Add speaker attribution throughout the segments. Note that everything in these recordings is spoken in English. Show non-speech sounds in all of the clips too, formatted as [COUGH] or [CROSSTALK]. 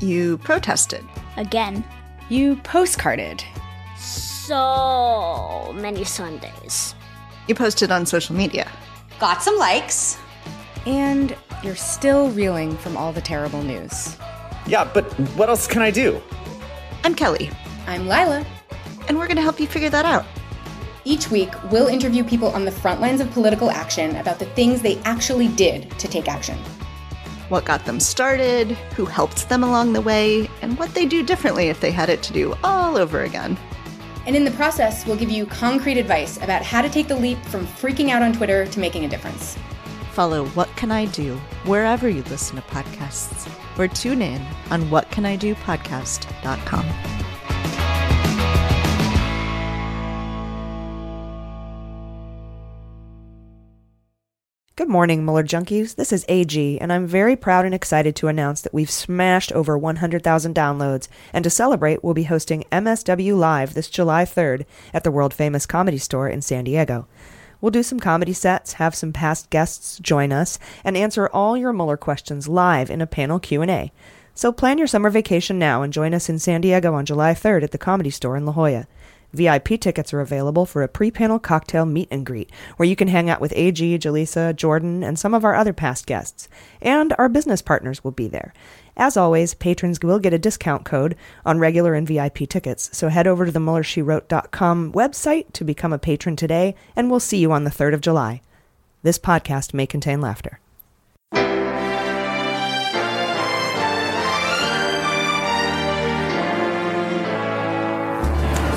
Speaker 1: You protested.
Speaker 2: Again.
Speaker 1: You postcarded.
Speaker 2: So many Sundays.
Speaker 1: You posted on social media.
Speaker 3: Got some likes.
Speaker 1: And you're still reeling from all the terrible news.
Speaker 4: Yeah, but what else can I do?
Speaker 1: I'm Kelly.
Speaker 3: I'm Lila.
Speaker 1: And we're going to help you figure that out.
Speaker 3: Each week, we'll interview people on the front lines of political action about the things they actually did to take action
Speaker 1: what got them started, who helped them along the way, and what they do differently if they had it to do all over again.
Speaker 3: And in the process, we'll give you concrete advice about how to take the leap from freaking out on Twitter to making a difference.
Speaker 5: Follow What Can I Do wherever you listen to podcasts, or tune in on whatcanidopodcast.com.
Speaker 6: Good morning, Muller Junkies. This is AG, and I'm very proud and excited to announce that we've smashed over 100,000 downloads. And to celebrate, we'll be hosting MSW Live this July 3rd at the world famous comedy store in San Diego. We'll do some comedy sets, have some past guests join us, and answer all your Muller questions live in a panel Q&A. So plan your summer vacation now and join us in San Diego on July 3rd at the comedy store in La Jolla. VIP tickets are available for a pre panel cocktail meet and greet where you can hang out with AG, Jaleesa, Jordan, and some of our other past guests. And our business partners will be there. As always, patrons will get a discount code on regular and VIP tickets, so head over to the MullerSheWrote.com website to become a patron today, and we'll see you on the 3rd of July. This podcast may contain laughter.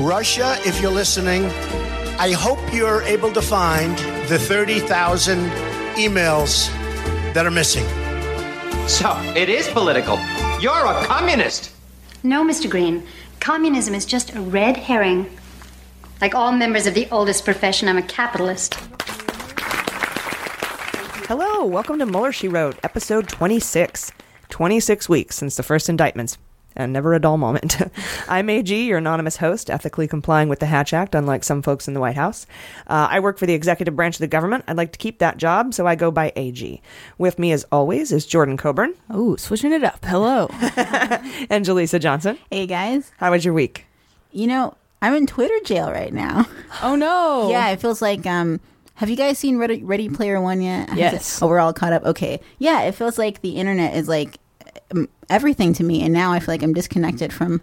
Speaker 7: Russia, if you're listening, I hope you're able to find the 30,000 emails that are missing.
Speaker 8: So, it is political. You're a communist.
Speaker 9: No, Mr. Green. Communism is just a red herring. Like all members of the oldest profession, I'm a capitalist.
Speaker 10: Hello, Oh, welcome to Muller, She Wrote, episode 26. 26 weeks since the first indictments, and never a dull moment. [LAUGHS] I'm AG, your anonymous host, ethically complying with the Hatch Act, unlike some folks in the White House. Uh, I work for the executive branch of the government. I'd like to keep that job, so I go by AG. With me, as always, is Jordan Coburn.
Speaker 6: Oh, switching it up.
Speaker 3: [LAUGHS]
Speaker 6: Hello.
Speaker 10: and Jaleesa Johnson.
Speaker 1: Hey, guys.
Speaker 10: How was your week?
Speaker 1: You know, I'm in Twitter jail right now.
Speaker 6: Oh, no.
Speaker 1: yeah, it feels like um, have you guys seen Ready, Ready Player One yet?
Speaker 6: Yes.
Speaker 1: Oh, we're all caught up. Okay. Yeah, it feels like the internet is like um, everything to me, and now I feel like I'm disconnected from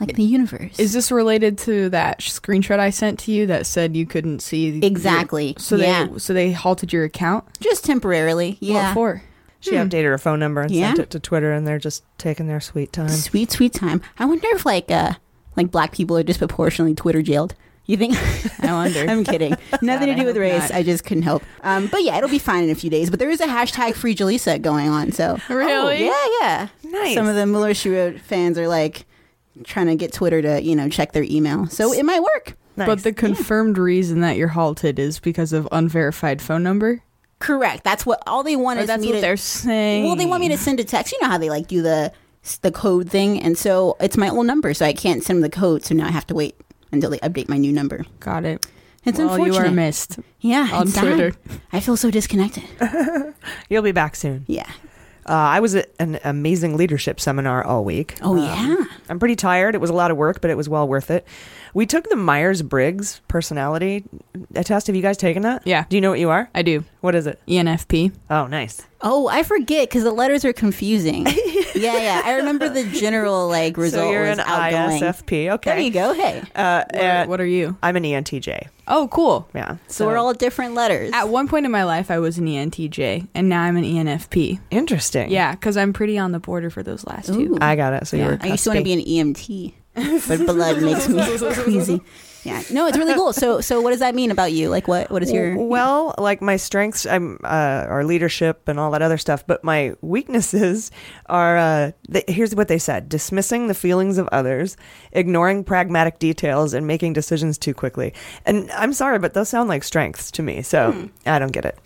Speaker 1: like the universe.
Speaker 6: Is this related to that screenshot I sent to you that said you couldn't see the-
Speaker 1: Exactly.
Speaker 6: so
Speaker 1: Yeah.
Speaker 6: they so they halted your account?
Speaker 1: Just temporarily. Yeah.
Speaker 6: What for?
Speaker 10: She
Speaker 6: Hmm.
Speaker 10: updated her phone number and sent
Speaker 1: Yeah.
Speaker 10: it to Twitter, and they're just taking their sweet time.
Speaker 1: Sweet, sweet time. I wonder if like uh like black people are disproportionately Twitter jailed. You think?
Speaker 6: I wonder.
Speaker 1: I'm kidding. Nothing to do with race. I just couldn't help. Um, but yeah, it'll be fine in a few days. But there is a hashtag free Jaleesa going on. So
Speaker 6: Really?
Speaker 1: Oh, yeah, yeah.
Speaker 10: Nice.
Speaker 1: Some of the Muller She Wrote fans are like trying to get Twitter to you know check their email. So it might work.
Speaker 6: But the confirmed reason that you're halted is because of unverified phone number.
Speaker 1: Correct. That's what all they want
Speaker 6: Or
Speaker 1: is
Speaker 6: that's
Speaker 1: me
Speaker 6: what
Speaker 1: to,
Speaker 6: they're saying.
Speaker 1: Well, they want me to send a text. You know how they like do the the code thing, and so it's my old number, so I can't send them the code. So now I have to wait until they update my new number.
Speaker 6: Got it.
Speaker 1: It's
Speaker 6: well,
Speaker 1: unfortunate.
Speaker 6: you are missed.
Speaker 1: Yeah,
Speaker 6: on
Speaker 1: it's sad.
Speaker 6: Twitter.
Speaker 1: I feel so disconnected.
Speaker 10: You'll be back soon.
Speaker 1: Yeah.
Speaker 10: Uh, I was at an amazing leadership seminar all week. Um,
Speaker 1: Oh yeah.
Speaker 10: I'm pretty tired. It was a lot of work, but it was well worth it. We took the Myers Briggs personality a test. Have you guys taken that?
Speaker 6: Yeah.
Speaker 10: Do you know what you are?
Speaker 6: I do.
Speaker 10: What is it?
Speaker 6: ENFP.
Speaker 10: Oh, nice.
Speaker 1: Oh, I forget because the letters
Speaker 10: [LAUGHS]
Speaker 1: are confusing. yeah, yeah. I remember the general like result
Speaker 10: so you're
Speaker 1: was
Speaker 10: an
Speaker 1: outgoing.
Speaker 10: ISFP. Okay.
Speaker 1: There you go. Hey.
Speaker 10: Uh, uh,
Speaker 6: What are you?
Speaker 10: I'm an ENTJ.
Speaker 6: Oh, cool.
Speaker 10: Yeah.
Speaker 1: so we're all different letters.
Speaker 6: At one point in my life, I was an E ENTJ, and now I'm an E ENFP.
Speaker 10: interesting.
Speaker 6: Yeah, because I'm pretty on the border for those last two.
Speaker 1: Ooh.
Speaker 10: I got it. So
Speaker 6: Yeah.
Speaker 10: you're.
Speaker 1: I used to want to be
Speaker 10: [LAUGHS]
Speaker 1: an EMT, but blood makes me crazy. Yeah, no, it's really cool. So, so what does that mean about you? Like, what what is your?
Speaker 10: well like my strengths i'm uh are leadership and all that other stuff but my weaknesses are uh th- here's what they said dismissing the feelings of others ignoring pragmatic details and making decisions too quickly and i'm sorry but those sound like strengths to me so
Speaker 1: Hmm.
Speaker 10: i don't
Speaker 1: [LAUGHS]
Speaker 10: get it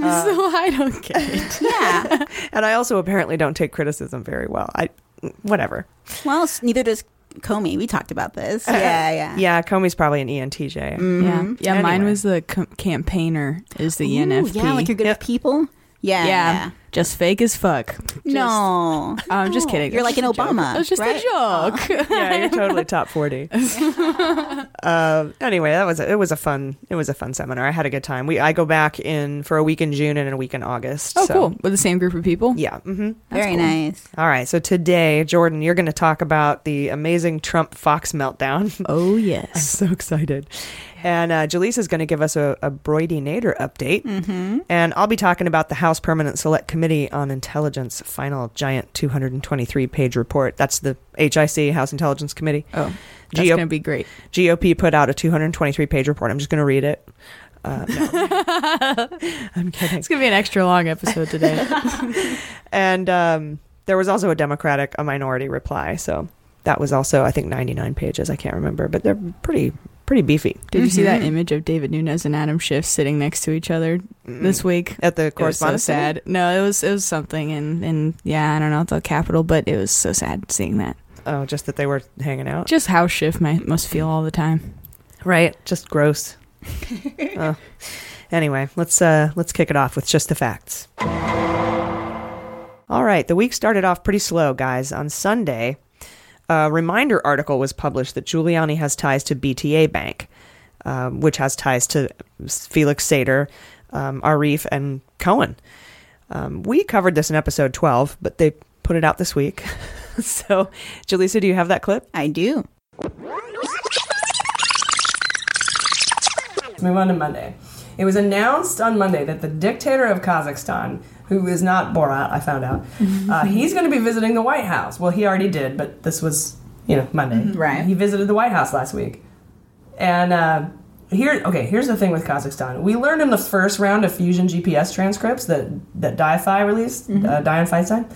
Speaker 10: Uh,
Speaker 6: so I don't get
Speaker 10: [LAUGHS]
Speaker 6: it.
Speaker 1: Yeah.
Speaker 10: and i also apparently don't take criticism very well i whatever
Speaker 1: well, s- neither does Comey. We talked
Speaker 6: [LAUGHS]
Speaker 1: about this. Yeah, yeah.
Speaker 10: yeah comey's probably an entj
Speaker 6: Yeah, Mm-hmm. yeah. Mine
Speaker 10: Anyway.
Speaker 6: was the com- campaigner. Is the E
Speaker 1: Ooh,
Speaker 6: ENFP?
Speaker 1: yeah, like you're good with people. Yeah,
Speaker 6: yeah. just fake as fuck.
Speaker 1: No,
Speaker 6: Oh, I'm just kidding.
Speaker 1: You're
Speaker 6: That's
Speaker 1: like an
Speaker 6: just a joke.
Speaker 1: Obama,
Speaker 6: That's just
Speaker 1: right?
Speaker 6: a joke.
Speaker 10: [LAUGHS] yeah, you're totally
Speaker 6: [LAUGHS]
Speaker 10: top forty. uh, anyway, that was a, it. Was a fun it was a fun seminar. I had a good time. We I go back in for a week in June and a week in August.
Speaker 6: oh,
Speaker 10: so-
Speaker 6: cool. With the same group of people.
Speaker 10: Yeah. hmm
Speaker 1: very nice.
Speaker 10: All right. So today, Jordan, you're going to talk about the amazing Trump Fox meltdown. [LAUGHS]
Speaker 6: Oh
Speaker 10: I'm
Speaker 6: yes.
Speaker 10: so excited. And uh, Jaleesa is going to give us a, a Brody Nader update. Mm-hmm. And I'll be talking about the House Permanent Select Committee on Intelligence final giant 223 page report. That's the HIC, House Intelligence Committee.
Speaker 6: Oh, that's
Speaker 10: Geo-
Speaker 6: gonna be great.
Speaker 10: GOP put out a 223 page report. I'm just going to read it. Uh, no. I'm kidding.
Speaker 6: It's gonna be an extra long episode today.
Speaker 10: And um, there was also a Democratic,
Speaker 6: um,
Speaker 10: a minority reply. So that was also, I think, 99 pages. I can't remember, but they're pretty, pretty beefy
Speaker 6: Did you see that image of David Nunes and Adam Schiff sitting next to each other this week?
Speaker 10: at the
Speaker 6: It was so
Speaker 10: correspondence. dinner.
Speaker 6: sad. No, it was it was something, and and yeah, I don't know the capital, but it was so sad seeing that.
Speaker 10: Oh, just that they were hanging out.
Speaker 6: Just how Schiff might, must feel all the time.
Speaker 10: Right. [LAUGHS] Just gross. oh. Anyway, let's uh, let's kick it off with just the facts. All right, the week started off pretty slow, guys. On Sunday, a reminder article was published that Giuliani has ties to BTA Bank, um, which has ties to Felix Sater, um, Arif, and Cohen. Um, we covered this in episode 12, but they put it out this week. [LAUGHS] so, Jaleesa, do you have that clip?
Speaker 1: I do.
Speaker 11: Move on to Monday. It was announced on Monday that the dictator of Kazakhstan, who is not Borat, I found out, uh, he's going to be visiting the White House. Well, he already did, but this was, you know, Monday.
Speaker 1: Mm-hmm. Right.
Speaker 11: He visited the White House last week. And uh, here, okay, here's the thing with Kazakhstan. We learned in the
Speaker 1: Mm-hmm.
Speaker 11: first round of Fusion GPS transcripts that that DiFi released, uh, Diane Feinstein,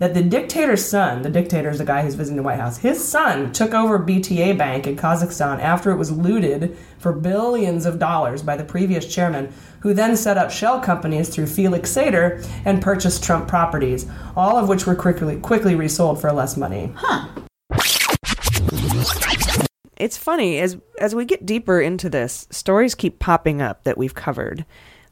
Speaker 11: that the dictator's son, the dictator is the guy who's visiting the White House, his son took over BTA Bank in Kazakhstan after it was looted for billions of dollars by the previous chairman, who then set up shell companies through Felix Sater and purchased Trump properties, all of which were quickly, quickly resold for less money.
Speaker 3: It's funny as as we get deeper into this, stories keep popping up that we've covered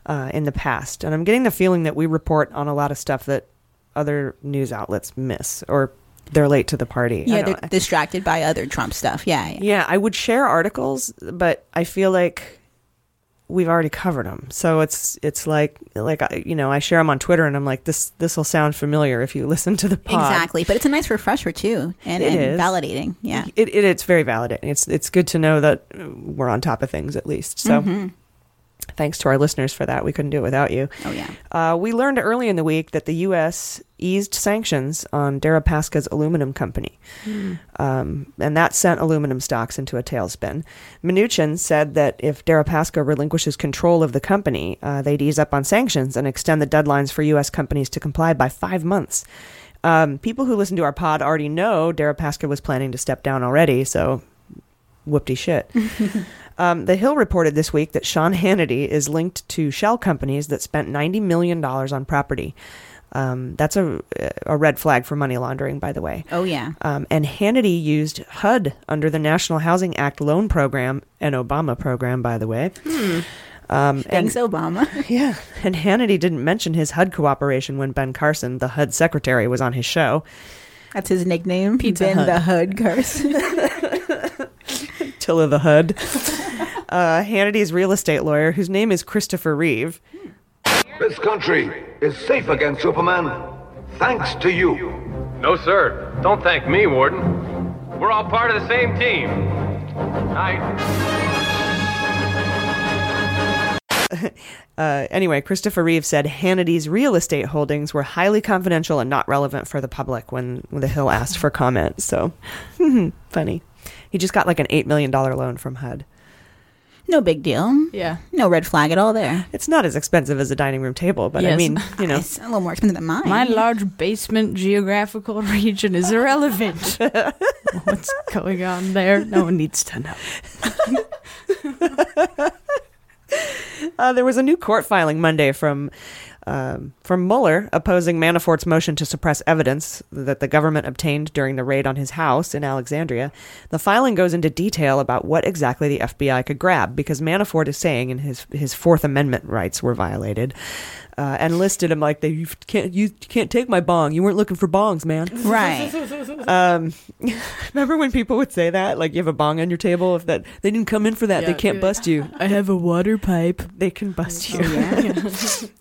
Speaker 3: uh, in the past, and I'm getting the feeling that we report on a lot of stuff that other news outlets miss or they're late to the party. I
Speaker 1: Yeah,
Speaker 3: don't-
Speaker 1: they're distracted by other Trump stuff. Yeah, yeah.
Speaker 3: yeah, I would share articles, but I feel like we've already covered them. So it's it's like like I, you know I share them on Twitter, and I'm like this this will sound familiar if you [LAUGHS] listen to the pod.
Speaker 1: exactly. But it's a nice refresher too, and,
Speaker 3: It
Speaker 1: and
Speaker 3: is.
Speaker 1: validating. Yeah.
Speaker 3: It, it it's very validating. It's it's good to know that uh, we're on top of things at least. So
Speaker 1: Mhm.
Speaker 3: thanks to our listeners for that. We couldn't do it without you.
Speaker 1: Oh yeah.
Speaker 3: Uh, we learned early in the week that the U.S. eased sanctions on Deripaska's aluminum company,
Speaker 12: Mm.
Speaker 3: um, and that sent aluminum stocks into a tailspin. Mnuchin said that if Deripaska relinquishes control of the company, uh, they'd ease up on sanctions and extend the deadlines for U.S. companies to comply by five months. Um, people who listen to our pod already know Deripaska was planning to step down already, so
Speaker 1: [LAUGHS]
Speaker 3: whoopty shit. Um, the Hill reported this week that Sean Hannity is linked to shell companies that spent $90 million on property. Um, that's a, a red flag for money laundering, by the way.
Speaker 1: Oh yeah.
Speaker 3: Um, and Hannity used HUD under the National Housing Act loan program, an Obama program, by the way. Um,
Speaker 1: Hmm. Thanks,
Speaker 3: and,
Speaker 1: Obama. [LAUGHS]
Speaker 3: Yeah. And Hannity didn't mention his HUD cooperation when Ben Carson, the HUD secretary, was on his show.
Speaker 1: That's his nickname. Pizza ben
Speaker 3: Hut.
Speaker 1: the Hood Carson.
Speaker 3: Tilla the HUD. [LAUGHS] uh, Hannity's real estate lawyer, whose name is Christopher Reeve.
Speaker 13: This country is safe against Superman thanks to you.
Speaker 14: No, sir. Don't thank me, Warden. We're all part of the same team.
Speaker 3: Uh, anyway, Christopher Reeve said Hannity's real estate holdings were highly confidential and not relevant for the public when, when The Hill asked for comment. So, funny. [LAUGHS] He just got like an $8 million loan from HUD.
Speaker 1: No big deal.
Speaker 6: Yeah.
Speaker 1: No red flag at all there.
Speaker 3: It's not as expensive as a dining room table, but I
Speaker 6: Yes. [LAUGHS]
Speaker 3: mean, you know.
Speaker 1: It's a little more expensive than mine.
Speaker 6: My large basement geographical region is irrelevant. What's going on there? No one needs to know.
Speaker 3: Uh, there was a new court filing Monday from um, from Mueller opposing Manafort's motion to suppress evidence that the government obtained during the raid on his house in Alexandria. The filing goes into detail about what exactly the FBI could grab because Manafort is saying in his his Fourth Amendment rights were violated. Uh, and listed him like they you can't you can't take my bong. You weren't looking for bongs, man.
Speaker 1: Right.
Speaker 3: Um, [LAUGHS] remember when people would say that, like you have a bong on your table? If that they didn't come in for that, they
Speaker 6: Yeah.
Speaker 3: can't bust you. I have a water pipe. They can bust you. [LAUGHS]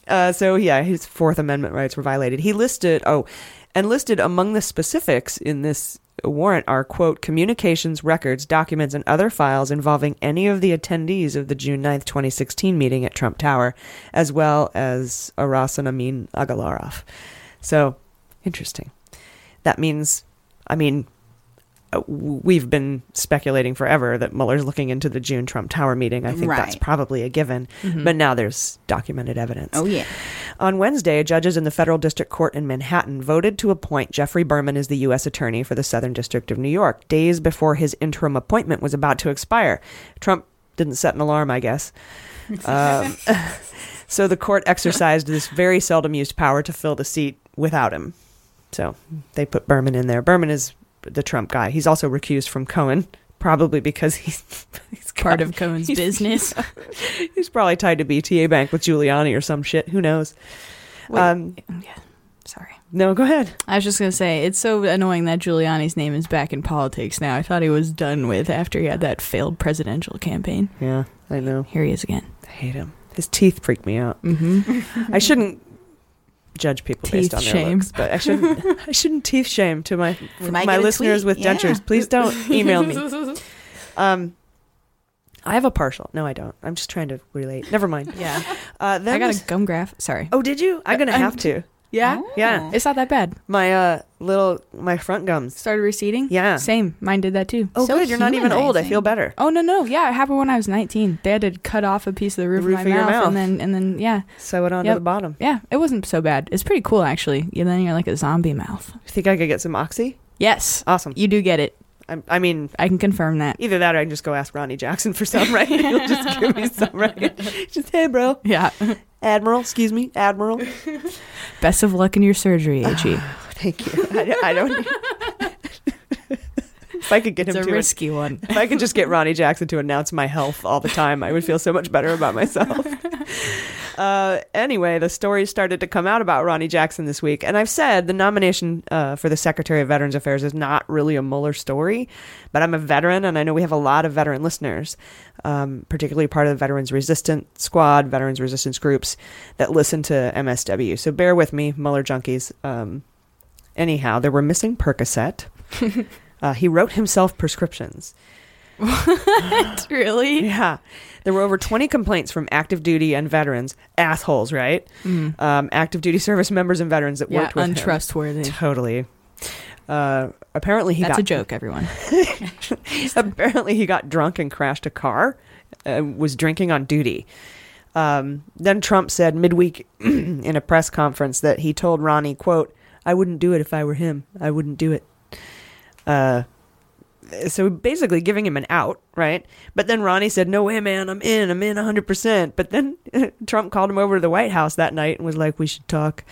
Speaker 3: uh, so yeah, his Fourth Amendment rights were violated. He listed oh, and listed among the specifics in this warrant are quote communications records documents and other files involving any of the attendees of the june 9th 2016 meeting at trump tower as well as arasan amin agalarov so interesting that means i mean uh, w- we've been speculating forever that Mueller's looking into the June Trump Tower meeting. I think that's
Speaker 1: Right.
Speaker 3: probably a given.
Speaker 1: Mhm.
Speaker 6: Mm-hmm.
Speaker 3: But now there's documented evidence.
Speaker 1: Oh, yeah.
Speaker 3: On Wednesday, judges in the federal district court in Manhattan voted to appoint Jeffrey Berman as the U.S. attorney for the Southern District of New York days before his interim appointment was about to expire. Trump didn't set an alarm,
Speaker 6: [LAUGHS]
Speaker 3: I guess. Um, [LAUGHS] so the court exercised this very seldom used power to fill the seat without him. So they put Berman in there. Berman is the Trump guy. He's also recused from Cohen, probably because he's, [LAUGHS] he's
Speaker 6: Part
Speaker 3: got-
Speaker 6: of Cohen's
Speaker 3: he's-
Speaker 6: business.
Speaker 3: He's probably tied to BTA Bank with Giuliani or some shit. Who knows? Um,
Speaker 6: yeah. Sorry.
Speaker 3: No, go ahead.
Speaker 6: I was just going to say, it's so annoying that Giuliani's name is back in politics now. I thought he was done with after he had that failed presidential campaign.
Speaker 3: Yeah, I know.
Speaker 6: Here he is again.
Speaker 3: I hate him. His teeth freak me out.
Speaker 6: [LAUGHS]
Speaker 3: Mm-hmm. I shouldn't judge people
Speaker 6: Teeth
Speaker 3: based on their
Speaker 6: shame.
Speaker 3: looks, but
Speaker 6: [LAUGHS]
Speaker 3: I shouldn't. I shouldn't teeth shame to my
Speaker 6: We might
Speaker 3: my
Speaker 6: get a
Speaker 3: listeners
Speaker 6: tweet,
Speaker 3: with dentures.
Speaker 6: yeah.
Speaker 3: Please don't
Speaker 6: [LAUGHS]
Speaker 3: email me. Um, I have a partial. No, I don't. I'm just trying to relate. Never mind.
Speaker 6: Yeah.
Speaker 3: Uh, then
Speaker 6: I got
Speaker 3: was-
Speaker 6: a gum graft. Sorry. Uh,
Speaker 3: Oh, did you? I'm gonna have to.
Speaker 6: Yeah?
Speaker 3: Yeah.
Speaker 6: It's not that bad.
Speaker 3: My uh little my front gums
Speaker 6: started receding.
Speaker 3: Yeah.
Speaker 6: Same. Mine did that too.
Speaker 3: Oh, good. You're not even old. I feel better.
Speaker 6: Oh no no yeah it happened when I was 19. They had to cut off a piece of the roof,
Speaker 3: roof
Speaker 6: of
Speaker 3: of
Speaker 6: my
Speaker 3: your
Speaker 6: mouth,
Speaker 3: mouth.
Speaker 6: and then and then yeah
Speaker 3: sew it onto the bottom.
Speaker 6: Yeah, it wasn't so bad. It's pretty cool actually. Yeah, then you're like a zombie mouth.
Speaker 3: You think I could get some oxy?
Speaker 6: Yes,
Speaker 3: awesome.
Speaker 6: You do get it.
Speaker 3: I, I mean,
Speaker 6: I can confirm that.
Speaker 3: Either that, or I can just go ask Ronnie Jackson for some.
Speaker 6: [LAUGHS]
Speaker 3: Right? He'll just give me some. Right? Just hey, bro.
Speaker 6: Yeah.
Speaker 3: Admiral, excuse me, Admiral.
Speaker 6: Best of luck in your surgery, E. Ag.
Speaker 3: [SIGHS] Thank you. I, don't- I don't. if I could get
Speaker 6: It's
Speaker 3: him
Speaker 6: a
Speaker 3: to an-
Speaker 6: risky one.
Speaker 3: if I could just get Ronnie Jackson to announce my health all the time, I would feel so much better
Speaker 6: [LAUGHS]
Speaker 3: about myself. Uh, anyway, the stories started to come out about Ronnie Jackson this week, and I've said the nomination uh, for the Secretary of Veterans Affairs is not really a Mueller story, but I'm a veteran, and I know we have a lot of veteran listeners, um, particularly part of the Veterans Resistance Squad, veterans resistance groups that listen to MSW. So bear with me, Mueller junkies. Um, anyhow, there were missing Percocet. uh, he wrote
Speaker 6: [LAUGHS]
Speaker 3: himself prescriptions. [LAUGHS]
Speaker 6: really?
Speaker 3: Yeah. There were over 20 complaints from active duty and veterans. Assholes, right?
Speaker 6: Mm.
Speaker 3: Um, active duty service members and veterans that
Speaker 6: Yeah,
Speaker 3: worked with him.
Speaker 6: untrustworthy.
Speaker 3: Totally. Uh, apparently he
Speaker 6: That's
Speaker 3: got
Speaker 6: a joke, everyone.
Speaker 3: [LAUGHS] apparently he got drunk and crashed a car uh, was drinking on duty um, then trump said midweek [CLEARS THROAT] in a press conference that he told ronnie quote i wouldn't do it if i were him i wouldn't do it uh, so basically giving him an out right but then ronnie said no way man i'm in i'm in 100% but then [LAUGHS] trump called him over to the white house that night and was like we should talk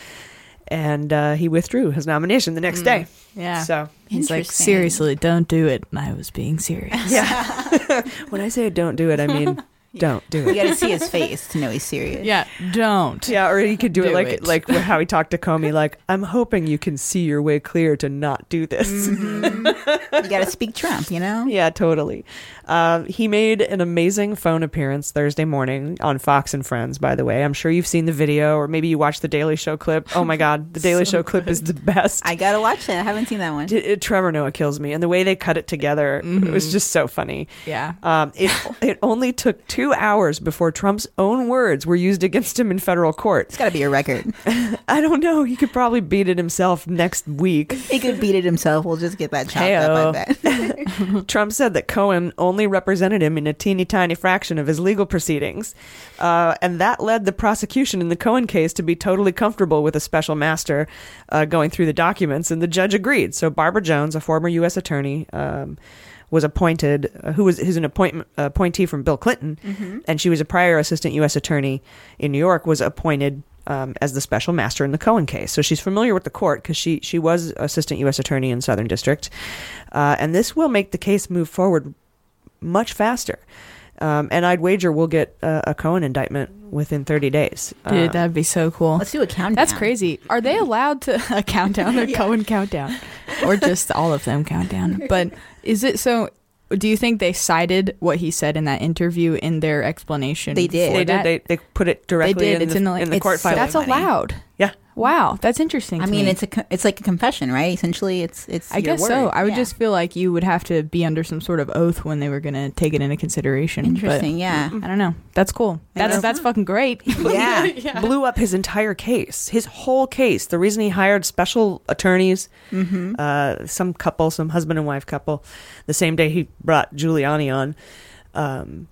Speaker 3: and uh, he withdrew his nomination the next
Speaker 6: Mm.
Speaker 3: day
Speaker 6: Yeah.
Speaker 3: so
Speaker 6: He's like, seriously, don't do it. And I was being serious.
Speaker 1: [LAUGHS]
Speaker 3: Yeah. when I say don't do it, I mean don't do
Speaker 6: You [LAUGHS]
Speaker 3: it.
Speaker 6: gotta see his
Speaker 1: face to know he's serious.
Speaker 6: Yeah, don't.
Speaker 3: Yeah, or he could do, it
Speaker 6: Do
Speaker 3: like
Speaker 6: it.
Speaker 3: like how he talked to Comey, like I'm hoping you can see your way clear to not do this.
Speaker 1: Mm-hmm.
Speaker 3: [LAUGHS]
Speaker 1: You got to speak Trump, you know?
Speaker 3: yeah, totally. Uh, he made an amazing phone appearance Thursday morning on Fox and Friends. By the way, I'm sure you've seen the video, or maybe you watched the Daily Show clip. Oh
Speaker 1: [LAUGHS]
Speaker 3: my God, the Daily Show clip is the best.
Speaker 1: I got to watch that. I haven't seen that one.
Speaker 3: D- it- Trevor Noah kills me, and the way they cut it together it was
Speaker 1: Mhm.
Speaker 3: just so funny.
Speaker 6: Yeah.
Speaker 3: Um,
Speaker 1: [LAUGHS]
Speaker 3: it it only took two hours before Trump's own words were used against him in federal court. It's
Speaker 1: got to be a record.
Speaker 3: I don't know. He could probably beat it himself next week.
Speaker 1: He could beat it himself. We'll just get that chopped up, I bet.
Speaker 3: Trump said that Cohen only represented him in a teeny tiny fraction of his legal proceedings, uh, and that led the prosecution in the Cohen case to be totally comfortable with a special master uh, going through the documents, and the judge agreed. So Barbara Jones, a former U.S. attorney, um, was appointed, uh, who was who's an appointment appointee from Bill Clinton, and she was a prior assistant U.S. attorney in New York, was appointed um, as the special master in the Cohen case. So she's familiar with the court because she she was assistant U.S. attorney in Southern District, uh, and this will make the case move forward much faster. Um, and I'd wager we'll get uh, a Cohen indictment within 30 days.
Speaker 6: Dude,
Speaker 3: Uh,
Speaker 6: that'd be so [LAUGHS] cool. Let's
Speaker 1: do a countdown.
Speaker 6: That's crazy. Are they allowed to [LAUGHS] a countdown, a
Speaker 1: [LAUGHS] Yeah.
Speaker 6: Cohen countdown, or just all of them countdown? But is it so? Do you think they cited what he said in that interview in their explanation?
Speaker 3: They did.
Speaker 6: for
Speaker 3: They did.
Speaker 6: that?
Speaker 3: They- they put it directly
Speaker 6: did.
Speaker 3: in
Speaker 6: It's
Speaker 3: the-
Speaker 6: in the, like,
Speaker 3: in the court
Speaker 6: it's so
Speaker 3: filing.
Speaker 6: That's allowed.
Speaker 3: Yeah.
Speaker 6: Wow, that's interesting.
Speaker 1: I
Speaker 6: to
Speaker 1: mean,
Speaker 6: me.
Speaker 1: it's a co- it's like a confession, right? Essentially, it's it's.
Speaker 6: I
Speaker 1: your
Speaker 6: guess so.
Speaker 1: word.
Speaker 6: I would
Speaker 1: Yeah.
Speaker 6: just feel like you would have to be under some sort of oath when they were going to take it into consideration. but
Speaker 1: Interesting, yeah.
Speaker 6: I don't know. That's cool. That's [LAUGHS]
Speaker 3: know.
Speaker 6: that's fucking great.
Speaker 3: Yeah. [LAUGHS] blew up his entire case, his whole case. The reason he hired special attorneys,
Speaker 1: Mhm.
Speaker 3: uh, some couple, some husband and wife couple, the same day he brought Giuliani on, um,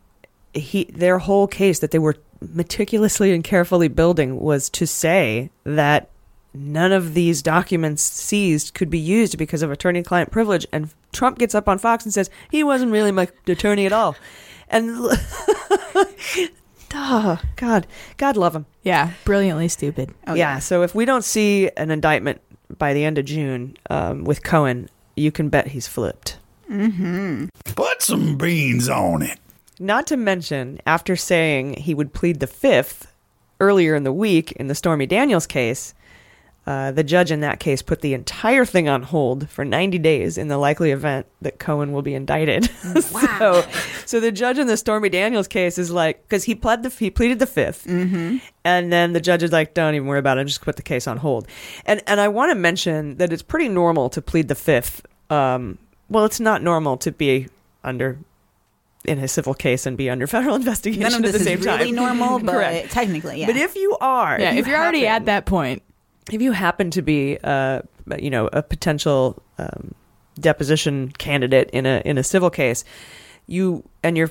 Speaker 3: he their whole case that they were meticulously and carefully building was to say that none of these documents seized could be used because of attorney-client privilege. And Trump gets up on Fox and says he wasn't really my attorney at all. And [LAUGHS] Oh, God. God love him.
Speaker 6: Yeah, brilliantly stupid.
Speaker 1: Oh,
Speaker 3: yeah. So if we don't see an indictment by the end of June um, with Cohen, you can bet he's flipped.
Speaker 1: Mm-hmm.
Speaker 12: Put some beans on it.
Speaker 3: Not to mention, after saying he would plead the fifth earlier in the week in the Stormy Daniels case, uh, the judge in that case put the entire thing on hold for 90 days in the likely event that Cohen will be indicted. [LAUGHS] so, so the judge in the Stormy Daniels case is like, because he pled the he pleaded the 5th and then the judge is like, "Don't even worry about it. Just put the case on hold." And and I want to mention that it's pretty normal to plead the fifth. Um, well, it's not normal to be under in a civil case and be under federal [LAUGHS] investigation
Speaker 1: None of
Speaker 3: at
Speaker 1: this
Speaker 3: the same
Speaker 1: is really
Speaker 3: time. [LAUGHS]
Speaker 1: normal, but
Speaker 3: Correct.
Speaker 1: technically, yeah.
Speaker 3: But if you are,
Speaker 6: Yeah, if, you're already at that point,
Speaker 3: if you happen to be, uh, you know, a potential um, deposition candidate in a in a civil case, you and you're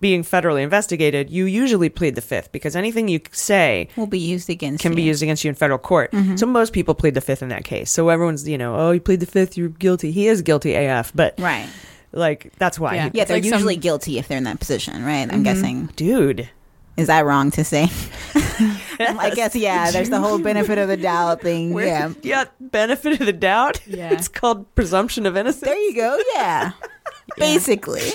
Speaker 3: being federally investigated, you usually plead the fifth because anything you say
Speaker 1: will be used against
Speaker 3: can be
Speaker 1: you.
Speaker 3: used against you in federal court.
Speaker 1: Mhm.
Speaker 3: So most people plead the fifth in that case. So everyone's, you know, oh, you plead the fifth, you're guilty. He is guilty AF, but
Speaker 1: Right.
Speaker 3: like that's why.
Speaker 1: Yeah,
Speaker 3: he-
Speaker 1: they're usually guilty if they're in that position, right? I'm
Speaker 3: Mhm.
Speaker 1: guessing.
Speaker 3: Dude.
Speaker 1: Is that wrong to say? [LAUGHS] I guess, yeah, there's the whole benefit of the doubt thing.
Speaker 3: Where-
Speaker 1: yeah.
Speaker 3: [LAUGHS] yeah, benefit of the doubt. [LAUGHS]
Speaker 1: Yeah.
Speaker 3: it's called presumption of innocence. There
Speaker 1: you go. Yeah, Basically.
Speaker 3: [LAUGHS]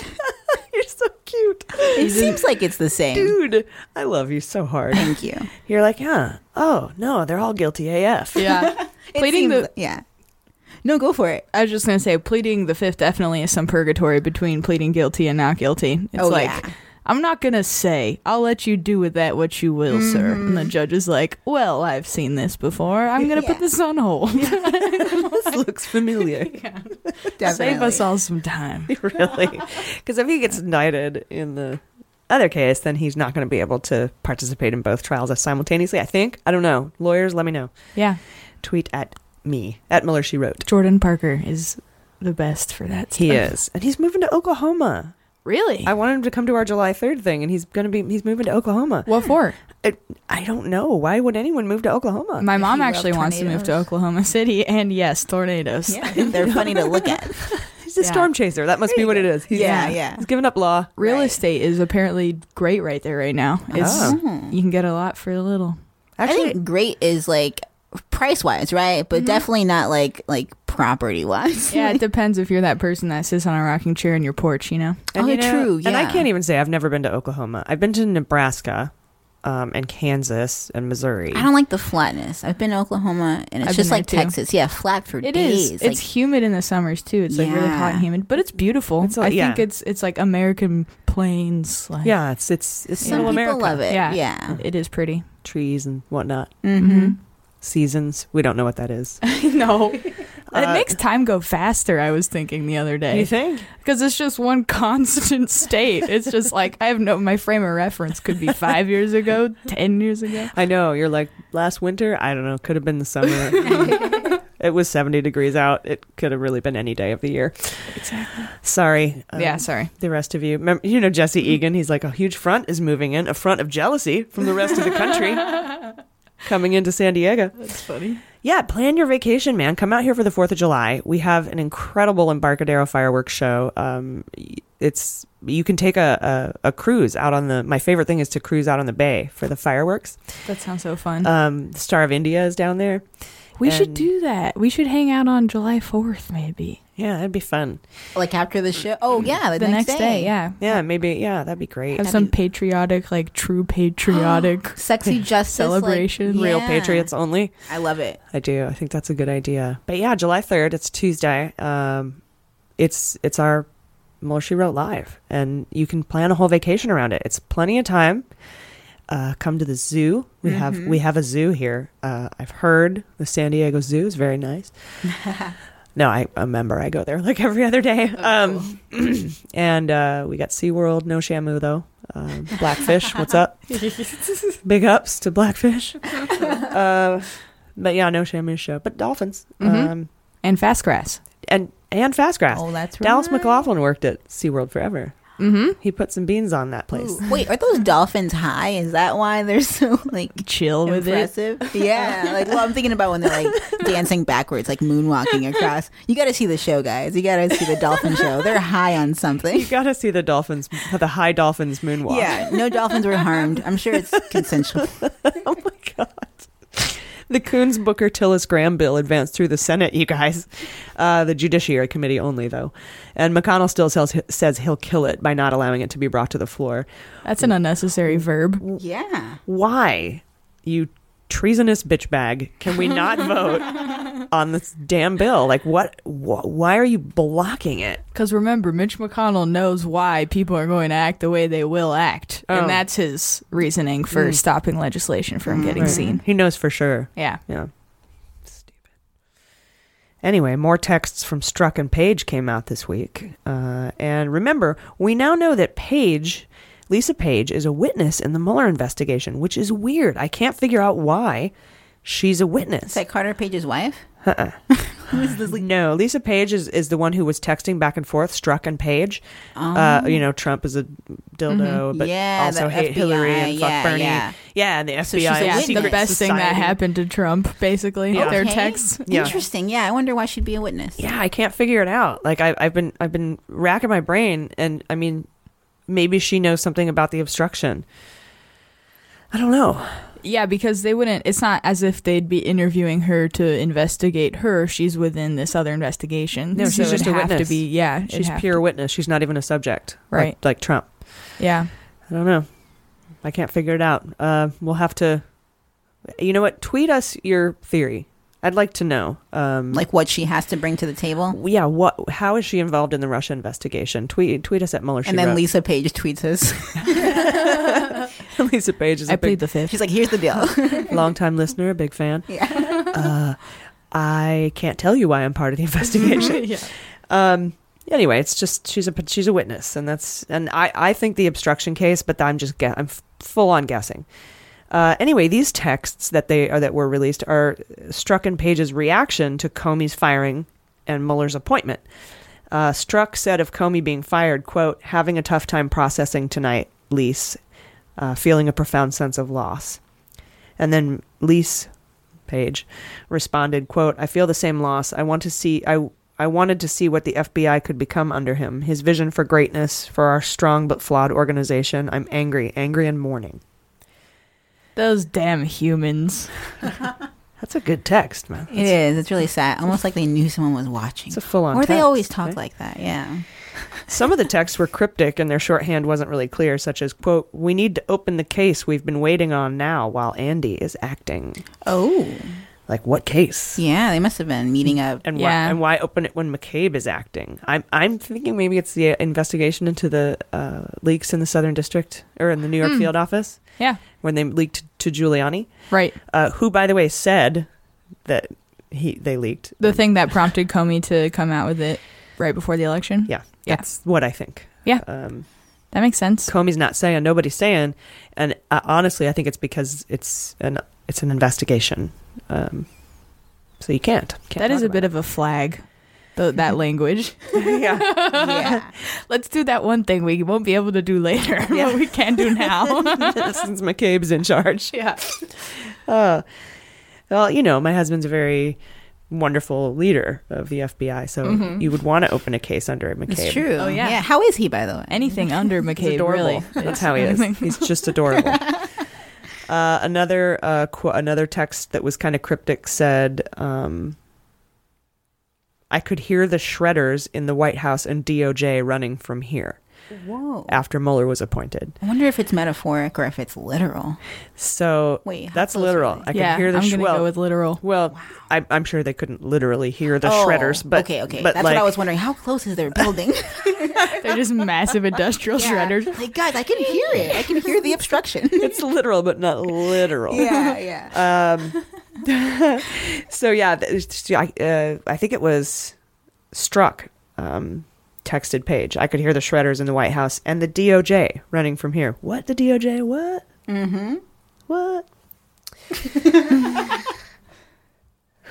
Speaker 3: You're so cute.
Speaker 1: It seems like it's the same.
Speaker 3: Dude, I love you so hard.
Speaker 1: Thank you.
Speaker 3: You're like, huh? Oh no, they're all guilty AF. [LAUGHS]
Speaker 6: Yeah. pleading the
Speaker 1: yeah. No, go for it.
Speaker 6: I was just gonna say pleading the fifth definitely is some purgatory between pleading guilty and not guilty. It's
Speaker 1: Oh,
Speaker 6: like
Speaker 1: yeah.
Speaker 6: I'm not gonna say. I'll let you do with that what you will, sir. And the judge is like, Well, I've seen this before. I'm gonna put
Speaker 1: [LAUGHS]
Speaker 6: this on hold.
Speaker 3: this looks familiar.
Speaker 6: Save us all some time.
Speaker 3: [LAUGHS]
Speaker 6: [LAUGHS]
Speaker 3: really, because if he gets indicted in the other case, then he's not going to be able to participate in both trials simultaneously. I think. I don't know. Lawyers, let me know.
Speaker 6: Yeah.
Speaker 3: Tweet at me at Miller. She wrote.
Speaker 6: Jordan Parker is the best for that.
Speaker 3: He
Speaker 6: stuff.
Speaker 3: is, and he's moving to Oklahoma.
Speaker 6: Really?
Speaker 3: I want him to come to our July third thing, and he's gonna be he's moving to Oklahoma.
Speaker 6: What for?
Speaker 3: I, I don't know. Why would anyone move to Oklahoma?
Speaker 6: My mom actually wants to move to Oklahoma City, [LAUGHS] and yes, tornadoes. [LAUGHS]
Speaker 1: They're funny to look at.
Speaker 3: He's a
Speaker 6: Yeah.
Speaker 3: storm chaser. That must be what it is. He's, [LAUGHS]
Speaker 1: Yeah, yeah.
Speaker 3: He's giving up law.
Speaker 6: [LAUGHS] Real estate is apparently great right there right now. It's
Speaker 1: Oh.
Speaker 6: you can get a lot for a little.
Speaker 1: I think great is like price wise, right? But definitely not like like property wise.
Speaker 6: Mm-hmm.
Speaker 1: [LAUGHS]
Speaker 6: Yeah, it depends if you're that person that sits on a rocking chair in your porch, you know.
Speaker 3: And
Speaker 1: Oh,
Speaker 3: you know-
Speaker 1: true,
Speaker 3: And I
Speaker 1: yeah.
Speaker 3: can't even say I've never been to Oklahoma. I've been to Nebraska, um, and Kansas and Missouri.
Speaker 1: I don't like the flatness. I've been to Oklahoma and it's
Speaker 6: I've
Speaker 1: just
Speaker 6: been
Speaker 1: like
Speaker 6: there, too.
Speaker 1: Texas. Yeah, flat for
Speaker 6: It
Speaker 1: days.
Speaker 6: is.
Speaker 1: Like,
Speaker 6: it's humid in the summers too. It's like really hot
Speaker 1: Yeah.
Speaker 6: and humid, but it's beautiful.
Speaker 3: like-
Speaker 6: I
Speaker 3: yeah.
Speaker 6: think it's it's like American plains. Like,
Speaker 3: yeah, it's it's it's
Speaker 1: Some people
Speaker 3: middle America.
Speaker 1: love it.
Speaker 6: Yeah.
Speaker 1: Yeah.
Speaker 6: it is pretty.
Speaker 3: Trees and whatnot.
Speaker 1: Mm-hmm.
Speaker 3: Seasons. We don't know what that is.
Speaker 6: [LAUGHS] no,
Speaker 3: [LAUGHS] Uh,
Speaker 6: it makes time go faster. I was thinking the other day.
Speaker 3: You think?
Speaker 6: Because it's just one [LAUGHS] constant state. It's just like I have no. My frame of reference could be five years
Speaker 3: [LAUGHS]
Speaker 6: ago, ten years ago.
Speaker 3: I know. You're like last winter. I don't know. Could have been
Speaker 6: [LAUGHS]
Speaker 3: the summer. it was 70 degrees out. It could have really been any day of the year.
Speaker 6: Exactly.
Speaker 3: Sorry. um,
Speaker 6: Yeah, sorry.
Speaker 3: The rest of you. Mem you know Jesse Egan. He's like a huge front is moving in, a front of jealousy from the rest of the
Speaker 6: [LAUGHS]
Speaker 3: country coming into San Diego.
Speaker 6: That's funny.
Speaker 3: Yeah, plan your vacation, man. Come out here for the 4th of July. We have an incredible Embarcadero fireworks show. Um, y- it's you can take a, a, a cruise out on the my favorite thing is to cruise out on the bay for the fireworks.
Speaker 6: That sounds so fun.
Speaker 3: Um, the Star of India is down there.
Speaker 6: we should
Speaker 3: and-
Speaker 6: do that. We should hang out on July fourth, maybe.
Speaker 3: Yeah, that'd be fun.
Speaker 1: like after the show. Oh yeah, the,
Speaker 6: Mm-hmm. The next, day. yeah.
Speaker 3: Yeah, maybe. Yeah, that'd be great.
Speaker 6: Have some patriotic, like true patriotic
Speaker 1: [GASPS] Sexy justice like,
Speaker 6: Celebration.
Speaker 3: Real
Speaker 1: yeah.
Speaker 3: patriots only.
Speaker 1: I love it.
Speaker 3: I do. I think that's a good idea. But yeah, July third. It's Tuesday. Um, it's it's our Muller She Wrote live, and you can plan a whole vacation around it. It's plenty of time. Uh, come to the zoo. We have
Speaker 1: Mhm.
Speaker 3: we have a zoo here. Uh, I've heard the San Diego Zoo is very nice. No, I a member. I go there like every other day. um, [CLEARS THROAT] and uh, we got SeaWorld, no Shamu though. Um, Blackfish, what's up? Big ups to Blackfish. uh, but yeah, no Shamu show, but dolphins.
Speaker 6: Mhm.
Speaker 3: Um,
Speaker 6: and fast grass.
Speaker 3: and and fast grass.
Speaker 1: Oh, that's
Speaker 3: Dallas
Speaker 1: right.
Speaker 3: McLaughlin worked at SeaWorld forever.
Speaker 6: Mm-hmm.
Speaker 3: He put some beans on that place.
Speaker 1: Ooh. Wait, are those dolphins high? Is that why they're so like
Speaker 6: Chill with it.
Speaker 1: impressive? Yeah. Like, well, I'm thinking about when they're like
Speaker 6: [LAUGHS]
Speaker 1: dancing backwards, like moonwalking across. You got to see the show, guys. You got to see the dolphin show. They're high on
Speaker 6: [LAUGHS]
Speaker 1: something.
Speaker 3: You gotta see the dolphins, the high dolphins moonwalk. [LAUGHS]
Speaker 1: Yeah, no dolphins were harmed. I'm sure
Speaker 6: [LAUGHS]
Speaker 1: it's consensual.
Speaker 3: Oh The Coons Booker Tillis Graham bill advanced through the Senate, you guys. Uh, the Judiciary Committee only, though. And McConnell still says, says he'll kill it by not allowing it to be brought to the floor.
Speaker 6: That's an unnecessary verb.
Speaker 1: Yeah.
Speaker 3: Why, you treasonous bitch bag, can we
Speaker 6: [LAUGHS]
Speaker 3: not vote
Speaker 6: Mm-hmm.
Speaker 3: on this damn bill? Like, what? Wh- why are you blocking it?
Speaker 6: Because remember, Mitch McConnell knows why people are going to act the way they will act,
Speaker 3: Oh.
Speaker 6: and that's his reasoning for
Speaker 3: Mm.
Speaker 6: stopping legislation from getting
Speaker 3: Right.
Speaker 6: seen.
Speaker 3: He knows for sure.
Speaker 6: Yeah.
Speaker 3: Yeah. Stupid. Anyway, more texts from Struck and Page came out this week. Uh, and remember, we now know that Page, Lisa Page, is a witness in the Mueller investigation, which is weird. I can't figure out why. She's a witness.
Speaker 1: Is that Carter Page's wife?
Speaker 3: Uh-uh. no, Lisa Page is, is the one who was texting back and forth, Struck and Page. Uh,
Speaker 1: Oh.
Speaker 3: you know, Trump is a dildo,
Speaker 6: Mm-hmm.
Speaker 1: Mhm.
Speaker 3: but
Speaker 1: Yeah,
Speaker 3: also
Speaker 1: the
Speaker 3: hate
Speaker 1: FBI,
Speaker 3: Hillary and
Speaker 1: yeah,
Speaker 3: fuck Bernie.
Speaker 1: yeah.
Speaker 3: and the FBI.
Speaker 1: So she's a
Speaker 3: and
Speaker 1: witness.
Speaker 3: secret
Speaker 6: the best thing that
Speaker 3: society.
Speaker 6: happened to Trump, basically. Their
Speaker 1: Okay.
Speaker 6: texts.
Speaker 1: Interesting. Yeah, I wonder why she'd be a witness.
Speaker 3: Yeah, I can't figure it out. Like I, I've been I've been racking my brain, and I mean, maybe she knows something about the obstruction. I don't know.
Speaker 6: Yeah, because they wouldn't. It's not as if they'd be interviewing her to investigate her. She's within this other investigation.
Speaker 3: No,
Speaker 6: so
Speaker 3: she's
Speaker 6: it'd
Speaker 3: just a
Speaker 6: have
Speaker 3: witness.
Speaker 6: To be, yeah, it'd
Speaker 3: she's
Speaker 6: have
Speaker 3: pure witness. She's not even a subject, like-
Speaker 6: Right.
Speaker 3: Like, Trump.
Speaker 6: to- yeah.
Speaker 3: I don't know. I can't figure it out. Uh, we'll have to. You know what? Tweet us your theory. I'd like to know. Um,
Speaker 1: Like what she has to bring to the table.
Speaker 3: yeah, what? How is she involved in the Russia investigation? Tweet tweet us at Mueller. She
Speaker 1: And then
Speaker 3: Wrote.
Speaker 1: Lisa [LAUGHS] Page tweets us.
Speaker 3: Lisa Page is
Speaker 1: [LAUGHS]
Speaker 3: a
Speaker 1: I
Speaker 3: big
Speaker 1: plead
Speaker 6: the fifth.
Speaker 1: She's like, here's the deal.
Speaker 3: [LAUGHS] Longtime listener, a big fan. Uh, I can't tell you why I'm part of the investigation.
Speaker 6: Yeah.
Speaker 3: Um. Anyway, it's just she's a she's a witness, and that's and I I think the obstruction case, but I'm just gue- I'm full on guessing. Uh, anyway, these texts that they are that were released are Strzok and Page's reaction to Comey's firing and Mueller's appointment. Uh, Strzok said of Comey being fired, "quote having a tough time processing tonight, Lise, uh, feeling a profound sense of loss." And then Lise Page responded, quote, I feel the same loss. I want to see I I wanted to see what the FBI could become under him. His vision for greatness, for our strong but flawed organization. I'm angry, angry and mourning.
Speaker 6: Those damn
Speaker 1: [LAUGHS]
Speaker 6: humans.
Speaker 3: That's a good text, man.
Speaker 1: [LAUGHS] It is. It's really sad. Almost like they knew someone was watching. It's a
Speaker 3: full on.
Speaker 1: Or they always talk like that. Yeah.
Speaker 3: Some of the texts were cryptic and their shorthand wasn't really clear, such as, quote, We need to open the case we've been waiting on now while Andy is acting.
Speaker 1: Oh.
Speaker 3: Like what case?
Speaker 1: Yeah, they must have been meeting up.
Speaker 3: And
Speaker 1: yeah.
Speaker 3: why and why open it when McCabe is acting? I'm I'm thinking maybe it's the uh, investigation into the uh, leaks in the Southern District or in the New York
Speaker 6: Hmm.
Speaker 3: field office.
Speaker 6: Yeah.
Speaker 3: when they leaked to Giuliani,
Speaker 6: Right.
Speaker 3: uh, who by the way said that he they leaked.
Speaker 6: The thing that prompted Comey to come out with it right before the election.
Speaker 3: Yeah,
Speaker 6: Yeah.
Speaker 3: that's what I think.
Speaker 6: Yeah.
Speaker 3: Um,
Speaker 6: that makes sense.
Speaker 3: Comey's not saying, nobody's saying, and uh, honestly, I think it's because it's an it's an investigation, um, so you can't. can't
Speaker 6: that is
Speaker 3: talk
Speaker 6: a bit of a flag.
Speaker 3: [LAUGHS]
Speaker 6: Th that language.
Speaker 1: [LAUGHS]
Speaker 3: yeah. [LAUGHS]
Speaker 1: yeah.
Speaker 6: Let's do that one thing we won't be able to do later, but we can do now.
Speaker 3: [LAUGHS] since McCabe's in charge.
Speaker 6: [LAUGHS] Yeah.
Speaker 3: Uh, well, you know, my husband's a very wonderful leader of the FBI, so
Speaker 6: Mm-hmm.
Speaker 1: Mhm.
Speaker 3: you would want to open a case under McCabe.
Speaker 1: It's true.
Speaker 6: Oh, yeah.
Speaker 1: How is he, by the way?
Speaker 6: Anything under
Speaker 3: He's
Speaker 6: McCabe,
Speaker 3: adorable.
Speaker 6: really.
Speaker 3: That's
Speaker 6: It's-
Speaker 3: how he is. He's just
Speaker 1: [LAUGHS]
Speaker 3: adorable. Uh, another uh, qu- another text that was kind of cryptic said, um, "I could hear the shredders in the White House and DOJ running from here."
Speaker 1: Whoa.
Speaker 3: After Mueller was appointed,
Speaker 1: I wonder if it's metaphoric or if it's literal.
Speaker 3: so
Speaker 1: Wait, how
Speaker 3: that's
Speaker 1: close
Speaker 3: literal.
Speaker 1: were they?
Speaker 3: I
Speaker 1: Yeah,
Speaker 3: could hear the
Speaker 1: I'm
Speaker 3: sh-
Speaker 1: gonna
Speaker 3: well,
Speaker 6: go with literal.
Speaker 3: Well, I, I'm sure they couldn't literally hear the
Speaker 1: Oh,
Speaker 3: shredders, but
Speaker 1: okay, okay.
Speaker 3: but
Speaker 1: That's
Speaker 3: like,
Speaker 1: what I was wondering. How close is their building?
Speaker 3: [LAUGHS]
Speaker 6: They're just massive industrial shredders.
Speaker 1: Like, guys, I can hear it. I can hear the obstruction.
Speaker 3: it's literal, but not literal.
Speaker 1: [LAUGHS] Yeah, yeah.
Speaker 3: Um, so yeah, th- sh- I, uh, I think it was Struck um, texted Page. I could hear the shredders in the White House and the DOJ running from here. What the DOJ? What?
Speaker 1: Mm-hmm.
Speaker 3: What? [LAUGHS]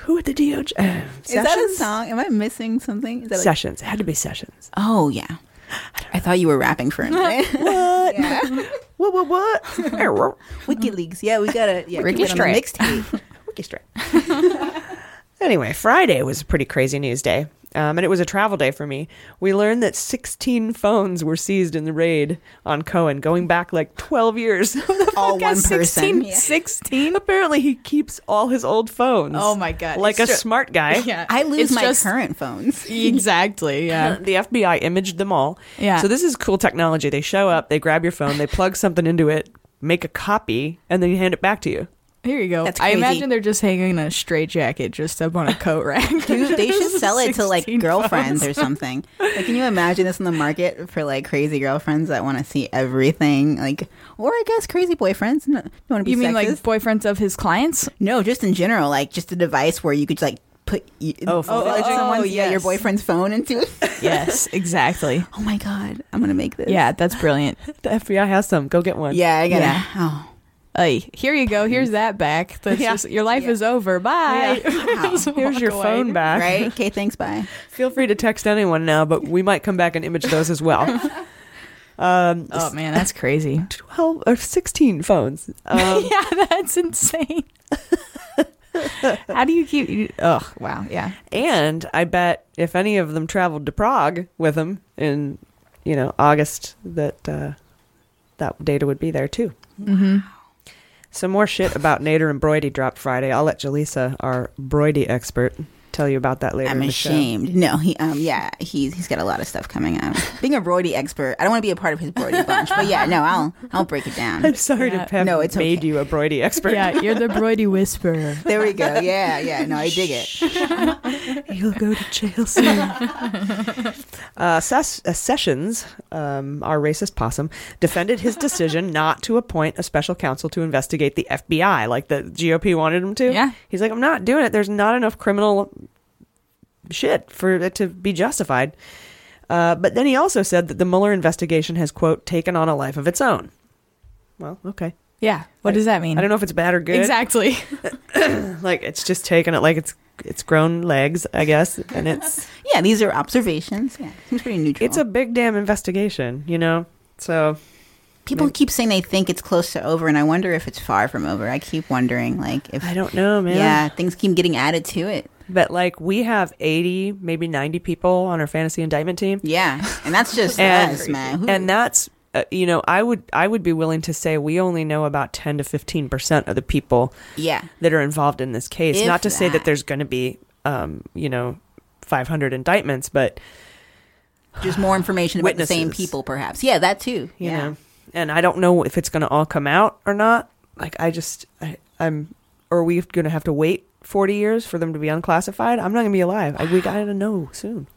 Speaker 3: Who at the DOJ?
Speaker 1: Is that a song? Am I missing something? Is that like-
Speaker 3: Uh, Sessions. It had to
Speaker 1: [LAUGHS]
Speaker 3: be Sessions.
Speaker 1: oh yeah. I thought you were rapping for a [LAUGHS] minute.
Speaker 3: what? [LAUGHS] What? What? What?
Speaker 1: [LAUGHS] WikiLeaks. Yeah, we got it. Yeah,
Speaker 3: Ricky
Speaker 1: keep it on the
Speaker 3: Strait.
Speaker 6: [LAUGHS]
Speaker 1: mixtape.
Speaker 3: Wiki Strait. [LAUGHS] Anyway, Friday was a pretty crazy news day, um, and it was a travel day for me. We learned that 16 phones were seized in the raid on Cohen, going back like 12 years. [LAUGHS]
Speaker 1: All one person.
Speaker 3: 16, [LAUGHS]
Speaker 1: Yeah.
Speaker 3: 16? Apparently, he keeps all his old phones.
Speaker 6: Oh my god.
Speaker 3: Like a
Speaker 6: It's ju-
Speaker 3: smart [LAUGHS] guy.
Speaker 6: [LAUGHS] Yeah.
Speaker 1: I lose
Speaker 6: It's
Speaker 1: my
Speaker 6: just-
Speaker 1: current
Speaker 6: [LAUGHS]
Speaker 1: phones.
Speaker 6: Exactly. Yeah.
Speaker 3: [LAUGHS] The FBI imaged them all.
Speaker 6: Yeah.
Speaker 3: So this is cool technology. They show up, they grab your phone, they plug something into it, make a copy, and then you hand it back to you.
Speaker 6: Here you go.
Speaker 1: That's
Speaker 6: I
Speaker 1: crazy.
Speaker 6: imagine they're just hanging a straight jacket just up on a coat rack.
Speaker 1: [LAUGHS] Dude, they should sell it to like
Speaker 6: 16
Speaker 1: girlfriends
Speaker 6: phones. [LAUGHS]
Speaker 1: or something. Like, can you imagine this in the market for like crazy girlfriends that want to see everything? Like, or I guess crazy boyfriends. No, don't want to be
Speaker 6: You mean like
Speaker 1: sexist.
Speaker 6: boyfriends of his clients?
Speaker 1: no, just in general, like just a device where you could like put you,
Speaker 3: Oh, for
Speaker 1: like,
Speaker 3: oh,
Speaker 1: someone's- yeah, your
Speaker 3: yes.
Speaker 1: boyfriend's phone into it.
Speaker 6: [LAUGHS] Yes, exactly.
Speaker 1: oh my god, I'm gonna make this.
Speaker 3: [LAUGHS]
Speaker 6: Yeah, that's brilliant.
Speaker 3: The FBI has some. Go get one.
Speaker 1: yeah, I gotta.
Speaker 6: Yeah.
Speaker 1: Oh,
Speaker 6: hey, here you go. Here's that back. That's
Speaker 15: Yeah.
Speaker 6: just, your life is over.
Speaker 1: [LAUGHS]
Speaker 6: Bye. Just
Speaker 3: Here's
Speaker 6: walk
Speaker 3: your
Speaker 6: away.
Speaker 3: phone back.
Speaker 1: Right? Okay, thanks. Bye.
Speaker 3: Feel free to text anyone now, but we might come back and image those
Speaker 6: [LAUGHS]
Speaker 3: as well. Um,
Speaker 6: Oh, man, that's crazy.
Speaker 3: 12 or
Speaker 6: [LAUGHS]
Speaker 3: 16 phones. Um,
Speaker 6: yeah, that's insane. How do you keep? You, ugh, wow, yeah.
Speaker 3: And I bet if any of them traveled to Prague with them in, you know, August, that uh, that data would be there too.
Speaker 6: Mm-hmm.
Speaker 3: Some more shit about Nader and Broidy dropped Friday. I'll let Jaleesa, our Broidy expert, tell you about that later.
Speaker 1: I'm
Speaker 3: in the
Speaker 1: ashamed. No, he um yeah, he's he's got a lot of stuff coming up. Being a broidy expert, I don't want to be a part of his broidy bunch, but yeah, no, I'll I'll break it down.
Speaker 3: Show. [LAUGHS] I'm sorry
Speaker 1: Yeah.
Speaker 3: to have
Speaker 1: No, it's
Speaker 3: made
Speaker 1: okay.
Speaker 3: you a Broidy expert.
Speaker 6: Yeah, you're
Speaker 3: [LAUGHS]
Speaker 6: the broidy whisperer.
Speaker 1: [LAUGHS] There we go. Yeah, yeah. No, I dig it.
Speaker 3: He'll go to jail soon. [LAUGHS] uh, Ses- uh, Sessions, um, our racist possum, defended
Speaker 6: [LAUGHS]
Speaker 3: his decision not to appoint a special counsel to investigate the FBI, like the GOP wanted him to.
Speaker 6: Yeah.
Speaker 3: he's like, I'm not doing it. There's not enough criminal shit for it to be justified. Uh, but then he also said that the Mueller investigation has quote taken on a life of its own. Well, okay.
Speaker 6: Yeah. What does that mean?
Speaker 3: I don't know if it's bad or good.
Speaker 6: Exactly.
Speaker 3: Like it's just taken it like it's it's grown legs, I guess, and it's
Speaker 1: [LAUGHS] [LAUGHS] Yeah, these are observations. Yeah, seems pretty neutral.
Speaker 3: It's a big damn investigation, you know? So
Speaker 1: People keep saying they think it's close to over, and I wonder if it's far from over. I keep wondering, like, if
Speaker 3: I don't know, man.
Speaker 1: yeah, things keep getting added to it.
Speaker 3: But like we have 80, maybe 90 people on our fantasy indictment team.
Speaker 1: Yeah, and that's just
Speaker 3: [LAUGHS] And,
Speaker 1: us, man. Who-
Speaker 3: and that's uh, you know, I would I would be willing to say we only know about 10 to 15% of the people
Speaker 1: yeah,
Speaker 3: that are involved in this case.
Speaker 1: If
Speaker 3: Not to say
Speaker 1: that.
Speaker 3: that there's going to be um, you know, 500 indictments, but
Speaker 1: just more information about the same
Speaker 3: Witnesses.
Speaker 1: people, perhaps. Yeah, that too.
Speaker 3: you
Speaker 1: yeah.
Speaker 3: know and i don't know if it's going to all come out or not like i just I, i'm are we going to have to wait 40 years for them to be unclassified i'm not going to be alive I, we gotta know soon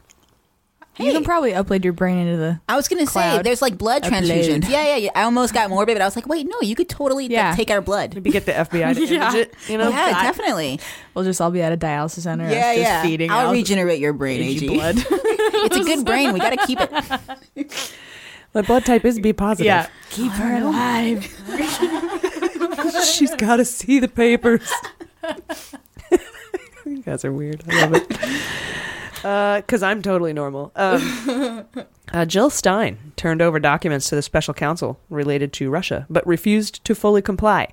Speaker 6: You can probably upload your brain into the.
Speaker 1: I was gonna say
Speaker 6: Cloud.
Speaker 1: there's like blood
Speaker 6: Upload.
Speaker 1: transfusions. Yeah, yeah, yeah. I almost got morbid, but I was like, wait, no, you could totally like,
Speaker 6: Yeah.
Speaker 1: take our blood. Oh,
Speaker 3: maybe get the fbi to
Speaker 6: [LAUGHS] Yeah. Oh
Speaker 3: image it you know
Speaker 1: yeah,
Speaker 6: God.
Speaker 1: definitely.
Speaker 6: We'll just all be at a dialysis center. and
Speaker 1: Yeah,
Speaker 6: just
Speaker 1: yeah.
Speaker 6: Feeding.
Speaker 1: I'll
Speaker 6: out
Speaker 1: regenerate your brain, AG.
Speaker 6: blood.
Speaker 1: [LAUGHS] it's a good brain. We gotta keep it.
Speaker 3: my blood type is b positive
Speaker 6: yeah. Keep her alive.
Speaker 3: [LAUGHS] she's got to see the papers [LAUGHS] you guys are weird i love it because i'm totally normal um, uh, jill stein turned over documents to the special counsel related to russia but refused to fully comply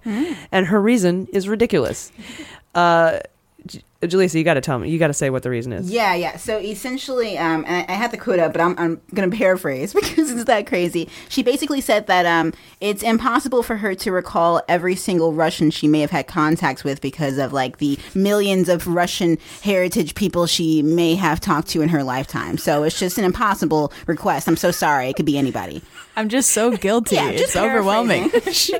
Speaker 3: and her reason is ridiculous. Uh, J- Jaleesa, you got to tell me. You got to say what the reason is.
Speaker 1: Yeah, yeah. So essentially, um, and I, I had the quote up, but I'm, I'm going to paraphrase [LAUGHS] because it's that crazy. She basically said that um, it's impossible for her to recall every single Russian she may have had contacts with because of like the millions of Russian heritage people she may have talked to in her lifetime. So it's just an impossible request. I'm so sorry. It could be anybody.
Speaker 6: I'm just so guilty.
Speaker 1: Yeah, just
Speaker 6: it's
Speaker 1: [LAUGHS]
Speaker 6: overwhelming.
Speaker 3: [LAUGHS] she,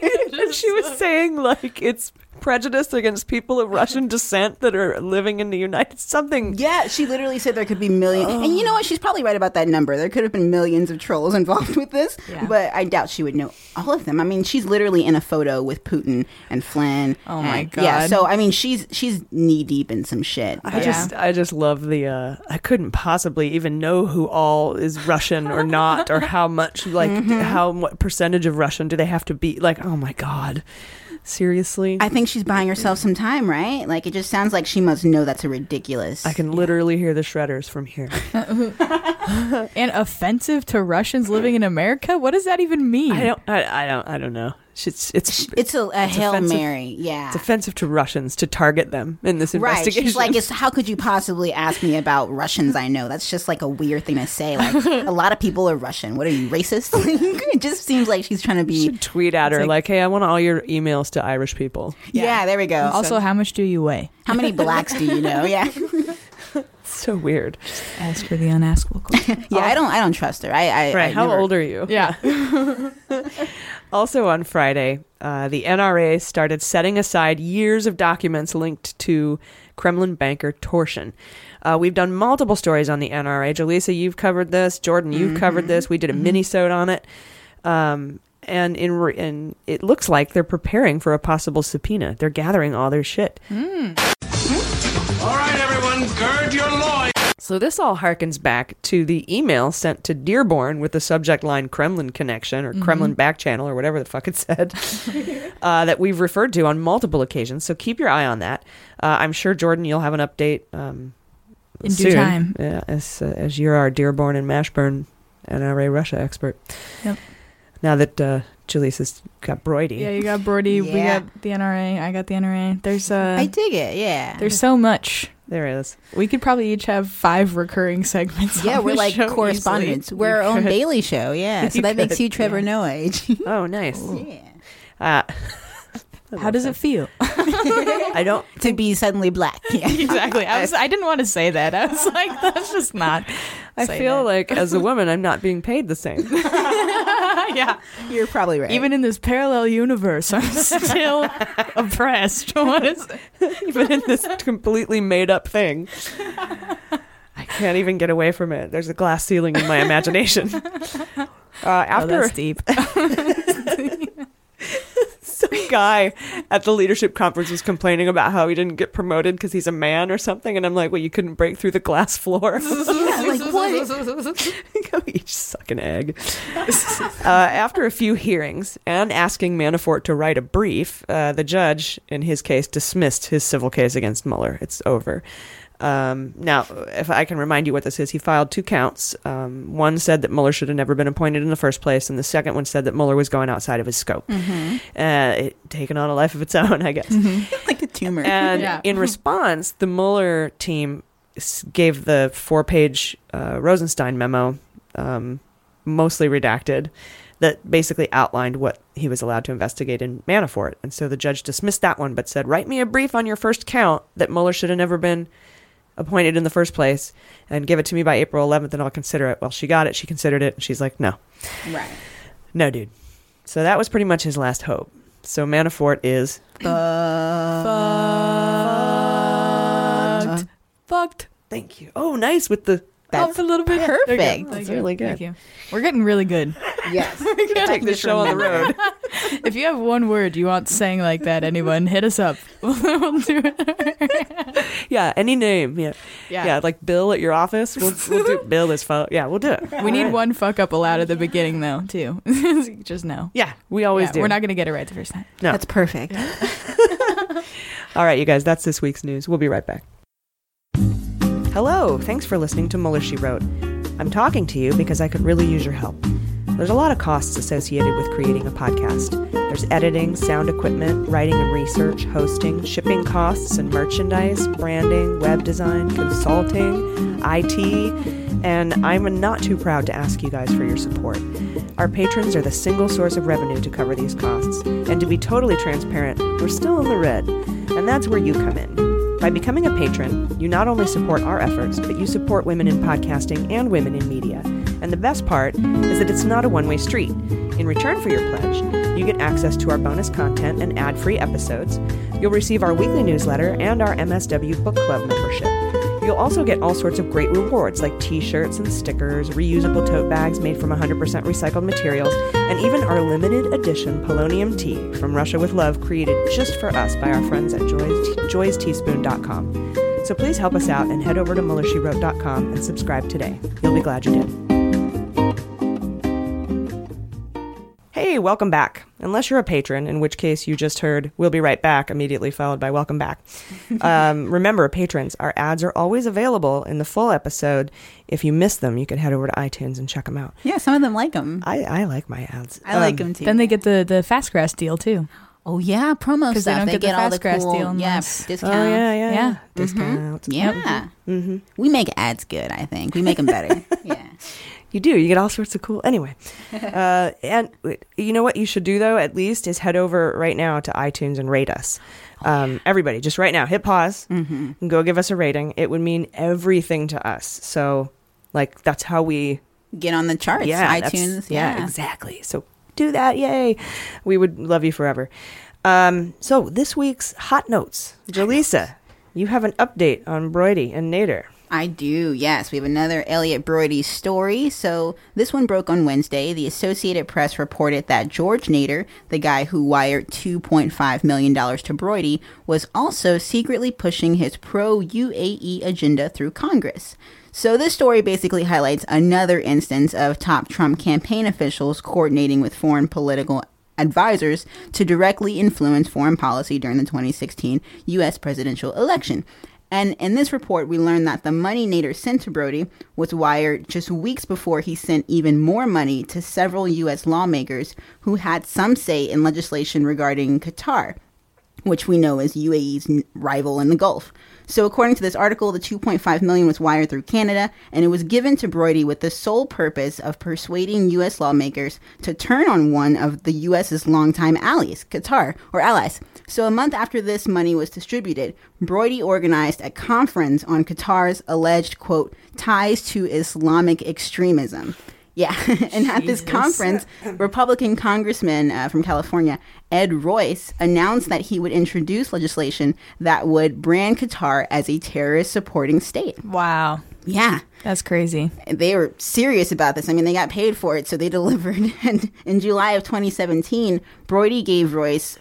Speaker 3: she was saying like it's prejudice against people of Russian descent that are living in the United something.
Speaker 1: Yeah, she literally said there could be millions. And you know what? She's probably right about that number. There could have been millions of trolls [LAUGHS] involved with this,
Speaker 6: Yeah.
Speaker 1: but I doubt she would know all of them. I mean, she's literally in a photo with Putin and Flynn.
Speaker 6: Oh my
Speaker 1: and- Yeah,
Speaker 6: God.
Speaker 1: so I mean, she's she's knee deep in some shit.
Speaker 3: I just, I just love the. Uh, I couldn't possibly even know who all is Russian or not, or how
Speaker 6: [LAUGHS]
Speaker 3: much, like,
Speaker 6: Mm-hmm.
Speaker 3: how what percentage of Russian do they have to be? Like, oh my god, seriously,
Speaker 1: I think she's buying herself some time, right? Like it just sounds like she must know that's a ridiculous.
Speaker 3: I can literally hear the shredders from here.
Speaker 6: [LAUGHS] and offensive to Russians living in America? What does that even mean?
Speaker 3: I don't. I, I don't. I don't know. It's it's
Speaker 1: it's a, a hail
Speaker 3: offensive.
Speaker 1: mary, yeah.
Speaker 3: it's offensive to Russians to target them in this
Speaker 1: Right,
Speaker 3: investigation.
Speaker 1: she's like,
Speaker 3: [LAUGHS]
Speaker 1: it's, how could you possibly ask me about Russians? I know that's just like a weird thing to say. Like, a lot of people are Russian. What are you racist? [LAUGHS] it just seems like she's trying to be. [LAUGHS]
Speaker 3: Should tweet at her like, "Hey, I want all your emails to Irish people."
Speaker 1: Yeah, there we go.
Speaker 6: also, how much do you weigh?
Speaker 1: how many blacks do you know?
Speaker 6: [LAUGHS]
Speaker 1: Yeah,
Speaker 3: so weird.
Speaker 6: Ask her the unaskable
Speaker 1: [LAUGHS]
Speaker 6: question.
Speaker 1: yeah. I don't, I don't trust her. I, I
Speaker 3: Right?
Speaker 1: I
Speaker 3: How
Speaker 1: never-
Speaker 3: old are you?
Speaker 6: yeah.
Speaker 3: [LAUGHS] Also on Friday, uh, the NRA started setting aside years of documents linked to Kremlin banker torsion. Uh, we've done multiple stories on the NRA. Jaleesa, you've covered this. Jordan, you've covered this. We did a mini-sode on it. Um, and in re- and it looks like they're preparing for a possible subpoena. They're gathering all their shit.
Speaker 12: All right, everyone, gird your loins.
Speaker 3: So this all harkens back to the email sent to Dearborn with the subject line Kremlin connection or
Speaker 6: Mm-hmm.
Speaker 5: Mhm.
Speaker 3: Kremlin back channel or whatever the fuck it
Speaker 6: [LAUGHS]
Speaker 3: said uh, that we've referred to on multiple occasions. So keep your eye on that. Uh, I'm sure Jordan, you'll have an update um,
Speaker 6: In due
Speaker 3: soon.
Speaker 6: time.
Speaker 3: Yeah, as uh, as you're our Dearborn and Mashburn NRA Russia expert.
Speaker 6: Yep.
Speaker 3: Now that uh, Julius has got Broidy.
Speaker 6: Yeah, you got Brody. We
Speaker 1: Yeah.
Speaker 6: got the NRA. I got the NRA. There's uh,
Speaker 1: I dig it. Yeah.
Speaker 6: There's so much.
Speaker 3: There is.
Speaker 6: We could probably each have five recurring segments.
Speaker 1: Yeah,
Speaker 6: on
Speaker 1: we're
Speaker 6: this
Speaker 1: like
Speaker 6: show
Speaker 1: correspondents.
Speaker 6: easily.
Speaker 1: We're our
Speaker 6: We
Speaker 1: own
Speaker 6: could.
Speaker 1: Daily Show. Yeah.
Speaker 6: [LAUGHS]
Speaker 1: So
Speaker 6: You
Speaker 1: that makes
Speaker 6: could,
Speaker 1: you Trevor
Speaker 6: yeah.
Speaker 1: Noah [LAUGHS] age.
Speaker 3: Oh, nice. Uh,
Speaker 6: How does it feel?
Speaker 3: I don't
Speaker 1: to be suddenly black. [LAUGHS] Yeah.
Speaker 6: [LAUGHS] exactly.
Speaker 3: [LAUGHS]
Speaker 6: I was. I didn't want to say that. I was like, [LAUGHS] that's just not.
Speaker 3: I
Speaker 6: say
Speaker 3: feel
Speaker 6: that.
Speaker 3: like as a woman, I'm not being paid the same.
Speaker 6: [LAUGHS] yeah,
Speaker 1: you're probably right.
Speaker 6: Even in this parallel universe,
Speaker 3: [LAUGHS]
Speaker 6: I'm still oppressed. [LAUGHS] What is
Speaker 3: even in this completely made up thing. I can't even get away from it. There's a glass ceiling in my
Speaker 6: [LAUGHS]
Speaker 3: imagination. Uh, after
Speaker 6: Oh, that's deep.
Speaker 3: [LAUGHS] some guy at the leadership conference was complaining about how he didn't get promoted because he's a man or something, and I'm like, well, you couldn't break through the glass
Speaker 6: [LAUGHS]
Speaker 3: floor.
Speaker 1: [LAUGHS] like
Speaker 3: what? [LAUGHS] Go eat sucking egg. [LAUGHS] uh, after a few hearings and asking Manafort to write a brief, uh, the judge, in his case, dismissed his civil case against Mueller. It's over. Um, now, if I can remind you what this is, he filed two counts. Um, one said that Mueller should have never been appointed in the first place, and the second one said that Mueller was going outside of his scope,
Speaker 1: Mhm.
Speaker 3: uh, it, taking on a life of its own, I guess.
Speaker 1: [LAUGHS] like a tumor.
Speaker 3: And
Speaker 1: yeah.
Speaker 3: in response, the Mueller team s- gave the four page uh, Rosenstein memo, um, mostly redacted, that basically outlined what he was allowed to investigate in Manafort. And so the judge dismissed that one, but said, Write me a brief on your first count that Mueller should have never been appointed in the first place and give it to me by April 11th and I'll consider it. Well, she got it. She considered it. And she's like, No.
Speaker 1: Right.
Speaker 3: No, dude. So that was pretty much his last hope. So Manafort is
Speaker 6: fucked. Fucked.
Speaker 3: Thank you. Oh, nice with the
Speaker 6: That's a little bit perfect.
Speaker 3: Perfect. That's really good.
Speaker 6: Thank you. We're getting really
Speaker 3: [LAUGHS]
Speaker 6: good.
Speaker 1: Yes.
Speaker 3: take this show on the [LAUGHS] road.
Speaker 6: if you have one word you want saying like that, anyone, hit us up. [LAUGHS] we'll do it.
Speaker 3: Yeah, any name. Yeah.
Speaker 6: Yeah.
Speaker 3: yeah, Like Bill at your office. We'll,
Speaker 6: [LAUGHS]
Speaker 3: we'll do Bill is fun. Yeah, we'll do it.
Speaker 6: We need
Speaker 3: Alright.
Speaker 6: one fuck up allowed at the beginning though, too. [LAUGHS] Just no.
Speaker 3: Yeah, we always
Speaker 6: Yeah,
Speaker 3: do.
Speaker 6: We're not gonna get it right the first time.
Speaker 1: [LAUGHS]
Speaker 3: No.
Speaker 1: That's perfect.
Speaker 3: All right, you guys. That's this week's news. We'll be right back. Hello. Thanks for listening to Muller She Wrote. I'm talking to you because I could really use your help. There's a lot of costs associated with creating a podcast. There's editing, sound equipment, writing and research, hosting, shipping costs and merchandise, branding, web design, consulting, IT, and I'm not too proud to ask you guys for your support. Our patrons are the single source of revenue to cover these costs, and to be totally transparent, we're still in the red. And that's where you come in. By becoming a patron, you not only support our efforts, but you support women in podcasting and women in media. And the best part is that it's not a one way street. In return for your pledge, you get access to our bonus content and ad free episodes. You'll receive our weekly newsletter and our MSW Book Club membership. You'll also get all sorts of great rewards like t shirts and stickers, reusable tote bags made from 100% recycled materials, and even our limited edition polonium tea from Russia with Love created just for us by our friends at joys, joysteaspoon.com. So please help us out and head over to MullerSheWrote.com and subscribe today. You'll be glad you did. Hey, welcome back. Unless you're a patron, in which case you just heard We'll Be Right Back, immediately followed by
Speaker 1: [LAUGHS]
Speaker 3: Welcome Back. Um, remember, patrons, our ads are always available in the full episode. If you miss them, you can head over to iTunes and check them out.
Speaker 1: Yeah, some of them like them.
Speaker 3: I, I like my ads. Um,
Speaker 1: I like 'em too.
Speaker 6: Then they get the the fast grass deal too.
Speaker 1: Oh yeah, promo
Speaker 6: Because they
Speaker 1: stuff.
Speaker 6: don't
Speaker 1: They
Speaker 6: get the
Speaker 1: get all the
Speaker 6: fast grass
Speaker 1: cool,
Speaker 6: deal
Speaker 1: yeah,
Speaker 6: unless-
Speaker 1: discounts.
Speaker 3: Oh, yeah, yeah, yeah. Mm-hmm.
Speaker 1: Mhm.
Speaker 3: Discounts.
Speaker 1: Yeah, we make ads good. I think we make them [LAUGHS] better.
Speaker 3: You do. You get all sorts of cool. Anyway, uh, and you know what you should do though? At least is head over right now to iTunes and rate us. Um, everybody, just right now, hit pause and go give us a rating. It would mean everything to us. So, like, that's how we
Speaker 1: get on the charts.
Speaker 3: Yeah, that's-
Speaker 1: iTunes.
Speaker 3: yeah, exactly. So do that. Yay! We would love you forever. Um, so this week's hot notes, Jaleesa, you have an update on Brody and Nader.
Speaker 1: I do, yes. We have another Elliot Brody story. So, this one broke on Wednesday. The Associated Press reported that George Nader, the guy who wired $2.5 million to Brody, was also secretly pushing his pro UAE agenda through Congress. So, this story basically highlights another instance of top Trump campaign officials coordinating with foreign political advisors to directly influence foreign policy during the 2016 U.S. presidential election. And in this report, we learned that the money Nader sent to Brody was wired just weeks before he sent even more money to several U.S. lawmakers who had some say in legislation regarding Qatar, which we know is UAE's n- rival in the Gulf. So, according to this article, the 2.5 million was wired through Canada, and it was given to Brody with the sole purpose of persuading U.S. lawmakers to turn on one of the U.S.'s longtime allies, Qatar, or allies. So, a month after this money was distributed, Brody organized a conference on Qatar's alleged quote ties to Islamic extremism. Yeah. [LAUGHS] and at this
Speaker 16: Jesus.
Speaker 1: conference, Republican Congressman uh, from California, Ed Royce, announced that he would introduce legislation that would brand Qatar as a terrorist supporting state.
Speaker 6: Wow.
Speaker 1: Yeah.
Speaker 6: That's crazy.
Speaker 1: They were serious about this. I mean, they got paid for it, so they [LAUGHS] delivered. And in July of 2017, Brody gave Royce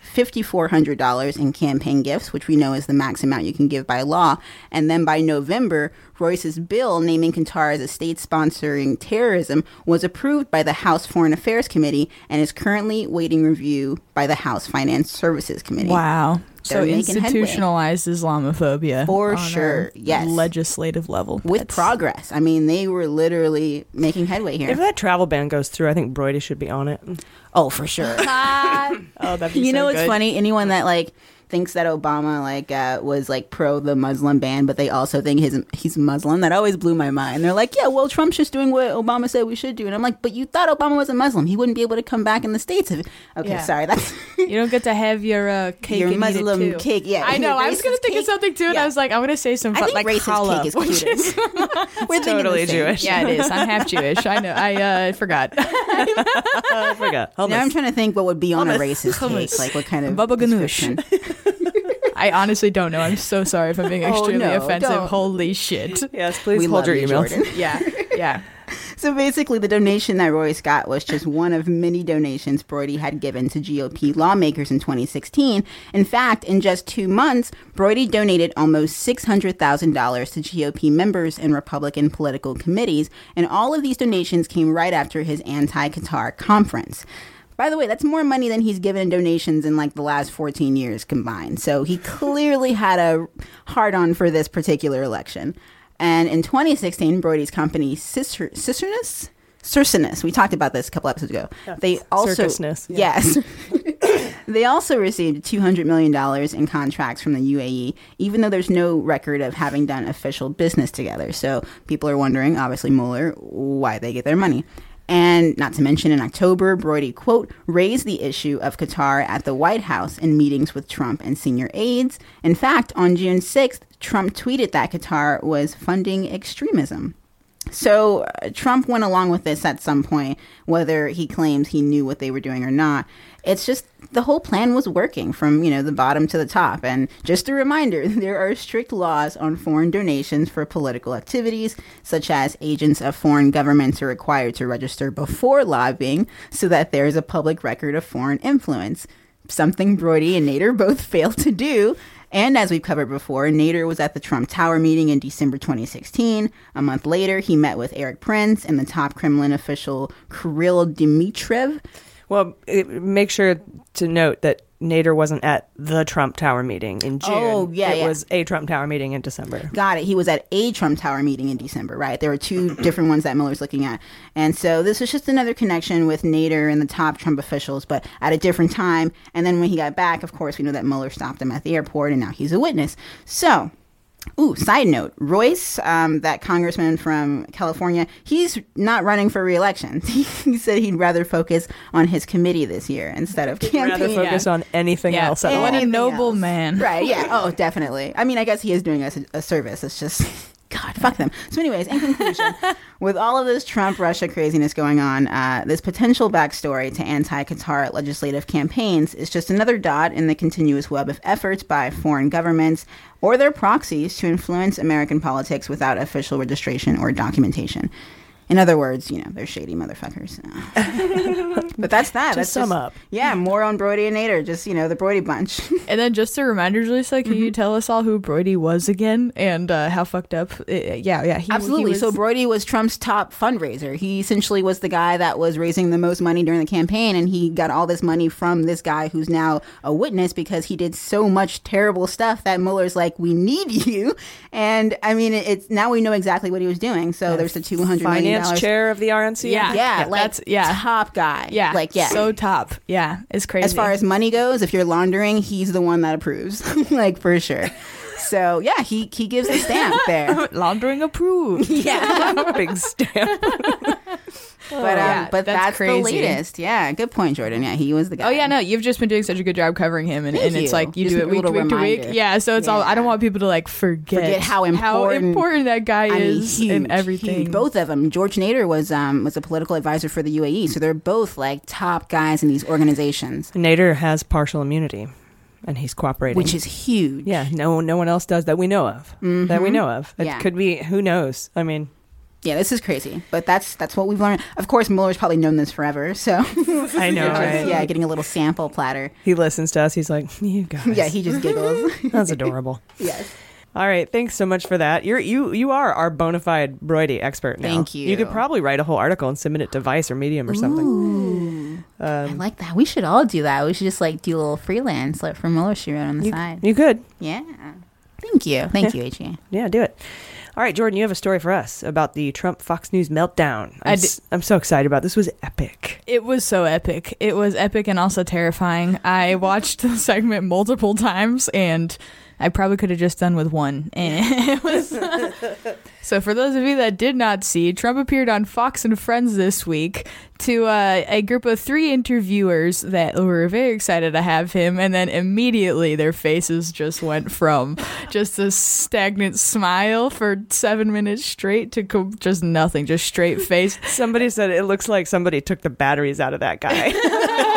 Speaker 1: $5,400 in campaign gifts, which we know is the max amount you can give by law. And then by November, Royce's bill naming Qatar as a state sponsoring terrorism was approved by the House Foreign Affairs Committee and is currently waiting review by the House Finance Services Committee.
Speaker 6: Wow. So
Speaker 1: They're making headway.
Speaker 6: institutionalized Islamophobia
Speaker 1: For
Speaker 6: on a
Speaker 1: sure, yes.
Speaker 6: legislative level
Speaker 1: With progress. I mean, they were literally making headway here.
Speaker 3: If that travel ban goes through, I think Brody should
Speaker 1: [LAUGHS]
Speaker 3: be on it.
Speaker 1: Oh, for sure.
Speaker 3: oh, that'd be
Speaker 1: you
Speaker 3: so
Speaker 1: know, it's
Speaker 3: good.
Speaker 1: funny. Anyone that like thinks that Obama like uh, was like pro the Muslim ban, but they also think his he's Muslim. That always blew my mind. They're like, yeah, well, Trump's just doing what Obama said we should do, and I'm like, but you thought Obama was a Muslim. He wouldn't be able to come back in the states if. Okay,
Speaker 6: Yeah.
Speaker 1: sorry, that's [LAUGHS]
Speaker 6: you don't get to have your uh, cake
Speaker 1: Your
Speaker 6: and eat it,
Speaker 1: Muslim
Speaker 6: too.
Speaker 1: cake, yeah,
Speaker 3: [LAUGHS]
Speaker 6: I know.
Speaker 1: [LAUGHS] your
Speaker 6: I was gonna
Speaker 1: racist
Speaker 6: think of
Speaker 1: cake.
Speaker 6: something too, and I was like, I'm gonna say some
Speaker 1: I
Speaker 6: fu-
Speaker 1: think
Speaker 6: like
Speaker 1: racist
Speaker 6: challah,
Speaker 1: cake is
Speaker 6: which [LAUGHS] is
Speaker 1: cutest. [LAUGHS] We're thinking the
Speaker 6: totally
Speaker 1: same.
Speaker 6: Jewish. Yeah, it is. I'm half Jewish. I know. I uh, forgot.
Speaker 3: Oh, I forgot.
Speaker 1: now I'm trying to think what would be on a
Speaker 6: Hummus.
Speaker 1: racist cake,
Speaker 6: Hummus.
Speaker 1: like what kind of
Speaker 6: Baba ganoush.
Speaker 1: description.
Speaker 6: [LAUGHS] I honestly don't know. I'm so sorry if I'm being
Speaker 1: Oh,
Speaker 6: extremely
Speaker 1: no,
Speaker 6: offensive.
Speaker 1: don't.
Speaker 6: Holy shit.
Speaker 3: Yes,
Speaker 1: please We hold love your you, emails. Jordan.
Speaker 6: Yeah, yeah.
Speaker 1: [LAUGHS] So basically, the donation that Royce got was just one of many donations Brody had given to GOP lawmakers in 2016. In fact, in just two months, Brody donated almost $600,000 to GOP members and Republican political committees, and all of these donations came right after his anti Qatar conference. By the way, that's more money than he's given in donations in like the last 14 years combined. So he clearly had a hard on for this particular election. And in 2016, Brody's company, Cicer- Cicernus? Circinus, we talked about this a couple episodes ago. They also
Speaker 3: Circusness, yeah.
Speaker 1: yes, they also received $200 million in contracts from the UAE, even though there's no record of having done official business together. So people are wondering, obviously, Mueller, why they get their money. And not to mention, in October, Brody, quote, raised the issue of Qatar at the White House in meetings with Trump and senior aides. In fact, on June 6th, Trump tweeted that Qatar was funding extremism. So uh, Trump went along with this at some point, whether he claims he knew what they were doing or not. It's just the whole plan was working from you know the bottom to the top. And just a reminder, [LAUGHS] there are strict laws on foreign donations for political activities, such as agents of foreign governments are required to register before lobbying, so that there is a public record of foreign influence something Brody and Nader [LAUGHS] both failed to do. And as we've covered before, Nader was at the Trump Tower meeting in December 2016. A month later, he met with Eric Prince and the top Kremlin official Kirill Dmitriev.
Speaker 3: [LAUGHS] Well, it, make sure to note that Nader wasn't at the Trump Tower meeting in June.
Speaker 1: Oh, yeah,
Speaker 3: It
Speaker 1: yeah.
Speaker 3: was a Trump Tower meeting in December.
Speaker 1: Got it. He was at a Trump Tower meeting in December, right? There were two
Speaker 3: [CLEARS THROAT]
Speaker 1: different ones that Mueller's looking at. And so this was just another connection with Nader and the top Trump officials, but at a different time. And then when he got back, of course, we know that Mueller stopped him at the airport and now he's a witness. So Ooh, side note, Royce, um, that congressman from California, he's not running for reelection. [LAUGHS] he said he'd rather focus on his committee this year instead of campaigning.
Speaker 3: rather focus on anything
Speaker 6: Yeah.
Speaker 3: else at all.
Speaker 6: What a
Speaker 1: Anything
Speaker 6: noble
Speaker 1: else.
Speaker 6: man. [LAUGHS] [LAUGHS]
Speaker 1: Right, yeah. Oh, definitely. I mean, I guess he is doing us a, a service. It's just, God, fuck them. So, anyways, in conclusion, with all of this Trump Russia craziness going on, uh, this potential backstory to anti Qatar legislative campaigns is just another dot in the continuous web of efforts by foreign governments or their proxies to influence American politics without official registration or documentation. In other words, you know, they're shady motherfuckers. Uh, but that's that.
Speaker 3: To
Speaker 1: that's
Speaker 3: sum up.
Speaker 1: Yeah, more on Brody and Nader. Just, you know, the Brody bunch. [LAUGHS]
Speaker 6: And then just a reminder, Lisa, can
Speaker 3: Mm-hmm.
Speaker 6: you tell us all who Brody was again and uh, how fucked up? uh, yeah, yeah. He,
Speaker 1: Absolutely.
Speaker 6: He was,
Speaker 1: so Brody was Trump's top fundraiser. He essentially was the guy that was raising the most money during the campaign, and he got all this money from this guy who's now a witness because he did so much terrible stuff that Mueller's like, "We need [LAUGHS] you." And I mean, it- it's now we know exactly what he was doing. So there's the two hundred
Speaker 3: Finance chair of the RNC.
Speaker 1: Yeah, yeah, like top guy.
Speaker 6: yeah,
Speaker 1: like yeah,
Speaker 6: so top. Yeah, it's crazy.
Speaker 1: as
Speaker 3: [LAUGHS]
Speaker 1: far as money goes, if you're laundering, he's the one that approves, [LAUGHS] like for sure. So yeah, he he gives a stamp there.
Speaker 6: laundering approved.
Speaker 1: [LAUGHS]
Speaker 3: [LAUGHS]
Speaker 1: Yeah. [LAUGHS]
Speaker 3: Big stamp.
Speaker 1: But um,
Speaker 6: Oh, Yeah,
Speaker 1: but
Speaker 6: that's
Speaker 1: that's,
Speaker 6: crazy.
Speaker 1: the latest. Yeah, good point, Jordan. Yeah, he was the guy.
Speaker 6: Oh yeah, no, you've just been doing such a good job covering him, and,
Speaker 1: Thank
Speaker 6: and it's
Speaker 1: you.
Speaker 6: like you
Speaker 1: Just
Speaker 6: do
Speaker 1: a
Speaker 6: it week to
Speaker 1: little
Speaker 6: week to
Speaker 1: reminder.
Speaker 6: week. Yeah, so it's all. I don't want people to like forget,
Speaker 1: Forget how important,
Speaker 6: important that guy
Speaker 1: I mean,
Speaker 6: is
Speaker 1: huge,
Speaker 6: and everything.
Speaker 1: huge. Both of them. George Nader was um was a political advisor for the UAE, so they're both like top guys in these organizations,
Speaker 3: Nader has partial immunity, and he's cooperating,
Speaker 1: which is huge.
Speaker 3: yeah, no, no one else does that we know of. That we
Speaker 1: Mhm.
Speaker 3: know of. It
Speaker 1: Yeah.
Speaker 3: could be who knows. I
Speaker 1: [LAUGHS]
Speaker 3: mean,
Speaker 1: Yeah, this is crazy, but that's that's what we've learned. Of course, Mueller's probably known this
Speaker 6: [LAUGHS]
Speaker 1: forever, so [LAUGHS]
Speaker 3: I know, right?
Speaker 1: yeah, getting a little sample platter.
Speaker 3: He listens to us. He's like, [LAUGHS] you guys.
Speaker 1: Yeah, he just giggles. [LAUGHS]
Speaker 3: [LAUGHS] That's adorable.
Speaker 1: yes.
Speaker 3: All right, thanks so much for that. You're you you are our bona fide Brody expert now.
Speaker 1: Thank you.
Speaker 3: You could probably write a whole article and submit it to Vice or Medium or something.
Speaker 1: I like that. We should all do that. We should just like do a little freelance like from Mueller she wrote on the side.
Speaker 3: You could.
Speaker 1: yeah. Thank you. [LAUGHS] Thank you, Adrian.
Speaker 3: Yeah, do it. All right, Jordan, you have a story for us about the Trump Fox News meltdown. I'm,
Speaker 6: I
Speaker 3: s- I'm so excited about it. this. Was epic.
Speaker 6: It was so epic. It was epic and also terrifying. [LAUGHS] I watched the segment multiple times and I probably could have just done with one. [LAUGHS] And it was So for those of you that did not see, Trump appeared on Fox and Friends this week to uh, a group of three interviewers that were very excited to have him and then immediately their faces just went from just a stagnant smile for 7 minutes straight to co- just nothing, just straight face.
Speaker 3: Somebody said it looks like somebody took the batteries out of that guy.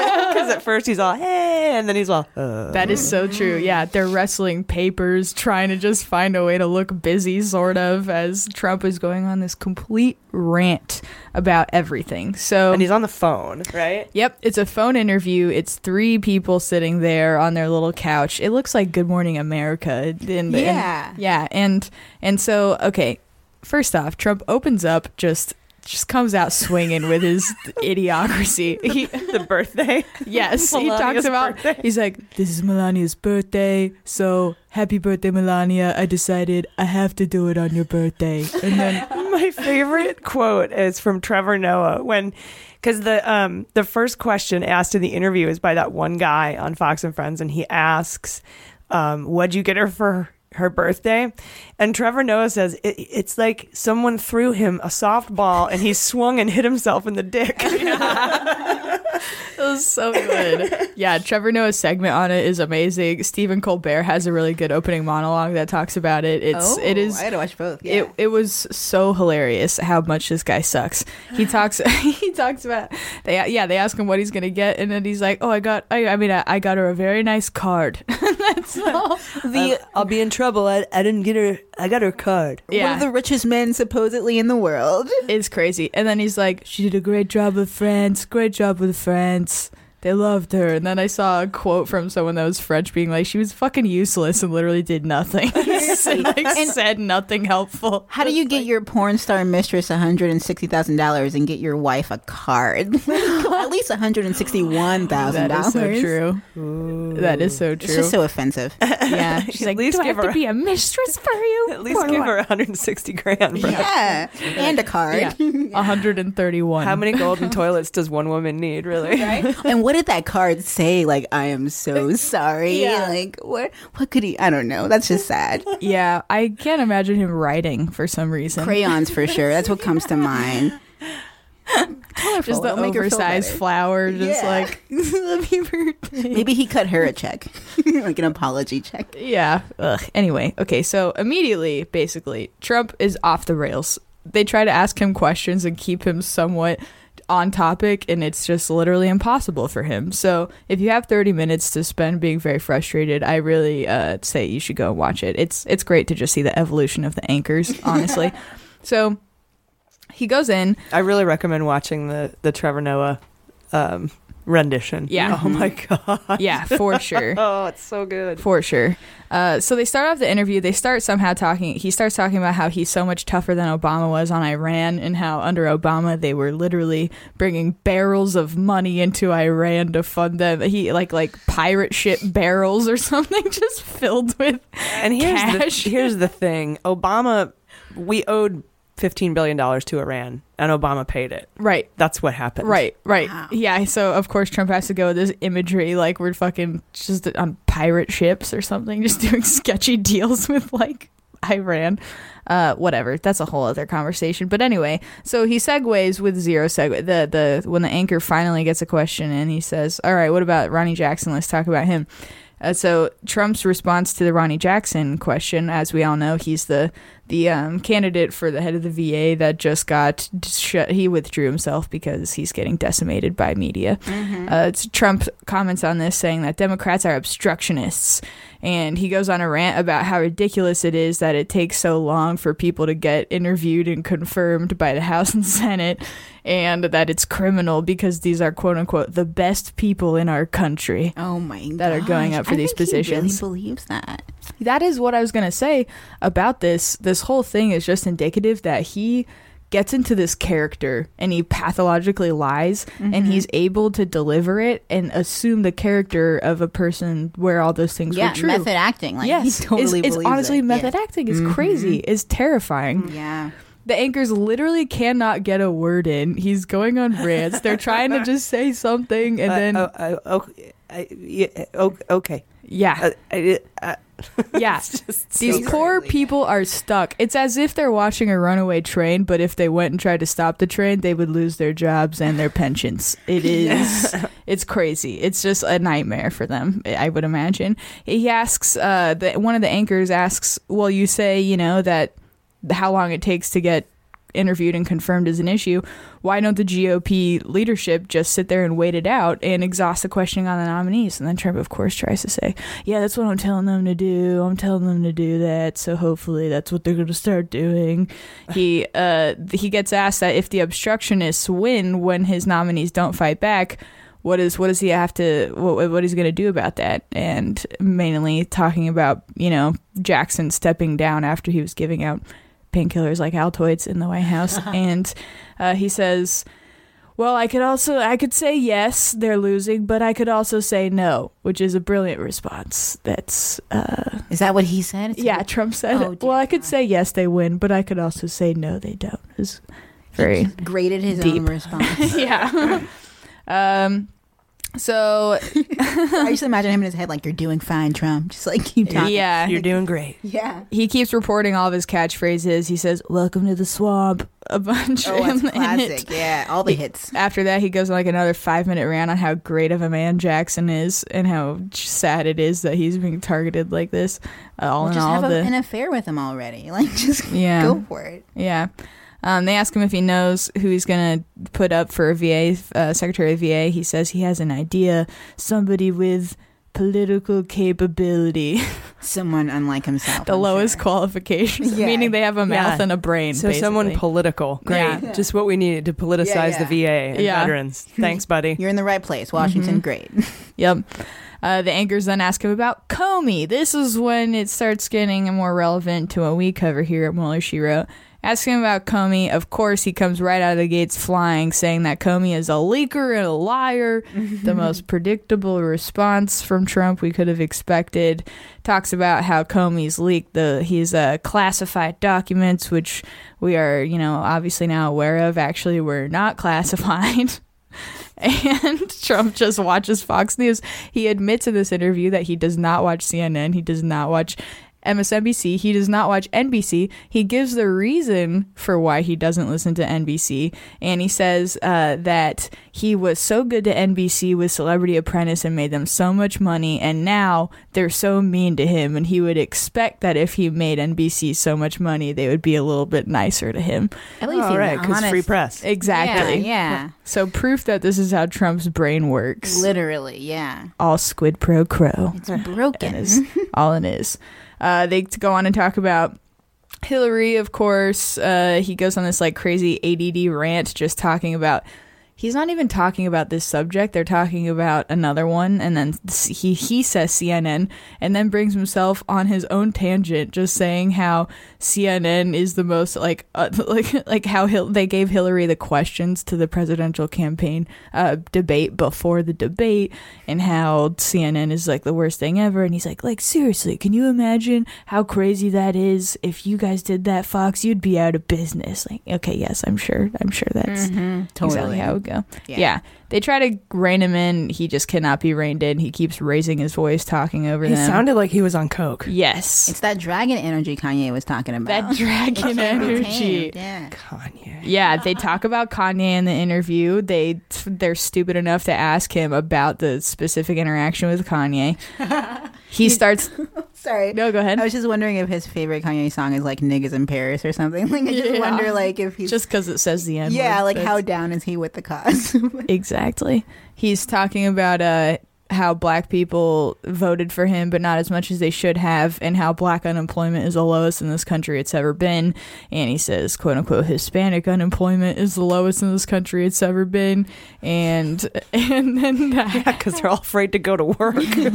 Speaker 3: [LAUGHS] Because at first he's all hey, and then he's all uh.
Speaker 6: That is so true. Yeah, they're wrestling papers, trying to just find a way to look busy, sort of, as Trump is going on this complete rant about everything. So,
Speaker 3: and he's on the phone, right?
Speaker 6: yep, it's a phone interview. It's three people sitting there on their little couch. It looks like Good Morning America. And- and-
Speaker 1: Yeah.
Speaker 6: yeah, and and so okay, first off, Trump opens up just just comes [LAUGHS] out swinging with his idiocracy. He,
Speaker 3: [LAUGHS] The birthday.
Speaker 6: [LAUGHS] Yes, he talks
Speaker 3: Melania's
Speaker 6: about.
Speaker 3: birthday.
Speaker 6: He's like, "This is Melania's birthday, so happy birthday, Melania! I decided I have to do it on your birthday." And then,
Speaker 3: [LAUGHS] My favorite quote is from Trevor Noah when because the um the first question asked in the interview is by that one guy on Fox and Friends and he asks um what'd you get her for her birthday and Trevor Noah says it, it's like someone threw him a softball and he swung and hit himself in the dick
Speaker 6: [LAUGHS] it was so good. Yeah, Trevor Noah's segment on it is amazing. Stephen Colbert has a really good opening monologue that talks about it. It's it is
Speaker 1: Oh, I had to watch both. Yeah.
Speaker 6: it, it was so hilarious how much this guy sucks. He talks he talks about they yeah they ask him what he's gonna get and then he's like oh I got I, I mean I, I got her a very nice card. That's all.
Speaker 3: the I'll be in trouble I, I didn't get her I got her card
Speaker 6: yeah.
Speaker 1: One of the richest men supposedly in the world.
Speaker 6: is crazy. And then he's like, she did a great job with France. Great job with France. They loved her. And then I saw a quote from someone that was French being like, she was fucking useless and literally did nothing. and, [LAUGHS] like, said nothing helpful.
Speaker 1: How do you get your porn star mistress $160,000 and get your wife a card? [LAUGHS] At least $161,000.
Speaker 6: That is so true. That is so
Speaker 1: It's
Speaker 6: true.
Speaker 1: just so
Speaker 3: [LAUGHS]
Speaker 1: offensive.
Speaker 6: [LAUGHS] yeah. She's like,
Speaker 3: least
Speaker 6: do I
Speaker 3: give
Speaker 6: have to
Speaker 3: her-
Speaker 6: be a mistress for you?
Speaker 3: at least give her 160 grand [LAUGHS] for
Speaker 1: yeah. And a card. [LAUGHS]
Speaker 6: Yeah. 131.
Speaker 3: how many
Speaker 6: [LAUGHS]
Speaker 3: golden toilets does one woman need
Speaker 1: [LAUGHS]
Speaker 3: really
Speaker 1: and what did that card say? Like, I am
Speaker 3: [LAUGHS]
Speaker 1: so sorry.
Speaker 6: Yeah.
Speaker 1: Like, what? What could he? I don't know. That's just
Speaker 3: [LAUGHS]
Speaker 1: sad.
Speaker 6: [LAUGHS] Yeah. I can't imagine him writing for some reason.
Speaker 3: [LAUGHS]
Speaker 1: Crayons for sure. That's what comes to mind.
Speaker 17: colorful.
Speaker 3: Just the
Speaker 17: It'll make her feel
Speaker 3: oversized
Speaker 17: better.
Speaker 3: flower, just
Speaker 17: Yeah.
Speaker 3: like
Speaker 6: [LAUGHS]
Speaker 1: Maybe he cut her a check, [LAUGHS] like an apology check.
Speaker 3: Yeah. Ugh. Anyway, okay, so immediately, basically, Trump is off the rails. They try to ask him questions and keep him somewhat on topic, and it's just literally impossible for him. So, if you have 30 minutes to spend being very frustrated, I really uh, say you should go and watch it. It's it's great to just see the evolution of the anchors,
Speaker 18: [LAUGHS]
Speaker 3: honestly. so, he goes in.
Speaker 18: I really recommend watching the the Trevor Noah um, rendition.
Speaker 3: Yeah. Mm-hmm.
Speaker 18: Oh my god.
Speaker 3: Yeah, for sure.
Speaker 18: [LAUGHS] oh, it's so good.
Speaker 3: For sure. Uh, so they start off the interview. They start somehow talking. He starts talking about how he's so much tougher than Obama was on Iran, and how under Obama they were literally bringing barrels of money into Iran to fund them. He like like pirate ship barrels or something, just filled with
Speaker 18: And here's
Speaker 3: cash.
Speaker 18: the [LAUGHS] here's the thing. Obama, we owed fifteen billion dollars to Iran, and Obama paid it.
Speaker 3: Right.
Speaker 18: That's what happened.
Speaker 3: Right, right. Yeah, so of course Trump has to go with this imagery like we're fucking just on pirate ships or something, [LAUGHS] just doing sketchy deals with like Iran. Uh, whatever. That's a whole other conversation. But anyway, so he segues with zero segue. The the when the anchor finally gets a question and he says, "All right, what about Ronnie Jackson? Let's talk about him." Uh, so Trump's response to the Ronnie Jackson question, as we all know, he's the the um, candidate for the head of the VA that just got shut. He withdrew himself because he's getting decimated by media. Uh, it's Trump comments on this saying that Democrats are obstructionists, and he goes on a rant about how ridiculous it is that it takes so long for people to get interviewed and confirmed by the House and [LAUGHS] Senate, and that it's criminal because these are quote unquote the best people in our country.
Speaker 1: Oh my
Speaker 3: that are going up for these positions.
Speaker 1: believes that.
Speaker 3: That is what I was going to say about this. This whole thing is just indicative that he gets into this character and he pathologically lies and
Speaker 1: Mm-hmm.
Speaker 3: he's able to deliver it and assume the character of a person where all those things
Speaker 1: Yeah,
Speaker 3: were true.
Speaker 1: method acting, like, he
Speaker 3: yes,
Speaker 1: totally
Speaker 3: it's, it's
Speaker 1: believes
Speaker 3: honestly
Speaker 1: it,
Speaker 3: method
Speaker 1: yeah. Mm-hmm.
Speaker 3: acting is
Speaker 1: Mhm.
Speaker 3: crazy. It's terrifying.
Speaker 1: Yeah.
Speaker 3: The anchors literally cannot get a word in. He's going on rants. They're trying
Speaker 1: [LAUGHS]
Speaker 3: to just say something and
Speaker 18: Uh,
Speaker 3: then
Speaker 18: oh, oh, oh, I- yeah, oh, okay.
Speaker 3: Yeah.
Speaker 18: Uh, I- uh, [LAUGHS]
Speaker 3: Yeah. These poor people are stuck. It's as if they're watching a runaway train, but if they went and tried to stop the train, they would lose their jobs and their pensions.
Speaker 18: [LAUGHS]
Speaker 3: It is it's crazy. It's just a nightmare for them, I I would imagine. He asks uh the, one of the anchors asks, "Well, you say, you know, that how long it takes to get interviewed and confirmed as an issue, why don't the GOP leadership just sit there and wait it out and exhaust the questioning on the nominees? And then Trump, of course, tries to say, Yeah, that's what I'm telling them to do. I'm telling them to do that. So hopefully that's what they're going to start doing. He, uh, th- he gets asked that if the obstructionists win when his nominees don't fight back, what is what does he have to what what he's going to do about that and mainly talking about you know Jackson stepping down after he was giving out painkillers like Altoids in the White House and uh, he says well I could also I could say yes they're losing but I could also say no which is a brilliant response that's uh,
Speaker 1: Is that what he said? It's
Speaker 3: yeah
Speaker 1: like-
Speaker 3: Trump said
Speaker 1: Oh, dear
Speaker 3: well I could say yes they win but I could also say no they don't is very
Speaker 1: [LAUGHS] graded his
Speaker 3: Deep.
Speaker 1: own
Speaker 3: [LAUGHS]
Speaker 1: response.
Speaker 3: yeah um so
Speaker 1: I just imagine him in his head like you're doing fine, Trump. Just like keep talking.
Speaker 3: yeah
Speaker 18: doing great.
Speaker 3: [LAUGHS]
Speaker 1: Yeah.
Speaker 3: He keeps reporting all of his catchphrases. He says, "Welcome to the swamp," a bunch.
Speaker 1: Oh, that's
Speaker 3: in- [LAUGHS] in
Speaker 1: classic.
Speaker 3: it.
Speaker 1: Yeah, all the hits.
Speaker 3: After that, he goes on like another five minute rant on how great of a man Jackson is and how sad it is that he's being targeted like this. Uh, all
Speaker 1: Well,
Speaker 3: in
Speaker 1: just
Speaker 3: all,
Speaker 1: have a-
Speaker 3: the
Speaker 1: an affair with him already. Like just
Speaker 3: [LAUGHS] Yeah.
Speaker 1: go for it.
Speaker 3: yeah. Um, they ask him if he knows who he's going to put up for VA uh, Secretary of VA. He says he has an idea, somebody with political capability, [LAUGHS]
Speaker 1: Someone unlike himself.
Speaker 3: the lowest qualifications,
Speaker 1: Yeah.
Speaker 3: meaning they have a mouth
Speaker 18: Yeah.
Speaker 3: and a brain.
Speaker 18: So someone
Speaker 3: basically.
Speaker 18: political. Great.
Speaker 3: Yeah.
Speaker 18: [LAUGHS] Just what we needed to politicize
Speaker 3: Yeah, yeah.
Speaker 18: the VA and
Speaker 3: Yeah.
Speaker 18: veterans. Thanks, buddy.
Speaker 1: You're in the right place. Washington, great.
Speaker 3: Yep. Uh, the anchors then ask him about Comey. This is when it starts getting more relevant to what we cover here at Mueller She Wrote. Ask him about Comey. Of course, he comes right out of the gates flying, saying that Comey is a leaker and a liar. the most predictable response from Trump we could have expected. Talks about how Comey's leaked the his uh, classified documents, which we are, you know, obviously now aware of. Actually, were not [LAUGHS] classified. and [LAUGHS] Trump just watches Fox News. He admits in this interview that he does not watch CNN. He does not watch MSNBC. He does not watch NBC. He gives the reason for why he doesn't listen to NBC, and he says uh, that he was so good to NBC with Celebrity Apprentice and made them so much money, and now they're so mean to him. And he would expect that if he made NBC so much money, they would be a little bit nicer to him.
Speaker 1: [LAUGHS] At least he's honest.
Speaker 3: Exactly.
Speaker 1: Yeah, yeah.
Speaker 3: So proof that this is how Trump's brain works.
Speaker 1: Literally, yeah.
Speaker 3: All squid
Speaker 1: [LAUGHS]
Speaker 3: pro crow.
Speaker 1: It's broken.
Speaker 3: And is all it is. Uh, they go on and talk about Hillary, of course. Uh, he goes on this like crazy ADD rant, just talking about. He's not even talking about this subject. They're talking about another one, and then s- he he says CNN, and then brings himself on his own tangent, just saying how CNN is the most like uh, [LAUGHS] like like how Hil- they gave Hillary the questions to the presidential campaign uh, debate before the debate, and how CNN is like the worst thing ever. And he's like, like seriously, can you imagine how crazy that is? If you guys did that, Fox, you'd be out of business. Like, okay, yes, I'm sure, I'm sure that's
Speaker 1: Mhm,
Speaker 3: exactly
Speaker 1: [LAUGHS] [LAUGHS] totally.
Speaker 3: how it would go.
Speaker 1: Yeah.
Speaker 3: yeah, they try to rein him in. He just cannot be reined in. He keeps raising his voice, talking over
Speaker 1: He
Speaker 3: them.
Speaker 1: sounded
Speaker 11: like he was on coke.
Speaker 3: Yes,
Speaker 1: it's that dragon energy Kanye was talking about. [LAUGHS]
Speaker 3: That dragon
Speaker 1: It can't be
Speaker 3: energy.
Speaker 1: tamed, Yeah.
Speaker 3: Yeah, they talk about Kanye in the interview. They they're stupid enough to ask him about the specific interaction
Speaker 1: [LAUGHS]
Speaker 3: with Kanye. He starts
Speaker 1: Sorry.
Speaker 3: No, go ahead.
Speaker 1: I was just wondering if his favorite Kanye song is like "Niggas in Paris" or something. [LAUGHS] Like, I just
Speaker 3: Yeah.
Speaker 1: wonder, like, if he's
Speaker 3: just because it says the end.
Speaker 1: yeah, like how down is he with the cause? [LAUGHS]
Speaker 3: exactly. He's talking about uh how black people voted for him but not as much as they should have and how black unemployment is the lowest in this country it's ever been and he says quote unquote hispanic unemployment is the lowest in this country it's ever been and [LAUGHS] and then
Speaker 11: because they're all afraid to go to work you're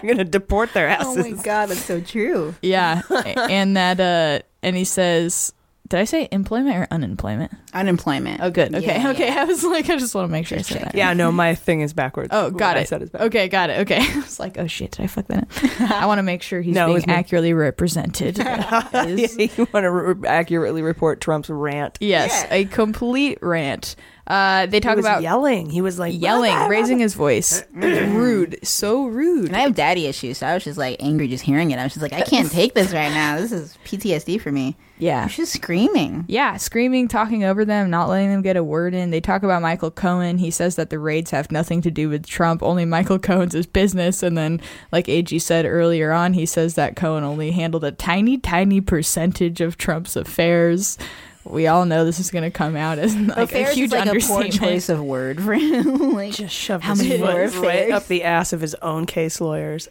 Speaker 11: gonna deport their asses
Speaker 1: god, that's so true.
Speaker 3: Yeah, and that uh, and he says, did I say employment or unemployment?
Speaker 1: Unemployment.
Speaker 3: Oh, good. Okay,
Speaker 1: Yeah,
Speaker 3: okay. [LAUGHS] I was like, I just want to make sure I said that.
Speaker 11: yeah no my thing is backwards
Speaker 3: Oh,
Speaker 11: What
Speaker 3: got
Speaker 11: I
Speaker 3: it.
Speaker 11: said is backwards.
Speaker 3: Okay, got it. Okay. [LAUGHS] I was like, oh shit, did I fuck
Speaker 1: [LAUGHS]
Speaker 3: that up? I want to make sure he's
Speaker 11: No, it was
Speaker 3: being
Speaker 11: me. [LAUGHS]
Speaker 3: accurately represented.
Speaker 11: Yeah, you want to re- accurately report Trump's rant.
Speaker 3: Yes, a complete rant. Uh, they talk
Speaker 11: was
Speaker 3: about
Speaker 11: yelling. He was like
Speaker 3: yelling, raising
Speaker 11: [CLEARS THROAT]
Speaker 3: his voice. rude, so rude.
Speaker 1: And I have daddy issues, so I was just like angry just hearing it. I was just like, I can't take this right now. This is PTSD for me.
Speaker 3: Yeah.
Speaker 1: She's screaming.
Speaker 3: Yeah, screaming, talking over them, not letting them get a word in. They talk about Michael Cohen. He says that the raids have nothing to do with Trump, only Michael [LAUGHS] Cohen's his business. And then, like AG said earlier on, he says that Cohen only handled a tiny, tiny percentage of Trump's affairs. We all know this is going to come out as like
Speaker 1: affairs
Speaker 3: a
Speaker 1: is
Speaker 3: huge
Speaker 1: like a poor
Speaker 3: understatement.
Speaker 1: choice of word for him. [LAUGHS] like,
Speaker 11: just shove
Speaker 1: how
Speaker 11: his
Speaker 1: many
Speaker 11: foot
Speaker 1: more
Speaker 11: right
Speaker 1: affairs?
Speaker 11: up the ass of his own case lawyers.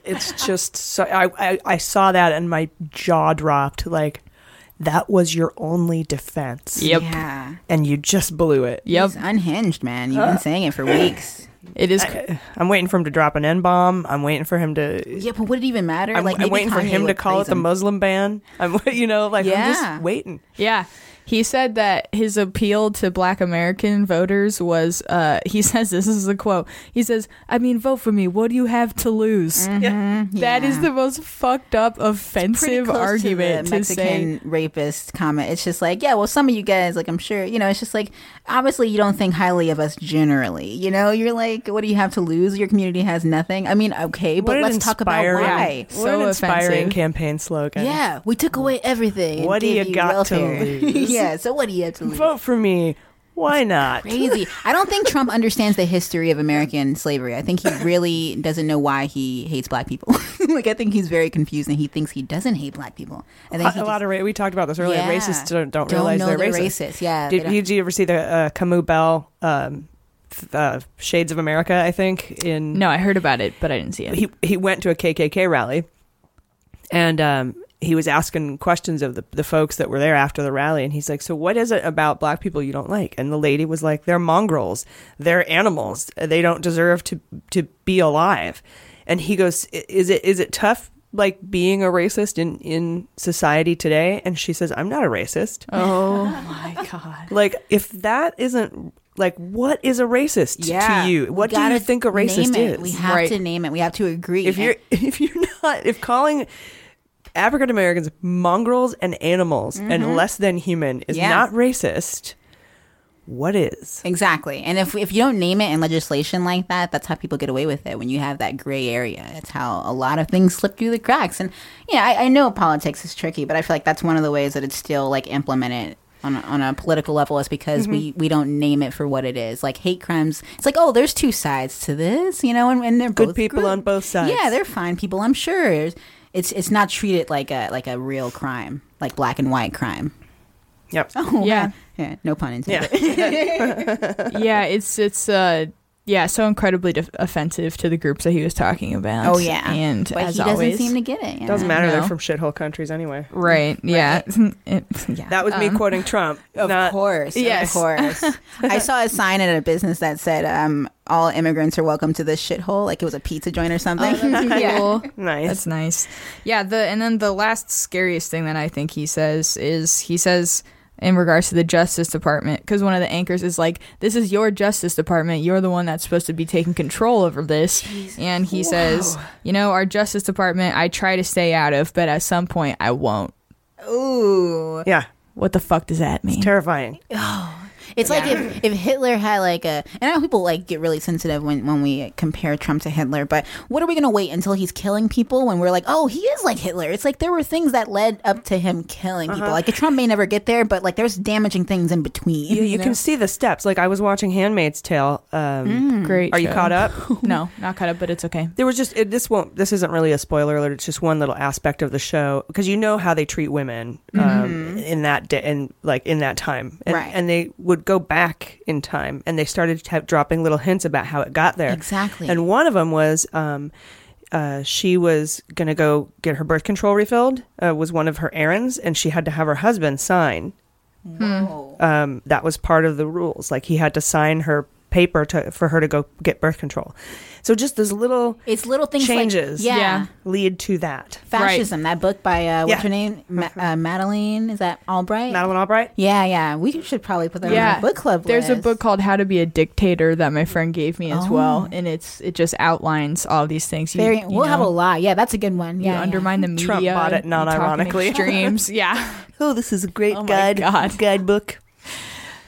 Speaker 6: [LAUGHS]
Speaker 11: It's just so I, I I saw that and my jaw dropped. Like that was your only defense.
Speaker 3: Yep.
Speaker 1: [LAUGHS] Yeah.
Speaker 11: And you just blew it.
Speaker 3: Yep.
Speaker 1: He's unhinged, man. You've been saying it for weeks.
Speaker 3: It is.
Speaker 1: uh,
Speaker 11: I, am waiting for him to drop an N bomb. I'm waiting for him to.
Speaker 1: Yeah, but would it even matter?
Speaker 11: I'm,
Speaker 1: like,
Speaker 11: I'm
Speaker 1: maybe
Speaker 11: waiting for
Speaker 1: Kanye
Speaker 11: him to
Speaker 1: would
Speaker 11: call it
Speaker 1: praise
Speaker 11: the
Speaker 1: him.
Speaker 11: Muslim ban. I'm, [LAUGHS] you know, like I'm
Speaker 1: Yeah.
Speaker 11: just waiting.
Speaker 3: Yeah. He said that his appeal to black American voters was, uh, he [LAUGHS] says, this is a quote. He says, I mean, vote for me. What do you have to lose? That is the most fucked up,
Speaker 1: Mm-hmm. Pretty
Speaker 3: offensive
Speaker 1: close
Speaker 3: argument
Speaker 1: to,
Speaker 3: to,
Speaker 1: the
Speaker 3: say.
Speaker 1: Mexican rapist comment. It's just like, yeah, well, some of you guys, like, I'm sure, you know, it's just like, obviously, you don't think highly of us generally. You know, you're like, what do you have to lose? Your community has nothing. I mean, okay,
Speaker 11: What
Speaker 1: but
Speaker 11: an
Speaker 1: let's talk about
Speaker 11: inspiring-
Speaker 1: why.
Speaker 11: What an
Speaker 3: So
Speaker 11: inspiring
Speaker 3: offensive.
Speaker 11: campaign slogan.
Speaker 1: Yeah, we took away everything. and
Speaker 11: What do
Speaker 1: gave
Speaker 11: you got to
Speaker 1: welfare. [LAUGHS]
Speaker 11: lose?
Speaker 1: yeah, so what do you have to lose?
Speaker 11: Vote for me. Why not?
Speaker 1: Crazy. I don't think Trump understands the history of American slavery. I think he really doesn't know why he hates black people. [LAUGHS] like, I think he's very confused and he thinks he doesn't hate black people. I think
Speaker 11: a,
Speaker 1: he
Speaker 11: a lot of ra- we talked about this earlier.
Speaker 1: Yeah.
Speaker 11: Racists don't, don't,
Speaker 1: Don't
Speaker 11: realize
Speaker 1: know
Speaker 11: they're,
Speaker 1: they're
Speaker 11: racist.
Speaker 1: racist. Yeah, they
Speaker 11: Did,
Speaker 1: don't-
Speaker 11: did you ever see the uh, Camus Bell um, f- uh, Shades of America? I think in
Speaker 3: No, I heard about it, but I didn't see it.
Speaker 11: he he went to a KKK rally, and um, he was asking questions of the the folks that were there after the rally, and he's like, "So what is it about black people you don't like?" And the lady was like, "They're mongrels. They're animals. They don't deserve to to be alive." And he goes, "I- "Is it is it tough?" like being a racist in in society today and she says i'm not a racist [LAUGHS]
Speaker 3: oh my God.
Speaker 11: like if that isn't like what is a racist to you
Speaker 1: we
Speaker 11: what do
Speaker 1: gotta
Speaker 11: you think a racist
Speaker 1: name
Speaker 11: is?
Speaker 1: it. We have to name it. We have to agree.
Speaker 11: if you're [LAUGHS] if you're not if calling African Americans mongrels and animals and less than human is
Speaker 1: Mm-hmm. Yeah.
Speaker 11: not racist,
Speaker 6: what is.
Speaker 1: Exactly. And if, if you don't name it in legislation like that, that's how people get away with it when you have that gray area. It's how a lot of things slip through the cracks. And yeah, I, I know politics is tricky, but I feel like that's one of the ways that it's still like implemented. On a, on a political level is because we, we don't name it for what it is like hate crimes it's like oh there's two sides to this you know and, and they're
Speaker 6: Good
Speaker 1: both
Speaker 6: people
Speaker 1: gr-
Speaker 6: on both sides.
Speaker 1: yeah they're fine people i'm sure it's it's not treated like a like a real crime like black and white crime
Speaker 6: Yep.
Speaker 1: oh
Speaker 3: Yeah.
Speaker 1: yeah yeah no pun intended [LAUGHS]
Speaker 3: yeah, it's it's uh yeah, so incredibly def- offensive to the groups that he was talking about.
Speaker 1: Oh yeah,
Speaker 3: and
Speaker 1: but
Speaker 3: as
Speaker 1: he doesn't
Speaker 3: always,
Speaker 1: seem to get it. you
Speaker 6: Doesn't
Speaker 1: know?
Speaker 6: matter. They're
Speaker 3: No.
Speaker 6: from shithole countries anyway.
Speaker 3: right? Yeah, [LAUGHS] It- yeah.
Speaker 6: That was me
Speaker 1: Um,
Speaker 6: quoting Trump.
Speaker 1: Of
Speaker 6: not-
Speaker 1: course,
Speaker 3: Yes.
Speaker 1: of course. I saw a sign at a business that said, um, "All immigrants are welcome to this shithole." Like it was a pizza joint or something.
Speaker 6: Oh,
Speaker 1: [LAUGHS]
Speaker 3: [LAUGHS]
Speaker 1: yeah.
Speaker 3: cool.
Speaker 6: Nice.
Speaker 3: Oh, That's nice. Yeah, the and then the last scariest thing that I think he says is he says in regards to the Justice Department because one of the anchors is like, "This is your Justice Department. You're the one that's supposed to be taking control over this." And he says, "You know, our Justice Department, I try to stay out of, but at some point, I won't."
Speaker 1: Ooh,
Speaker 6: Yeah.
Speaker 3: What the fuck does that mean?
Speaker 6: Terrifying.
Speaker 1: It's like if, if Hitler had like a, and I know people like get really sensitive when, when we compare Trump to Hitler, but what are we going to wait until he's killing people when we're like, oh, he is like Hitler? It's like there were things that led up to him killing
Speaker 6: Uh-huh.
Speaker 1: people. Like Trump may never get there, but like there's damaging things in between.
Speaker 6: You, you
Speaker 1: know?
Speaker 6: can see the steps. Like I was watching Handmaid's Tale. Um,
Speaker 3: Mm. Great.
Speaker 6: Are you
Speaker 3: show.
Speaker 6: caught up?
Speaker 3: [LAUGHS] no, not caught up, but it's okay.
Speaker 6: There was just it, this won't. This isn't really a spoiler alert. It's just one little aspect of the show because you know how they treat women
Speaker 3: Mm-hmm.
Speaker 6: um, in that day and like in that time, and,
Speaker 1: Right.
Speaker 6: and they would go back in time and they started to have, dropping little hints about how it got there.
Speaker 1: Exactly.
Speaker 6: And one of them was um, uh, she was going to go get her birth control refilled. Uh, was one of her errands, and she had to have her husband sign.
Speaker 1: Hmm.
Speaker 6: Um, that was part of the rules. Like he had to sign her paper to, for her to go get birth control. So just this little
Speaker 1: it's little things like-
Speaker 6: changes
Speaker 1: yeah.
Speaker 3: Yeah.
Speaker 6: lead to that.
Speaker 1: Fascism, that book by uh, what's
Speaker 6: Yeah.
Speaker 1: her name, Ma- uh, Madeline? Is that Albright?
Speaker 6: Madeline Albright.
Speaker 1: yeah, yeah. We should probably put that on the book club.
Speaker 3: There's a
Speaker 1: list.
Speaker 3: book called How to Be a Dictator that my friend gave me as well, and it's it just outlines all these things. You,
Speaker 1: Oh. Very,
Speaker 3: you
Speaker 1: we'll have a
Speaker 3: know,
Speaker 1: lot. Yeah, that's a good one.
Speaker 3: you
Speaker 1: Yeah, yeah. [LAUGHS]
Speaker 3: undermine the media.
Speaker 6: Trump bought it
Speaker 3: you talk in
Speaker 6: non-ironically.
Speaker 3: Extremes. yeah,
Speaker 6: Oh, this is a great
Speaker 3: Oh my
Speaker 6: guide
Speaker 3: God.
Speaker 6: guidebook.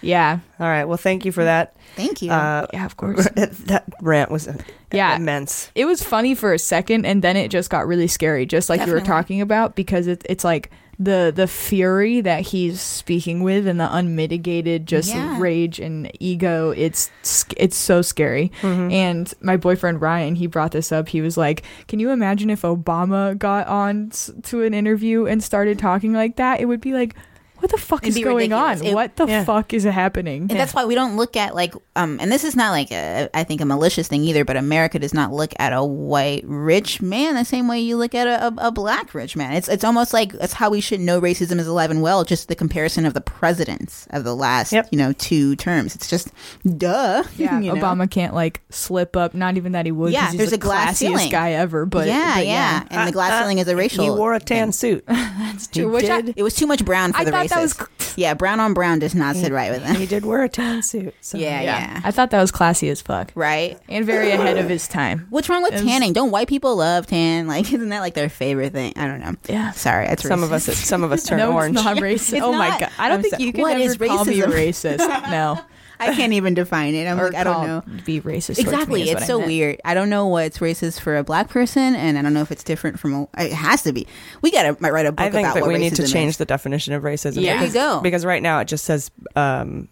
Speaker 3: yeah,
Speaker 6: All right. Well, thank you for that.
Speaker 1: Thank you.
Speaker 6: Uh, [LAUGHS]
Speaker 3: yeah. Of course.
Speaker 6: that rant was uh,
Speaker 3: Yeah.
Speaker 6: immense.
Speaker 3: It was funny for a second, and then it just got really scary, just like you were
Speaker 1: Definitely.
Speaker 3: talking about, because it, it's like the the fury that he's speaking with and the unmitigated just
Speaker 1: Yeah.
Speaker 3: rage and ego it's sc- it's so scary
Speaker 1: Mm-hmm.
Speaker 3: and my boyfriend ryan he brought this up he was like can you imagine if obama got on s- to an interview and started talking like that it would be like what the fuck
Speaker 1: It'd
Speaker 3: is
Speaker 1: be
Speaker 3: going
Speaker 1: ridiculous.
Speaker 3: on
Speaker 1: It-
Speaker 3: what the
Speaker 6: Yeah.
Speaker 3: fuck is happening
Speaker 1: And that's why we don't look at like um and this is not like a I think a malicious thing either, but America does not look at a white rich man the same way you look at a, a, a black rich man. It's it's almost like that's how we should know racism is alive and well, just the comparison of the presidents of the last,
Speaker 6: Yep.
Speaker 1: you know, two terms. It's just duh. [LAUGHS]
Speaker 3: Yeah,
Speaker 1: you know?
Speaker 3: Obama can't like slip up. Not even that he would.
Speaker 1: Yeah,
Speaker 3: 'cause he's
Speaker 1: there's
Speaker 3: the
Speaker 1: a glass
Speaker 3: classiest
Speaker 1: ceiling.
Speaker 3: guy ever. But
Speaker 1: yeah,
Speaker 3: but
Speaker 1: yeah, And the glass ceiling is a racial
Speaker 6: Uh, He wore a tan suit.
Speaker 3: That's true. Which I,
Speaker 1: it was too much brown for
Speaker 3: I
Speaker 1: the
Speaker 3: thought
Speaker 1: races.
Speaker 3: that was
Speaker 1: yeah, brown on brown does
Speaker 3: [LAUGHS]
Speaker 1: not sit right with them.
Speaker 6: he did wear a tan suit. So.
Speaker 1: [LAUGHS] Yeah, yeah.
Speaker 3: I thought that was classy as
Speaker 1: [LAUGHS]
Speaker 3: fuck,
Speaker 1: Right?
Speaker 3: and very ahead of his time.
Speaker 1: What's wrong with
Speaker 3: It was-
Speaker 1: tanning? Don't white people love tan? Like, [LAUGHS] isn't that like their favorite thing? I don't know.
Speaker 3: Yeah.
Speaker 1: Sorry, it's
Speaker 6: Some of
Speaker 1: racist.
Speaker 6: us, some
Speaker 1: [LAUGHS]
Speaker 6: of us turn
Speaker 3: [LAUGHS] no,
Speaker 6: orange. [LAUGHS]
Speaker 3: it's not racist.
Speaker 1: It's
Speaker 3: oh my
Speaker 1: not.
Speaker 3: god, I don't
Speaker 1: I'm
Speaker 3: think
Speaker 1: so-
Speaker 3: you can
Speaker 1: What
Speaker 3: ever
Speaker 1: is
Speaker 3: call me
Speaker 1: racism? [LAUGHS]
Speaker 3: racist. No,
Speaker 1: I can't even define it. I'm
Speaker 3: or
Speaker 1: like, I don't
Speaker 3: call-
Speaker 1: know.
Speaker 3: Be racist. towards me
Speaker 1: Exactly.
Speaker 3: is what
Speaker 1: It's
Speaker 3: I
Speaker 1: so
Speaker 3: meant.
Speaker 1: weird. I don't know what's racist for a black person, and I don't know if it's different from a. It has to be. We got to write a book
Speaker 6: I think
Speaker 1: about
Speaker 6: that
Speaker 1: what
Speaker 6: we need to
Speaker 1: racism
Speaker 6: change
Speaker 1: is.
Speaker 6: the definition of racism.
Speaker 3: Yeah.
Speaker 6: because,
Speaker 1: There you go.
Speaker 6: because right now it just says um,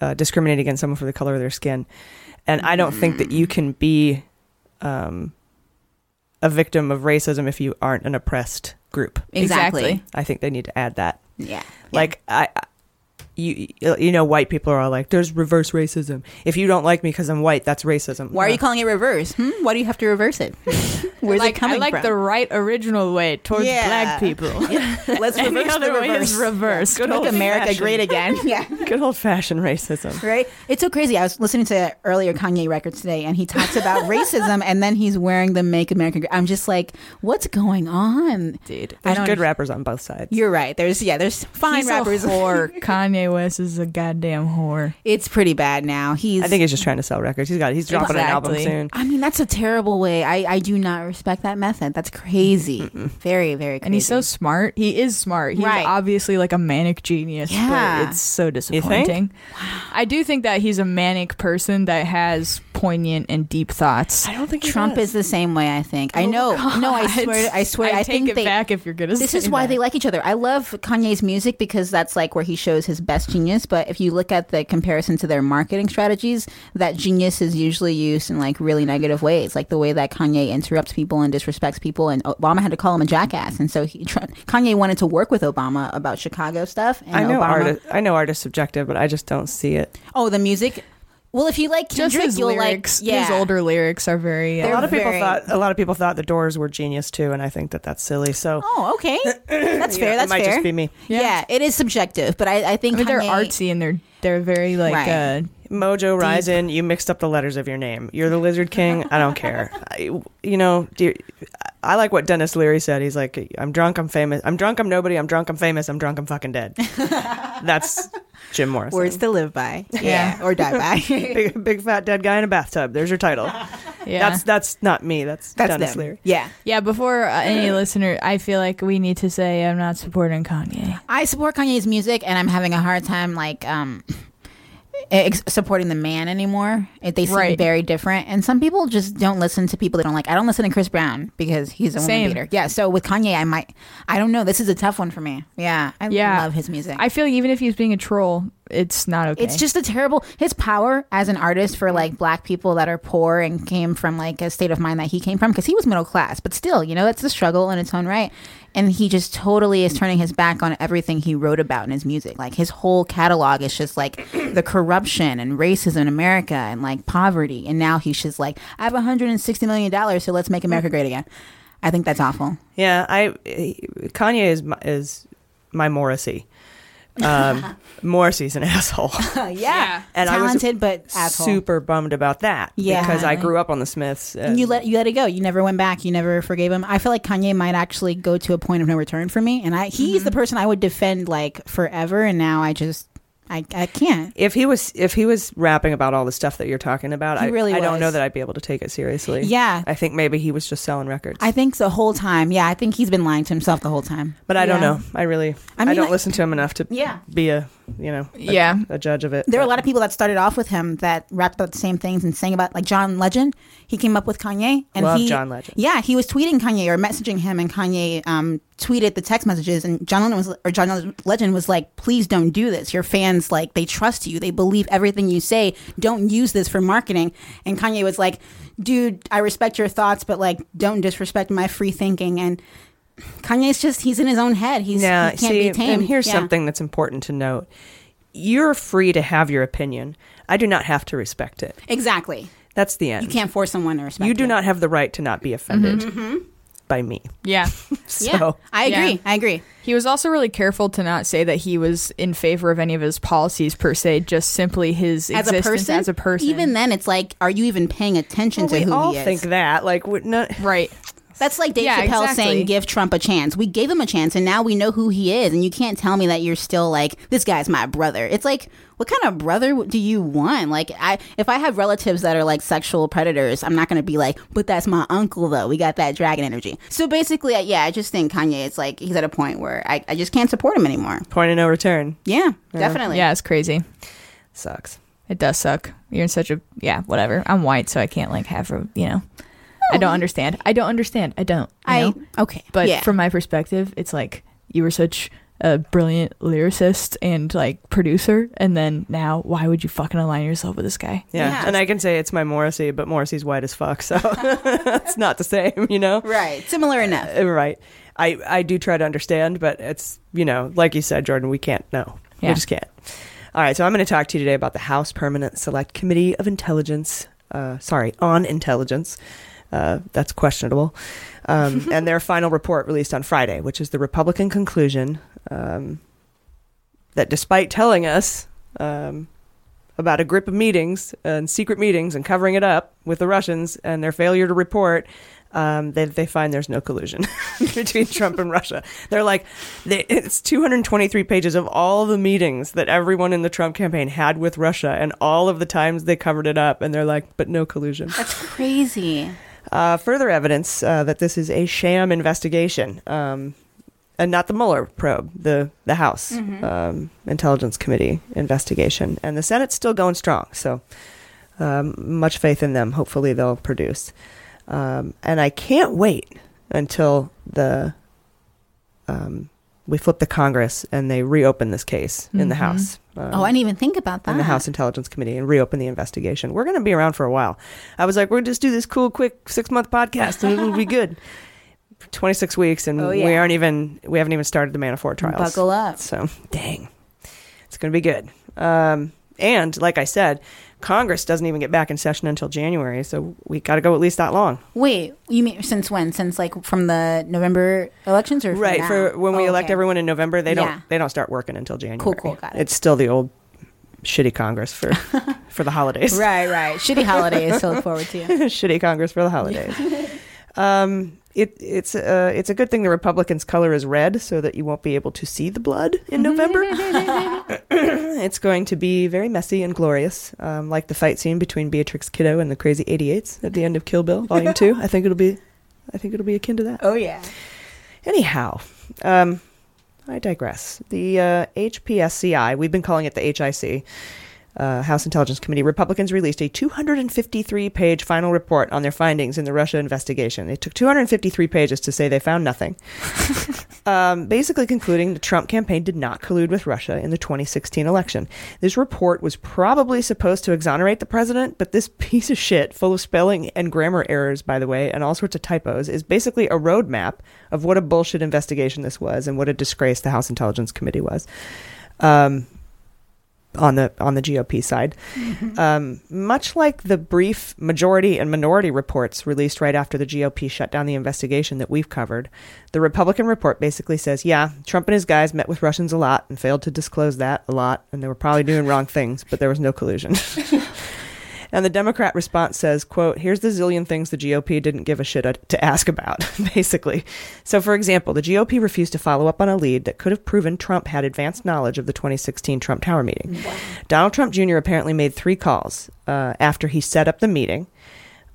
Speaker 6: uh, discriminate against someone for the color of their skin, and I don't think that you can be um, a victim of racism if you aren't an oppressed group.
Speaker 1: Exactly.
Speaker 3: Exactly.
Speaker 6: I think they need to add that.
Speaker 1: Yeah.
Speaker 6: Like I. I- You you know white people are all like there's reverse racism. If you don't like me because I'm white, that's racism.
Speaker 1: Why are
Speaker 6: No.
Speaker 1: you calling it reverse? Hmm? Why do you have to
Speaker 6: [LAUGHS]
Speaker 1: reverse it? Where's
Speaker 3: Like
Speaker 1: it coming
Speaker 3: I like
Speaker 1: from? [LAUGHS]
Speaker 3: the right original way towards
Speaker 1: Yeah. [LAUGHS]
Speaker 3: black people. [LAUGHS]
Speaker 1: Let's
Speaker 3: Any
Speaker 1: reverse the
Speaker 3: other way
Speaker 1: reverse.
Speaker 3: is reverse.
Speaker 6: Good
Speaker 1: Make
Speaker 6: old
Speaker 1: America
Speaker 6: fashioned.
Speaker 1: great
Speaker 3: [LAUGHS]
Speaker 1: again. yeah.
Speaker 6: Good old fashioned racism.
Speaker 1: Right? It's so crazy. I was listening to earlier Kanye records today, and he talks
Speaker 6: [LAUGHS]
Speaker 1: about racism, and then he's wearing the "Make America." Great. I'm just like, what's going on?
Speaker 6: There's
Speaker 3: Dude,
Speaker 1: don't
Speaker 6: good
Speaker 1: understand.
Speaker 6: rappers on both sides.
Speaker 1: You're right. There's yeah. There's fine
Speaker 3: He's a
Speaker 1: rappers.
Speaker 3: whore. Kanye Kanye West is a goddamn whore.
Speaker 1: [LAUGHS] It's pretty bad now. He's
Speaker 6: I think he's just trying to sell records. He's got he's dropping
Speaker 1: Exactly.
Speaker 6: an album soon.
Speaker 1: I mean, that's a terrible way. I, I do not respect that method. That's
Speaker 6: [LAUGHS]
Speaker 1: crazy. Very, very crazy.
Speaker 3: And he's so smart. He is smart. He's
Speaker 1: Right.
Speaker 3: obviously like a manic genius,
Speaker 1: Yeah.
Speaker 3: but it's so
Speaker 1: think?
Speaker 3: disappointing. I do think that he's a manic person that has poignant and deep thoughts. I
Speaker 6: don't think
Speaker 1: Trump is the same way. I think. I
Speaker 3: Oh,
Speaker 1: know. No, I
Speaker 3: God.
Speaker 1: swear. I swear.
Speaker 3: I
Speaker 1: I,
Speaker 3: take
Speaker 1: think
Speaker 3: it
Speaker 1: they,
Speaker 3: back if you're gonna
Speaker 1: This
Speaker 3: say
Speaker 1: is why
Speaker 3: that.
Speaker 1: they like each other. I love Kanye's music because that's like where he shows his best genius. But if you look at the comparison to their marketing strategies, that genius is usually used in like really negative ways, like the way that Kanye interrupts people and disrespects people. And Obama had to call him a jackass, and so he, Trump, Kanye wanted to work with Obama about Chicago stuff. And
Speaker 6: I know
Speaker 1: Obama,
Speaker 6: artist I know art is subjective, but I just don't see it.
Speaker 1: Oh, the music. Well, if you like Kendrick,
Speaker 3: Just his
Speaker 1: you'll
Speaker 3: lyrics,
Speaker 1: like yeah.
Speaker 3: his older lyrics are very.
Speaker 6: a
Speaker 3: uh,
Speaker 6: lot of people
Speaker 1: very-
Speaker 6: thought a lot of people thought the Doors were genius too, and I think that that's silly. So [CLEARS THROAT]
Speaker 1: Oh, okay. That's
Speaker 6: You know,
Speaker 1: fair.
Speaker 6: it
Speaker 1: That's
Speaker 6: might
Speaker 1: fair.
Speaker 6: just be me.
Speaker 1: Yeah. it is subjective, but I, I think
Speaker 3: I mean, they're
Speaker 1: Kanye-
Speaker 3: artsy and they're they're very like.
Speaker 1: Right.
Speaker 3: Uh,
Speaker 6: Mojo Rising, you mixed up the letters of your name. You're the Lizard King. I don't care. I, you know, dear, I like what Dennis Leary said. He's like, I'm drunk, I'm famous. I'm drunk, I'm nobody. I'm drunk, I'm famous. I'm drunk, I'm fucking
Speaker 1: [LAUGHS]
Speaker 6: dead. That's Jim Morrison. [LAUGHS]
Speaker 1: words to live by,
Speaker 6: Yeah.
Speaker 1: yeah, or die
Speaker 6: [LAUGHS]
Speaker 1: by.
Speaker 6: big, big fat dead guy in a bathtub. There's your
Speaker 1: [LAUGHS]
Speaker 6: title.
Speaker 3: Yeah.
Speaker 6: That's that's not me. That's,
Speaker 1: That's
Speaker 6: Dennis
Speaker 1: them.
Speaker 6: Leary.
Speaker 1: Yeah,
Speaker 3: yeah. Before uh, any listener, I feel like we need to say I'm not supporting Kanye.
Speaker 1: I support Kanye's music, and I'm having a hard time like um ex- supporting the man anymore. It- They seem
Speaker 3: Right.
Speaker 1: very different, and some people just don't listen to people they don't like. I don't listen to Chris Brown because he's a
Speaker 3: Same.
Speaker 1: woman beater. Yeah, so with Kanye, I might, I don't know. This is a tough one for me. Yeah, I
Speaker 3: Yeah.
Speaker 1: love his music.
Speaker 3: I feel like even if he's being a troll, it's not okay.
Speaker 1: It's just a terrible his power as an artist for like black people that are poor and came from like a state of mind that he came from because he was middle class, but still, you know, it's a struggle in its own right. And he just totally is turning his back on everything he wrote about in his music. Like his whole catalog is just like [CLEARS THROAT] the corruption and racism in America and like poverty. And now he's just like, I have 160 million dollars, so let's make America great again. I think that's awful.
Speaker 6: Yeah, I Kanye is my, is my Morrissey. Um, Morrissey's an
Speaker 1: [LAUGHS]
Speaker 6: asshole.
Speaker 1: yeah. yeah,
Speaker 6: And I was
Speaker 1: talented but asshole.
Speaker 6: super bummed about that
Speaker 1: Yeah.
Speaker 6: because I grew up on the Smiths. Uh,
Speaker 1: And you let you let it go. You never went back. You never forgave him. I feel like Kanye might actually go to a point of no return for me, and I he's the
Speaker 6: Mm-hmm.
Speaker 1: person I would defend like forever. And now I just I I can't.
Speaker 6: if he was if he was rapping about all the stuff that you're talking about,
Speaker 1: He
Speaker 6: I
Speaker 1: really
Speaker 6: I don't
Speaker 1: was.
Speaker 6: know that I'd be able to take it seriously.
Speaker 1: Yeah.
Speaker 6: I think maybe he was just selling records.
Speaker 1: I think the whole time. Yeah, I think he's been lying to himself the whole time.
Speaker 6: but I don't
Speaker 1: Yeah.
Speaker 6: know. I really
Speaker 1: I
Speaker 6: I,
Speaker 1: mean,
Speaker 6: don't
Speaker 1: like-
Speaker 6: listen to him enough to
Speaker 1: Yeah.
Speaker 6: be a you know a,
Speaker 3: Yeah.
Speaker 6: a judge of it.
Speaker 1: There were a lot of people that started off with him that rapped about the same things and sang about like John Legend. He came up with Kanye and
Speaker 6: Love
Speaker 1: he,
Speaker 6: John Legend.
Speaker 1: Yeah, he was tweeting Kanye or messaging him, and Kanye um, tweeted the text messages. And John Lennon was or John Legend was like, "Please don't do this. Your fans like they trust you. They believe everything you say. Don't use this for marketing." And Kanye was like, "Dude, I respect your thoughts, but like, don't disrespect my free thinking." And Kanye's just he's in his own head. He's
Speaker 6: yeah,
Speaker 1: he can't
Speaker 6: see,
Speaker 1: be tamed.
Speaker 6: and here's
Speaker 1: Yeah.
Speaker 6: something that's important to note. You're free to have your opinion. I do not have to respect it.
Speaker 1: Exactly.
Speaker 6: That's the end.
Speaker 1: You can't force someone to respect
Speaker 6: You do
Speaker 1: it.
Speaker 6: not have the right to not be offended by me. [LAUGHS]
Speaker 3: yeah.
Speaker 6: So
Speaker 1: Mm-hmm. I agree.
Speaker 3: Yeah.
Speaker 1: I agree.
Speaker 3: He was also really careful to not say that he was in favor of any of his policies per se, just simply his
Speaker 1: As a
Speaker 3: existence
Speaker 1: person,
Speaker 3: as a person.
Speaker 1: Even then, it's like, are you even paying attention
Speaker 6: Well,
Speaker 1: to
Speaker 6: we
Speaker 1: who
Speaker 6: all
Speaker 1: he is?
Speaker 6: think that. Like, we're not,
Speaker 3: right.
Speaker 1: That's like Dave
Speaker 3: Yeah,
Speaker 1: Chappelle
Speaker 3: exactly.
Speaker 1: saying, "Give Trump a chance." We gave him a chance, and now we know who he is. And you can't tell me that you're still like, "This guy's my brother." It's like, what kind of brother do you want? Like, I if I have relatives that are like sexual predators, I'm not going to be like, "But that's my uncle, though." We got that dragon energy. So basically, I- yeah, I just think Kanye. It's like he's at a point where I, I just can't support him anymore.
Speaker 6: point of no return.
Speaker 1: Yeah, definitely.
Speaker 3: Yeah, it's crazy.
Speaker 6: Sucks.
Speaker 3: It does suck. You're in such a yeah, whatever. I'm white, so I can't like have a you know. I don't understand. I don't understand. I don't.
Speaker 1: Oh,
Speaker 3: you
Speaker 1: Mm-hmm. I
Speaker 3: know?
Speaker 1: okay,
Speaker 3: But
Speaker 1: yeah.
Speaker 3: from my perspective, it's like you were such a brilliant lyricist and like producer, and then now why would you fucking align yourself with this guy?
Speaker 6: Yeah.
Speaker 1: Yeah.
Speaker 6: And I can say it's my Morrissey, but Morrissey's white as fuck. So [LAUGHS] it's not the same, you know?
Speaker 1: right, similar enough.
Speaker 6: Uh, Right. I, I do try to understand, but it's, you know, like you said, Jordan, we can't know.
Speaker 3: Yeah.
Speaker 6: We just can't. All right. So I'm going to talk to you today about the House Permanent Select Committee of Intelligence. Uh, sorry, on intelligence. Uh, that's questionable. Um, and their final report released on Friday, which is the Republican conclusion um, that despite telling us um, about a grip of meetings and secret meetings and covering it up with the Russians and their failure to report, um, they, they find there's no collusion [LAUGHS] between Trump and Russia. They're like, they, it's 223 pages of all the meetings that everyone in the Trump campaign had with Russia and all of the times they covered it up. And they're like, but no collusion.
Speaker 10: That's crazy.
Speaker 6: Uh, further evidence uh, that this is a sham investigation, um, and not the Mueller probe, the the House
Speaker 10: Mhm.
Speaker 1: Mm-hmm.
Speaker 6: um, Intelligence Committee investigation, and the Senate's still going strong. So um, much faith in them. Hopefully they'll produce, um, and I can't wait until the um, we flip the Congress and they reopen this case in the
Speaker 1: Mhm.
Speaker 6: House. Um,
Speaker 1: oh, I didn't even think about that.
Speaker 6: and the House Intelligence Committee and reopen the investigation. We're going to be around for a while. I was like, we're going to just do this cool, quick six month podcast and it'll be good. [LAUGHS] 26 weeks and
Speaker 1: Oh,
Speaker 6: we
Speaker 1: yeah.
Speaker 6: aren't even we haven't even started the Manafort trials.
Speaker 1: Buckle up.
Speaker 6: So dang, it's going to be good. Um, and like I said, Congress doesn't even get back in session until January, so we got to go at least that long.
Speaker 1: Wait, you mean since when? Since like from the November elections or from
Speaker 6: right
Speaker 1: now?
Speaker 6: for when we
Speaker 1: Oh,
Speaker 6: elect
Speaker 1: okay.
Speaker 6: everyone in November, they don't
Speaker 1: Yeah.
Speaker 6: they don't start working until January.
Speaker 1: cool, got it.
Speaker 6: It's still the old shitty Congress
Speaker 1: [LAUGHS]
Speaker 6: for for the holidays.
Speaker 1: Right, right. Shitty holidays to look
Speaker 6: [LAUGHS]
Speaker 1: forward to.
Speaker 6: Shitty Congress for the holidays. um, it, it's uh, it's a good thing the Republicans' color is red, so that you won't be able to see the blood in November. [COUGHS] it's going to be very messy and glorious, um, like the fight scene between Beatrix Kiddo and the Crazy 88s at the end of Kill Bill Volume Two. I think it'll be, I think it'll be akin to that.
Speaker 1: Oh yeah.
Speaker 6: Anyhow, um, I digress. The uh, HPSCI, we've been calling it the HIC, uh, House Intelligence Committee, Republicans released a 253 page final report on their findings in the Russia investigation. It took 253 pages to say they found nothing, um, basically concluding the Trump campaign did not collude with Russia in the 2016 election. This report was probably supposed to exonerate the president, but this piece of shit, full of spelling and grammar errors, by the way, and all sorts of typos, is basically a roadmap of what a bullshit investigation this was and what a disgrace the House Intelligence Committee was. Um, on the on the GOP side, um, much like the brief majority and minority reports released right after the GOP shut down the investigation that we've covered, the Republican report basically says, yeah, Trump and his guys met with Russians a lot and failed to disclose that a lot, and they were probably doing wrong [LAUGHS] things, but there was no collusion. [LAUGHS] And the Democrat response says, quote, here's the zillion things the GOP didn't give a shit a- to ask about, [LAUGHS] basically. So, for example, the GOP refused to follow up on a lead that could have proven Trump had advanced knowledge of the 2016 Trump Tower meeting. Donald Trump Jr. apparently made three calls uh, after he set up the meeting.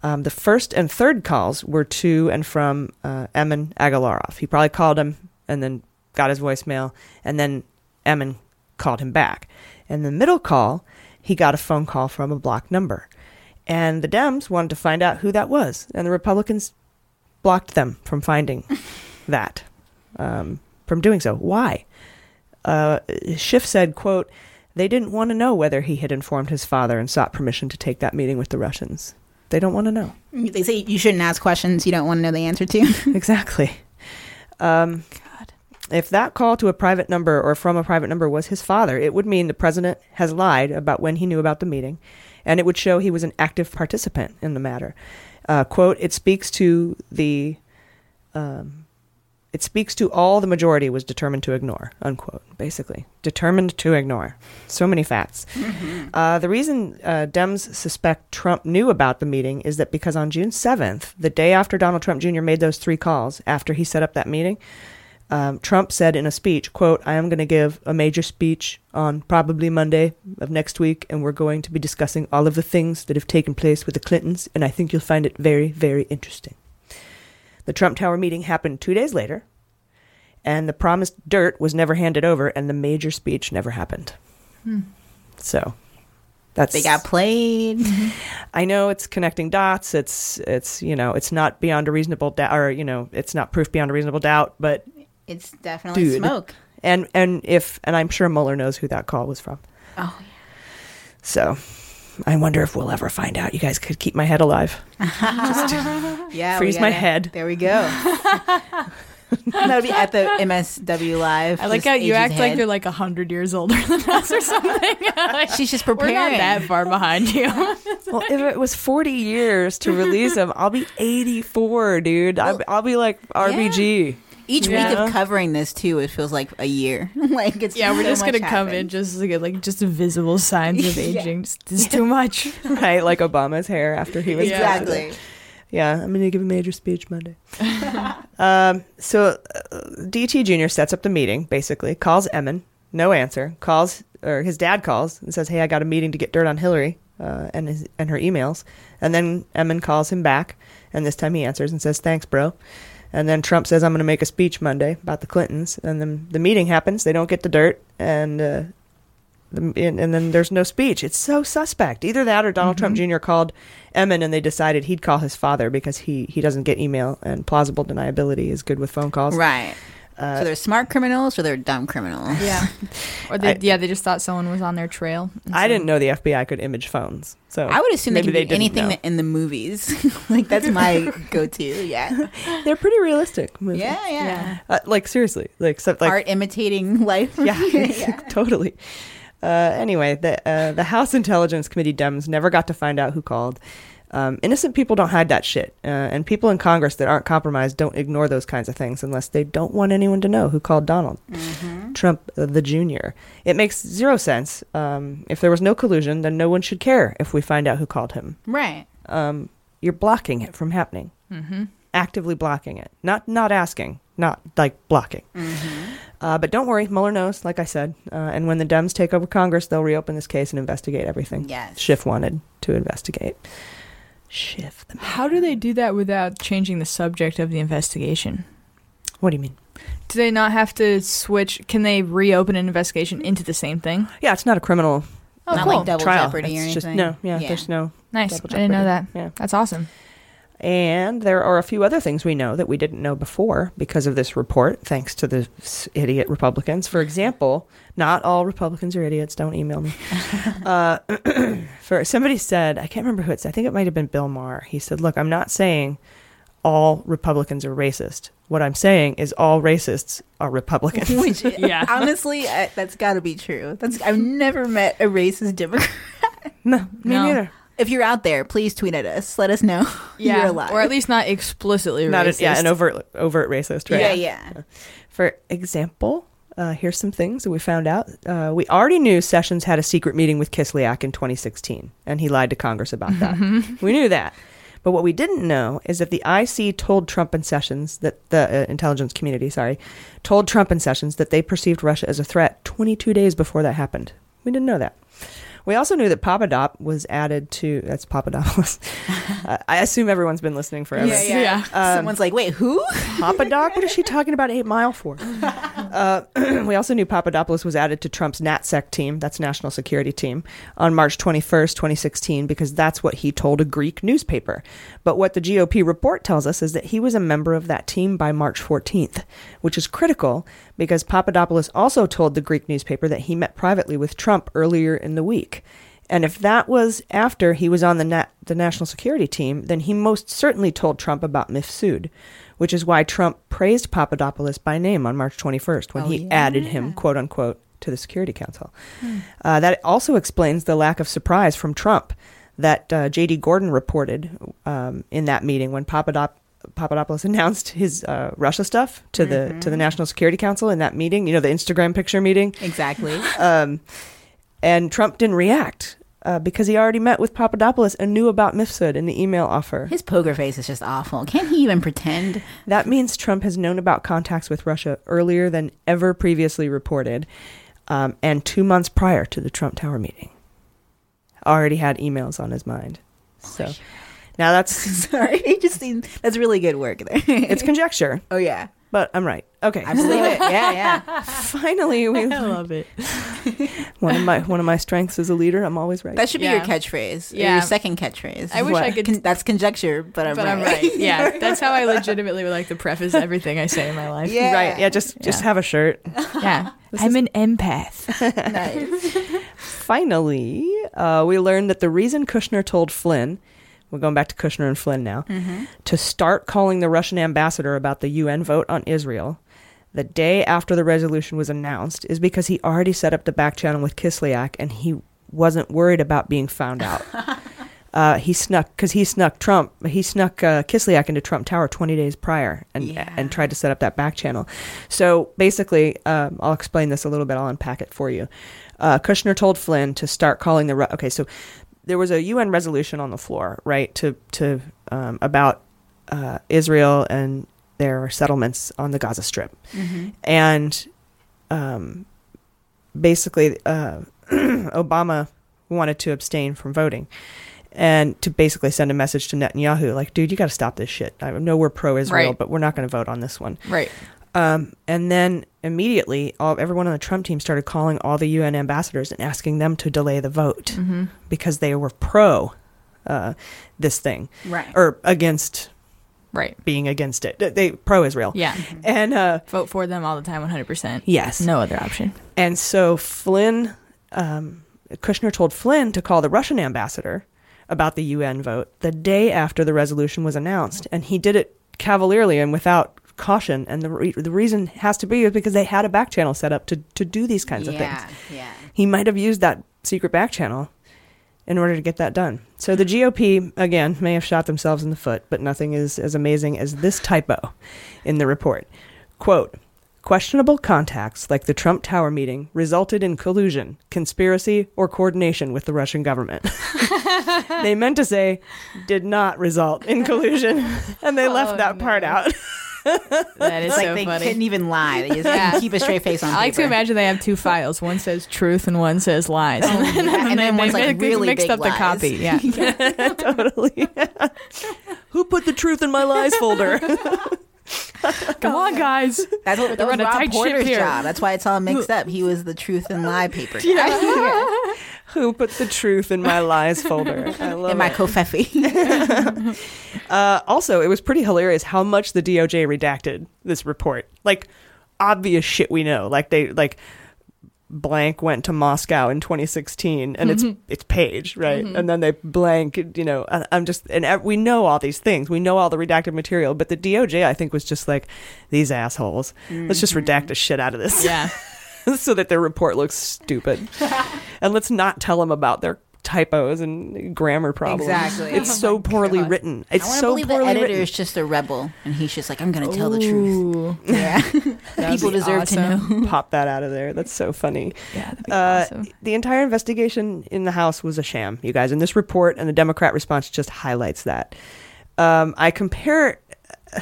Speaker 6: Um, the first and third calls were to and from uh, Emin Agalarov. He probably called him and then got his voicemail, and then Emin called him back. And the middle call, he got a phone call from a blocked number. And the Dems wanted to find out who that was, and the Republicans blocked them from finding that, um, from doing so. Why? Uh, Schiff said, quote, they didn't want to know whether he had informed his father and sought permission to take that meeting with the Russians. They don't want to know.
Speaker 1: They say you shouldn't ask questions you don't want to know the answer to.
Speaker 6: exactly. Um, If that call to a private number or from a private number was his father, it would mean the president has lied about when he knew about the meeting, and it would show he was an active participant in the matter. Uh, quote, it speaks to the. Um, it speaks to all the majority was determined to ignore, unquote, basically. Determined to ignore. So many facts. Uh, the reason uh, Dems suspect Trump knew about the meeting is that because on June 7th, the day after Donald Trump Jr. made those three calls, after he set up that meeting, um, Trump said in a speech, quote, I am going to give a major speech on probably Monday of next week, and we're going to be discussing all of the things that have taken place with the Clintons, and I think you'll find it very, very interesting. The Trump Tower meeting happened two days later, and the promised dirt was never handed over, and the major speech never happened.
Speaker 1: Hmm.
Speaker 6: So that's
Speaker 1: They got played.
Speaker 6: Mm-hmm. I know it's connecting dots. It's it's you know it's not beyond a reasonable doubt, or you know it's not proof beyond a reasonable doubt, but
Speaker 1: It's definitely
Speaker 6: dude.
Speaker 1: smoke.
Speaker 6: And and if and I'm sure Mueller knows who that call was from.
Speaker 1: Oh,
Speaker 6: yeah. So I wonder if we'll ever find out. You guys could keep my head alive.
Speaker 1: [LAUGHS]
Speaker 10: yeah,
Speaker 6: freeze
Speaker 10: we
Speaker 6: my
Speaker 10: gotta-
Speaker 6: head.
Speaker 10: There we go.
Speaker 1: that would be at the MSW live.
Speaker 3: I like
Speaker 1: just
Speaker 3: how you
Speaker 1: ages
Speaker 3: act like
Speaker 1: ahead.
Speaker 3: you're like a hundred years older than us or something. [LAUGHS]
Speaker 1: [LAUGHS] She's just
Speaker 3: We're
Speaker 1: preparing.
Speaker 3: not that far behind you.
Speaker 6: well, if it was 40 years to release
Speaker 11: [LAUGHS]
Speaker 6: him, I'll be 84, dude. I'll, I'll be like RBG.
Speaker 10: Each week
Speaker 6: Yeah.
Speaker 10: of covering this too, it feels like a year.
Speaker 1: [LAUGHS] like it's
Speaker 3: yeah, we're
Speaker 10: so
Speaker 3: just
Speaker 10: much
Speaker 3: gonna come
Speaker 10: happened.
Speaker 3: in just to get like just visible signs of
Speaker 6: Yeah. [LAUGHS]
Speaker 3: aging. Just, it's too much.
Speaker 6: right? Like Obama's hair after he was
Speaker 3: Exactly.
Speaker 6: president.
Speaker 3: Yeah, I'm going to give a major speech Monday. um, so uh, DT Jr. sets up the meeting, basically, calls Emin, no answer, calls, or his dad calls and says, Hey, I got a meeting to get dirt on Hillary uh, and, his, and her emails. And then Emin calls him back, and this time he answers and says, Thanks, bro. And then Trump says, I'm going to make a speech Monday about the Clintons. And then the meeting happens, they don't get the dirt, and uh, the, and, and then there's no speech. It's so suspect. Either that or Donald Trump Jr. called Emin and they decided he'd call his father because he, he doesn't get email and plausible deniability is good with phone calls.
Speaker 1: Right.
Speaker 3: uh,
Speaker 1: so they're smart criminals or they're dumb criminals.
Speaker 6: Yeah. Or they,
Speaker 3: I-
Speaker 6: yeah, they just thought someone was on their trail. and
Speaker 3: I
Speaker 6: so-
Speaker 3: didn't know the FBI could image phones. [LAUGHS] So
Speaker 1: I would assume
Speaker 3: maybe
Speaker 1: they could do
Speaker 3: didn't
Speaker 1: anything
Speaker 3: know.
Speaker 1: that in the movies. [LAUGHS] like that's
Speaker 3: [LAUGHS]
Speaker 1: my go-to. Yeah.
Speaker 3: They're pretty realistic. Movies.
Speaker 1: Yeah, yeah.
Speaker 3: Uh, like seriously, like so,
Speaker 6: [LAUGHS]
Speaker 3: like [LAUGHS]
Speaker 1: Art imitating [LAUGHS] life.
Speaker 3: yeah, [LAUGHS] totally. Uh, anyway, the uh, the House Intelligence Committee Dems never got to find out who called. Um, innocent people don't hide that shit, uh, and people in Congress that aren't compromised don't ignore those kinds of things unless they don't want anyone to know who called Donald Trump uh, the Junior. It makes zero sense. Um, if there was no collusion, then no one should care if we find out who called him.
Speaker 1: Right.
Speaker 3: Um, you're blocking it from happening
Speaker 1: Mm-hmm.
Speaker 3: actively blocking it. Not not asking, not like blocking. Uh, but don't worry, Mueller knows, like I said. Uh, and when the Dems take over Congress, they'll reopen this case and investigate everything.
Speaker 6: Yes.
Speaker 3: Schiff wanted to investigate. Schiff.
Speaker 6: How do they do that without changing the subject of the investigation?
Speaker 3: What do you mean?
Speaker 6: Do they not have to switch? Can they reopen an investigation into the same thing?
Speaker 3: Yeah, it's not a criminal.
Speaker 6: Oh,
Speaker 3: Not
Speaker 6: cool.
Speaker 3: like double Trial. jeopardy or It's just- anything. no, yeah, there's no
Speaker 6: Nice. I
Speaker 3: double
Speaker 6: didn't know that.
Speaker 3: jeopardy. Yeah.
Speaker 6: That's awesome.
Speaker 3: And there are a few other things we know that we didn't know before because of this report, thanks to the s- idiot Republicans. For example, not all Republicans are idiots. Don't email me. uh, for somebody said, I can't remember who it said. I think it might have been Bill Maher. He said, "Look, I'm not saying all Republicans are racist. What I'm saying is all racists
Speaker 1: [LAUGHS]
Speaker 3: are Republicans."
Speaker 1: Which
Speaker 3: [LAUGHS]
Speaker 1: honestly, I, that's got to be true. That's I've never met a racist Democrat. [LAUGHS]
Speaker 3: No,
Speaker 6: me neither.
Speaker 1: If you're out there, please tweet at us. Let us know [LAUGHS] you're
Speaker 6: Yeah.
Speaker 1: alive.
Speaker 6: Or at least not explicitly
Speaker 3: not
Speaker 6: racist.
Speaker 3: A, yeah, an overt overt racist, right?
Speaker 6: Yeah, yeah.
Speaker 3: For example, uh, here's some things that we found out. Uh, we already knew Sessions had a secret meeting with Kislyak in 2016, and he lied to Congress
Speaker 1: [LAUGHS]
Speaker 3: about that.
Speaker 19: Mhm.
Speaker 3: we knew that. But what we didn't know is that the IC told Trump and Sessions that the uh, intelligence community, sorry, told Trump and Sessions that they perceived Russia as a threat 22 days before that happened. We didn't know that. We also knew that Papadop was added to.
Speaker 1: [LAUGHS]
Speaker 3: That's Papadopoulos. uh, I assume everyone's been listening forever.
Speaker 1: Yeah, yeah.
Speaker 3: Um,
Speaker 1: Someone's like, wait, who?
Speaker 3: Papadoc? What is she talking about Eight Mile for? uh, [CLEARS THROAT] we also knew Papadopoulos was added to Trump's NatSec team, that's National Security Team, on March 21st, 2016, because that's what he told a Greek newspaper. But what the GOP report tells us is that he was a member of that team by March 14th, which is critical because Papadopoulos also told the Greek newspaper that he met privately with Trump earlier in the week. And if that was after he was on the na- the national security team, then he most certainly told Trump about Mifsud, which is why Trump praised Papadopoulos by name on March 21st when
Speaker 19: Oh,
Speaker 3: he
Speaker 19: yeah. Hmm.
Speaker 3: added him, quote unquote, to the Security Council. Uh, that also explains the lack of surprise from Trump that uh, J.D. Gordon reported um, in that meeting when Papadop- Papadopoulos [LAUGHS] announced his uh, Russia stuff to the to the National Security Council in that meeting. You know, the Instagram picture meeting.
Speaker 1: Exactly.
Speaker 3: um, and Trump didn't react. Uh, because he already met with Papadopoulos and knew about Mifsud in the email offer.
Speaker 1: [LAUGHS] His poker face is just awful. Can't he even pretend? [LAUGHS]
Speaker 3: That means Trump has known about contacts with Russia earlier than ever previously reported, um, and two months prior to the Trump Tower meeting. Already had emails on his mind. So now that's
Speaker 1: sorry. It just seems that's really good work there.
Speaker 3: [LAUGHS] it's conjecture.
Speaker 1: Oh yeah,
Speaker 3: but I'm right. Okay,
Speaker 1: I believe it. Yeah, yeah.
Speaker 3: [LAUGHS] Finally, we
Speaker 6: I love it.
Speaker 3: [LAUGHS] one of my one of my strengths as a leader. I'm always right. [LAUGHS]
Speaker 1: That should be your
Speaker 6: Yeah.
Speaker 1: catchphrase. Yeah.
Speaker 6: Yeah.
Speaker 1: Your second catchphrase.
Speaker 6: I wish I What? could-
Speaker 1: Con- that's conjecture, but I'm
Speaker 6: but
Speaker 1: right.
Speaker 6: I'm
Speaker 1: [LAUGHS]
Speaker 6: right. Yeah, that's how I legitimately would like to preface everything I say in my life.
Speaker 1: Yeah. Right, yeah,
Speaker 3: just just have a shirt.
Speaker 6: Yeah,
Speaker 1: [LAUGHS]
Speaker 6: I'm an empath.
Speaker 3: [LAUGHS] Finally, uh, we learned that the reason Kushner told Flynn, we're going back to Kushner and Flynn now,
Speaker 1: Mm-hmm.
Speaker 19: Mhm.
Speaker 3: to start calling the Russian ambassador about the UN vote on Israel the day after the resolution was announced is because he already set up the back channel with Kislyak and he wasn't worried about being found out. Uh, he snuck because he snuck Trump. He snuck uh, Kislyak into Trump Tower 20 days prior and and tried to set up that back channel. So basically, um, I'll explain this a little bit. I'll unpack it for you. Uh, Kushner told Flynn to start calling the Ru- okay. So there was a UN resolution on the floor, right, to to um, about uh, Israel and their settlements on the Gaza Strip.
Speaker 1: Mm-hmm.
Speaker 16: Mhm.
Speaker 3: And um, basically, uh, [CLEARS THROAT] Obama wanted to abstain from voting and to basically send a message to Netanyahu like, dude, you got to stop this shit. I know we're pro Israel,
Speaker 6: Right.
Speaker 3: but we're not going to vote on this one.
Speaker 6: Right.
Speaker 3: Um, and then immediately, all, everyone on the Trump team started calling all the UN ambassadors and asking them to delay the vote
Speaker 6: Mhm.
Speaker 3: because they were pro uh, this thing,
Speaker 6: Right.
Speaker 3: Or against,
Speaker 6: right?
Speaker 3: Being against it, They- they pro Israel,
Speaker 6: Yeah.
Speaker 3: And uh,
Speaker 6: vote for them all the time, 100%.
Speaker 3: Yes.
Speaker 6: No other option.
Speaker 3: And so Flynn, um, Kushner told Flynn to call the Russian ambassador about the UN vote the day after the resolution was announced. And he did it cavalierly and without caution. And the, re- the reason has to be because they had a back channel set up to, to do these kinds of
Speaker 16: Yeah,
Speaker 3: things.
Speaker 16: yeah.
Speaker 3: He might have used that secret back channel in order to get that done. So
Speaker 6: Hmm.
Speaker 3: the GOP, again, may have shot themselves in the foot, but nothing is as amazing as this typo in the report. Quote Questionable contacts like the Trump Tower meeting resulted in collusion, conspiracy, or coordination with the
Speaker 6: [LAUGHS]
Speaker 3: Russian government. they meant to say, did not result in
Speaker 6: [LAUGHS]
Speaker 3: collusion, and they left that part
Speaker 6: Oh,
Speaker 3: out. [LAUGHS]
Speaker 6: That is
Speaker 1: It's like
Speaker 6: so
Speaker 1: they
Speaker 6: funny.
Speaker 1: couldn't even lie. They just couldn't keep a straight face on
Speaker 6: I like to
Speaker 1: paper.
Speaker 6: imagine they have
Speaker 3: [LAUGHS]
Speaker 6: two files. One says truth and one says lies.
Speaker 3: Oh,
Speaker 6: [LAUGHS] and then,
Speaker 1: [LAUGHS] and then
Speaker 6: they
Speaker 1: one's like
Speaker 6: mix- they
Speaker 1: really
Speaker 6: mixed
Speaker 1: big
Speaker 6: up
Speaker 1: lies.
Speaker 6: the copy. Yeah.
Speaker 3: [LAUGHS]
Speaker 6: [LAUGHS]
Speaker 3: Who put the truth in my lies folder?
Speaker 6: [LAUGHS] Come on, guys.
Speaker 1: That's what
Speaker 6: We're
Speaker 1: that was
Speaker 6: on a tight ship
Speaker 1: Rob Porter's
Speaker 6: here.
Speaker 1: job. That's why it's
Speaker 6: [LAUGHS]
Speaker 1: all mixed up. He was the truth and lie paper. guy.
Speaker 3: [LAUGHS] Who put the truth in my lies folder?
Speaker 6: [LAUGHS]
Speaker 3: I
Speaker 1: [LAUGHS]
Speaker 3: love
Speaker 1: In my
Speaker 3: it.
Speaker 1: kofefe.
Speaker 3: uh, also, it was pretty hilarious how much the DOJ redacted this report. Like obvious shit we know. Like they like blank went to Moscow in 2016 and
Speaker 16: Mhm.
Speaker 1: Mm-hmm.
Speaker 3: it's it's page, right?
Speaker 16: Mhm.
Speaker 3: And then they blank, you know, I, I'm just and ev- we know all these things. We know all the redacted material, but the DOJ I think was just like these assholes. Let's just
Speaker 1: Mm-hmm.
Speaker 3: redact the shit out of this.
Speaker 6: Yeah.
Speaker 3: [LAUGHS] so that their report
Speaker 1: [LAUGHS]
Speaker 3: looks stupid. and let's not tell them about their typos and grammar problems.
Speaker 1: Exactly.
Speaker 3: It's
Speaker 1: Oh
Speaker 3: so poorly written.
Speaker 1: I
Speaker 3: It's
Speaker 1: wanna
Speaker 3: so
Speaker 1: believe the
Speaker 3: poorly
Speaker 1: editor
Speaker 3: written.
Speaker 1: is just a rebel, and he's just like, I'm going to tell the truth.
Speaker 6: [LAUGHS]
Speaker 1: Yeah, people deserve to know.
Speaker 3: [LAUGHS] Pop that out of there. That's so funny. Yeah, uh, The entire investigation in the House was a sham, you guys. And this report and the Democrat response just highlights that. Um, I compare [LAUGHS]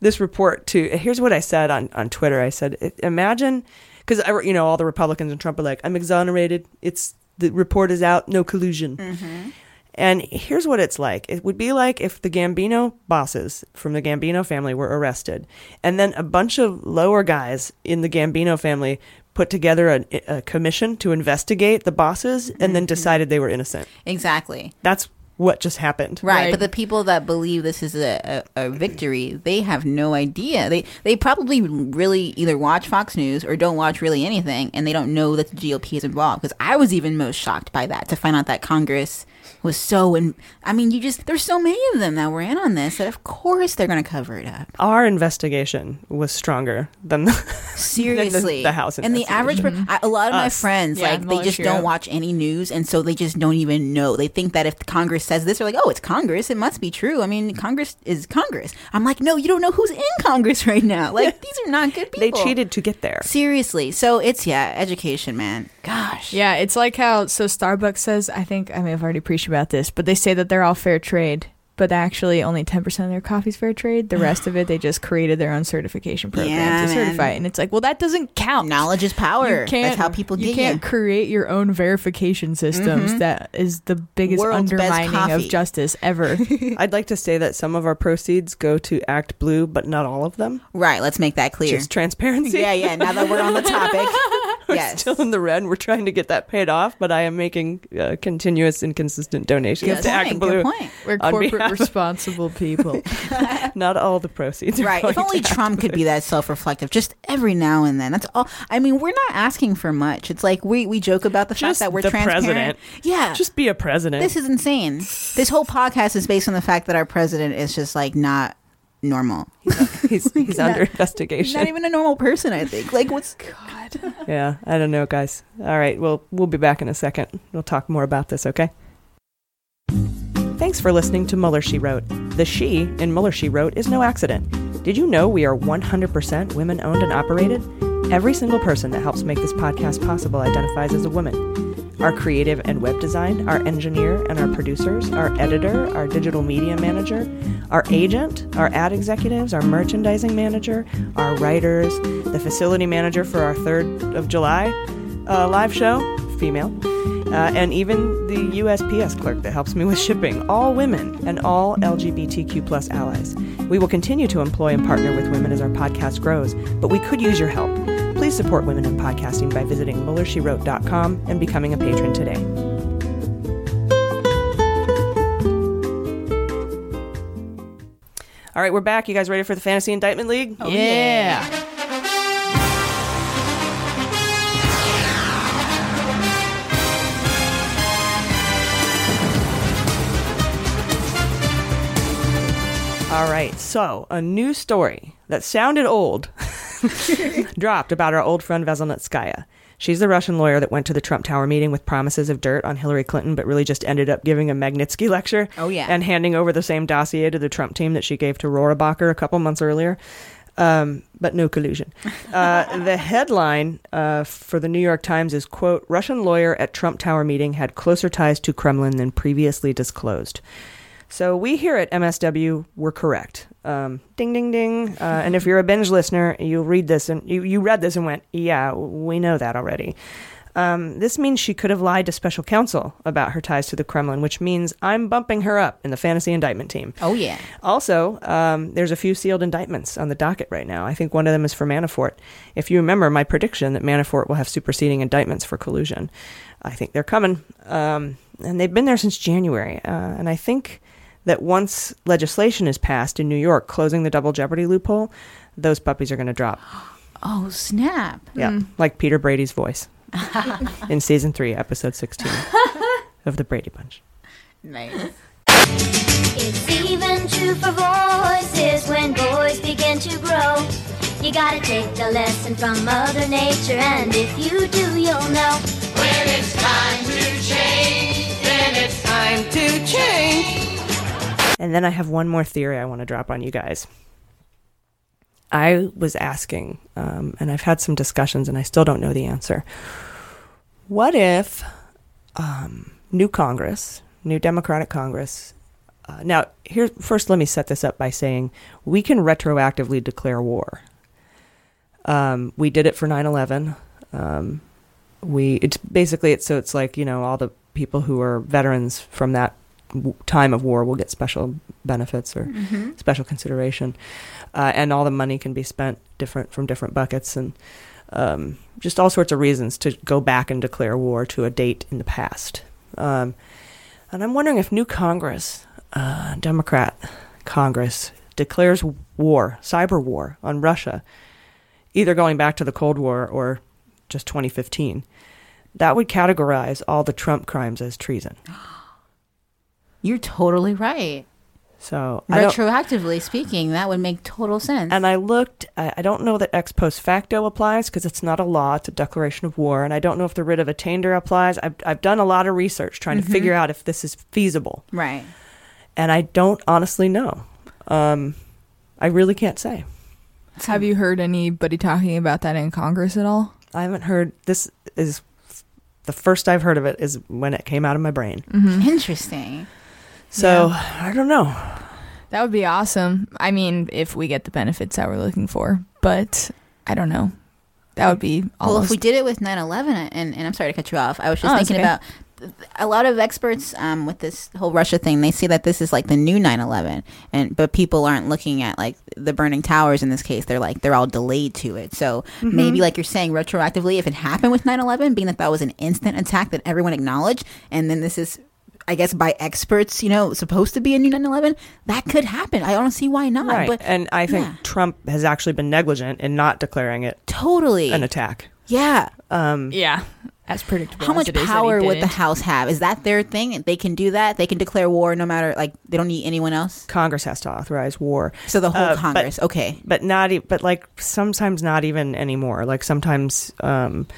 Speaker 3: this report to here's what I said on, on Twitter. I said, "I- imagine, because you know all the Republicans and Trump are like, I'm exonerated. It's the report is out, no collusion. And here's what it's like it would be like if the Gambino bosses from the Gambino family were arrested, and then a bunch of lower guys in the Gambino family put together a, a commission to investigate the bosses and then decided they were innocent.
Speaker 1: Exactly.
Speaker 3: That's what just happened.
Speaker 1: Right, but the people that believe this is a, a, a victory, they have no idea. They they probably really either watch Fox News or don't watch really anything, and they don't know that the GOP is involved. Because I was even most shocked by that to find out that Congress was so. In, I mean, you just there's so many of them that were in on this that of course they're going to cover it up.
Speaker 3: Our investigation was stronger than the, [LAUGHS]
Speaker 1: Seriously,
Speaker 3: than the, the House
Speaker 1: and the average per-
Speaker 6: Mm-hmm.
Speaker 3: investigation.
Speaker 1: I- a lot of my
Speaker 3: Us.
Speaker 1: friends
Speaker 3: Yeah,
Speaker 1: like they just
Speaker 3: Molotov.
Speaker 1: don't watch any news, and so they just don't even know. They think that if Congress says this, they're like, "Oh, it's Congress; it must be true." I mean, Congress is Congress. I'm like, no, you don't know who's in Congress [LAUGHS] right
Speaker 3: [LAUGHS]
Speaker 1: now. Like these are not good
Speaker 3: They
Speaker 1: people.
Speaker 3: cheated to get there.
Speaker 1: Seriously, so it's yeah, education, man. Gosh,
Speaker 6: Yeah, it's like how so Starbucks says I think I may have already preached about this, but they say that they're all fair trade, but actually only ten percent of their coffee's fair trade. The rest of it they just created their own certification program
Speaker 1: Yeah,
Speaker 6: to certify
Speaker 1: man.
Speaker 6: it. And it's like, well that doesn't count.
Speaker 1: Knowledge is power.
Speaker 6: You
Speaker 1: That's
Speaker 6: can't-
Speaker 1: how people
Speaker 6: you
Speaker 1: get
Speaker 6: can't
Speaker 1: you.
Speaker 6: create your own verification systems.
Speaker 1: Mhm.
Speaker 6: That is the biggest
Speaker 1: World's best
Speaker 6: undermining
Speaker 1: coffee.
Speaker 6: of justice ever.
Speaker 3: [LAUGHS] I'd like to say that some of our proceeds go to Act Blue, but not all of them.
Speaker 1: Right, let's make that clear.
Speaker 3: Just [LAUGHS] transparency.
Speaker 1: Yeah, yeah. Now that we're on the topic,
Speaker 3: [LAUGHS] We're
Speaker 1: yes.
Speaker 3: still in the red. and We're trying to get that paid off, but I am making uh, continuous and consistent donations
Speaker 1: Good
Speaker 3: to Act
Speaker 1: point, good
Speaker 3: Blue.
Speaker 1: point.
Speaker 6: We're
Speaker 3: on
Speaker 6: corporate
Speaker 3: behalf of-
Speaker 6: responsible people.
Speaker 3: [LAUGHS] Not all the proceeds. are
Speaker 1: Right. If
Speaker 3: going
Speaker 1: only
Speaker 3: to Act
Speaker 1: Trump could be that self reflective just every now and then. That's all. I mean, we're not asking for much. It's like we, we joke about the fact that we're
Speaker 3: the
Speaker 1: transparent.
Speaker 3: president.
Speaker 1: Yeah.
Speaker 3: Just be a president.
Speaker 1: this is insane. This whole podcast is based on the fact that our president is just like not normal. [LAUGHS]
Speaker 3: he's, he's under investigation.
Speaker 1: Not even a normal person, I think. Like,
Speaker 3: [LAUGHS]
Speaker 1: what's
Speaker 3: yeah, I don't know, guys. All right, well, we'll be back in a second. We'll talk more about this, okay? Thanks for listening to Muller She Wrote. The she in Muller She Wrote is no accident. Did you know we are 100% women owned and operated? Every single person that helps make this podcast possible identifies as a woman. Our creative and web design, our engineer and our producers, our editor, our digital media manager, Our agent, our ad executives, our merchandising manager, our writers, the facility manager for our 3rd of July uh, live show, female, uh, and even the USPS clerk that helps me with shipping, all women and all LGBTQ plus allies. We will continue to employ and partner with women as our podcast grows, but we could use your help. Please support women in podcasting by visiting MullerSheWrote.com and becoming a patron today. All right, we're back. You guys ready for the Fantasy Indictment League?
Speaker 6: Oh, yeah.
Speaker 3: All right, so a new story that sounded old [LAUGHS] dropped about our old friend Veselnitskaya. She's the Russian lawyer that went to the Trump Tower meeting with promises of dirt on Hillary Clinton, but really just ended up giving a Magnitsky lecture.
Speaker 1: Oh, yeah.
Speaker 3: And handing over the same dossier to the Trump team that she gave to Rohrabacher a couple months earlier. Um, but no collusion. Uh, the headline uh, for the New York Times is quote, Russian lawyer at Trump Tower meeting had closer ties to Kremlin than previously disclosed. So we here at MSW were correct. Um, ding, ding, ding. Uh, and if you're a binge listener, you read this and you, you read this and went, yeah, we know that already. Um, this means she could have lied to special counsel about her ties to the Kremlin, which means I'm bumping her up in the fantasy indictment team.
Speaker 1: Oh, yeah.
Speaker 3: Also, um, there's a few sealed indictments on the docket right now. I think one of them is for Manafort. If you remember my prediction that Manafort will have superseding indictments for collusion, I think they're coming. Um, and they've been there since January. Uh, and I think that once legislation is passed in New York closing the double jeopardy loophole, those puppies are going to drop.
Speaker 1: Oh, snap.
Speaker 3: Yeah,
Speaker 1: Mm.
Speaker 3: like Peter Brady's voice in season three, episode 16 of The Brady Bunch.
Speaker 1: Nice.
Speaker 2: It's even true for voices when boys begin to grow. You gotta take the lesson from Mother Nature, and if you do, you'll know. When it's time to change, then it's time to change.
Speaker 3: And then I have one more theory I want to drop on you guys. I was asking, um, and I've had some discussions, and I still don't know the answer. What if um, new Congress, new Democratic Congress? Uh, now, here first, let me set this up by saying we can retroactively declare war. Um, we did it for 9/11. Um, we it's basically it's so it's like you know all the people who are veterans from that w- time of war will get special benefits or
Speaker 16: Mhm.
Speaker 3: special consideration, uh, and all the money can be spent different from different buckets and um, just all sorts of reasons to go back and declare war to a date in the past. Um, and I'm wondering if new Congress, uh, Democrat Congress, declares war, cyber war on Russia, either going back to the Cold War or just 2015. That would categorize all the Trump crimes as treason.
Speaker 1: You're totally right.
Speaker 3: So I don't-
Speaker 1: Retroactively speaking, that would make total sense.
Speaker 3: And I looked, I, I don't know that ex post facto applies because it's not a law, it's a declaration of war. And I don't know if the writ of attainder applies. I've, I've done a lot of research trying
Speaker 1: Mhm.
Speaker 3: to figure
Speaker 6: Mm-hmm.
Speaker 3: out if this is feasible.
Speaker 1: Right.
Speaker 3: And I don't honestly know. Um, I really can't say.
Speaker 6: Have you heard anybody talking about that in Congress at all?
Speaker 3: I haven't heard. This is the first I've heard of it is when it came out of my brain.
Speaker 6: Mm,
Speaker 1: Interesting.
Speaker 3: So I don't know.
Speaker 6: That would be awesome. I mean, if we get the benefits that we're looking for, but I don't know. That would be almost.
Speaker 1: Well, if we did it with 9/11, and, and I'm sorry to cut you off, I was just
Speaker 6: Oh, it's
Speaker 1: thinking
Speaker 6: okay.
Speaker 1: about a lot of experts um, with this whole Russia thing. They say that this is like the new 9/11, and but people aren't looking at like the burning towers in this case. They're like they're all delayed to it. So
Speaker 6: Mm-hmm.
Speaker 10: Mhm.
Speaker 1: maybe like you're saying retroactively, if it happened with 9/11, being that that was an instant attack that everyone acknowledged, and then this is. I guess by experts, you know, supposed to be a new 9/11, that could happen. I don't see why
Speaker 6: Ah,
Speaker 1: not.
Speaker 3: Right.
Speaker 1: But
Speaker 3: and I think
Speaker 1: yeah.
Speaker 3: Trump has actually been negligent in not declaring it
Speaker 1: totally
Speaker 3: an attack.
Speaker 1: yeah,
Speaker 3: Um,
Speaker 6: yeah, as predictable.
Speaker 1: How
Speaker 6: as
Speaker 1: much
Speaker 6: it is that he
Speaker 1: power would the
Speaker 6: didn't.
Speaker 1: House have? Is that their thing? They can do that. They can declare war no matter like they don't need anyone else.
Speaker 3: Congress has to authorize war.
Speaker 1: So the whole
Speaker 3: Uh, but-
Speaker 1: Congress, okay.
Speaker 3: But not, e- but like sometimes not even anymore. Like sometimes um,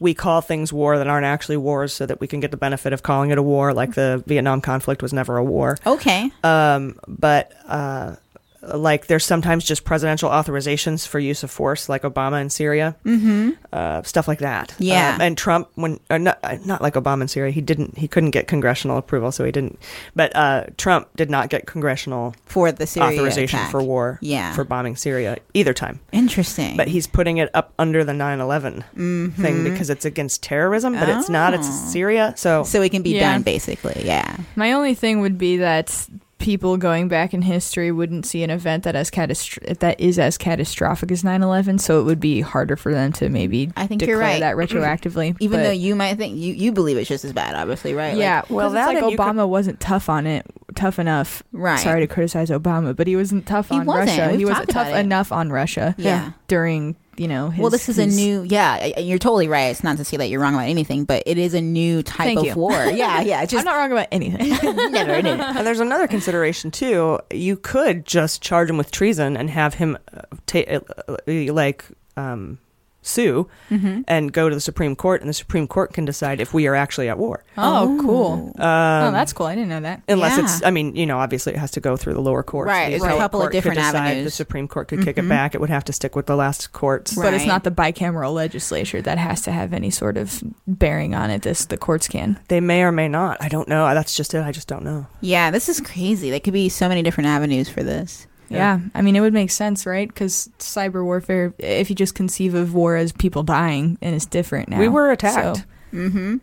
Speaker 3: we call things war that aren't actually wars so that we can get the benefit of calling it
Speaker 1: Oh.
Speaker 6: Uh,
Speaker 3: a war. Like the Vietnam conflict was never a war.
Speaker 1: Okay.
Speaker 3: Um, but uh, like there's sometimes just presidential authorizations for use of force, like Obama in Syria,
Speaker 15: Mm-hmm.
Speaker 3: uh, stuff like that.
Speaker 15: Yeah.
Speaker 3: Um, and Trump, when or not, uh, not like Obama in Syria, he didn't, he couldn't get congressional approval, so he didn't. But uh, Trump did not get congressional
Speaker 1: for the Syria
Speaker 3: authorization
Speaker 1: attack.
Speaker 3: for war,
Speaker 1: Yeah.
Speaker 3: for bombing Syria either time.
Speaker 1: Interesting.
Speaker 3: But he's putting it up under the 9/11 thing
Speaker 1: Mhm.
Speaker 3: because it's against terrorism, but it's not. It's
Speaker 6: Hmm. Oh.
Speaker 3: Syria, so
Speaker 1: so it can be
Speaker 6: Yeah.
Speaker 1: done basically. Yeah.
Speaker 6: My only thing would be that people going back in history wouldn't see an event that as catastro- that is as catastrophic as 9/11, so it would be harder for them to maybe
Speaker 1: I think
Speaker 6: declare
Speaker 1: you're right.
Speaker 6: that retroactively.
Speaker 1: [CLEARS THROAT] even
Speaker 6: but-
Speaker 1: though you might think you, you believe it's just as bad, obviously, right?
Speaker 6: yeah,
Speaker 1: Like,
Speaker 6: well,
Speaker 1: 'cause
Speaker 6: that's
Speaker 1: it's
Speaker 6: like
Speaker 1: like
Speaker 6: Obama wasn't tough on it, tough enough.
Speaker 1: Right.
Speaker 6: Sorry to criticize Obama, but he wasn't tough
Speaker 1: He
Speaker 6: on
Speaker 1: wasn't.
Speaker 6: Russia.
Speaker 1: We've
Speaker 6: he wasn't
Speaker 1: talked
Speaker 6: tough
Speaker 1: about it.
Speaker 6: enough on Russia.
Speaker 1: Yeah.
Speaker 6: during you know. His,
Speaker 1: well, this is a
Speaker 6: his-
Speaker 1: new. Yeah, I- I- you're totally right. It's not to say that you're wrong about anything, but it is a new type
Speaker 6: Thank
Speaker 1: of
Speaker 6: you.
Speaker 1: war.
Speaker 6: [LAUGHS]
Speaker 1: Yeah, yeah. Just
Speaker 6: I'm not wrong about anything.
Speaker 1: [LAUGHS] never
Speaker 6: [LAUGHS]
Speaker 1: knew.
Speaker 3: And there's another consideration too. You could just charge him with treason and have him uh, ta- uh, uh, like um, sue
Speaker 6: Mhm.
Speaker 3: and go to the Supreme Court, and the Supreme Court can decide if we are actually at war.
Speaker 6: Oh, cool.
Speaker 3: Um,
Speaker 6: oh, that's cool. I didn't know that.
Speaker 3: Unless it's, I mean, you know, obviously it has to go through the lower court.
Speaker 6: Right,
Speaker 3: The
Speaker 6: it's a
Speaker 3: appellate
Speaker 6: couple of
Speaker 3: court could
Speaker 6: different
Speaker 3: decide, The
Speaker 6: avenues.
Speaker 3: Supreme Court could kick it
Speaker 1: Mm-hmm.
Speaker 6: Mhm.
Speaker 3: back. It would have to stick with the last courts.
Speaker 6: But it's not the bicameral legislature that has to have any sort of bearing on it. This the courts can.
Speaker 3: They may or may not. I don't know. That's just it. I just don't know.
Speaker 1: Yeah, this is crazy. There could be so many different avenues for this.
Speaker 6: Yeah. I mean, it would make sense, right? Because cyber warfare, if you just conceive of war as people dying, and it's different now.
Speaker 3: We were attacked.
Speaker 1: mm-hmm.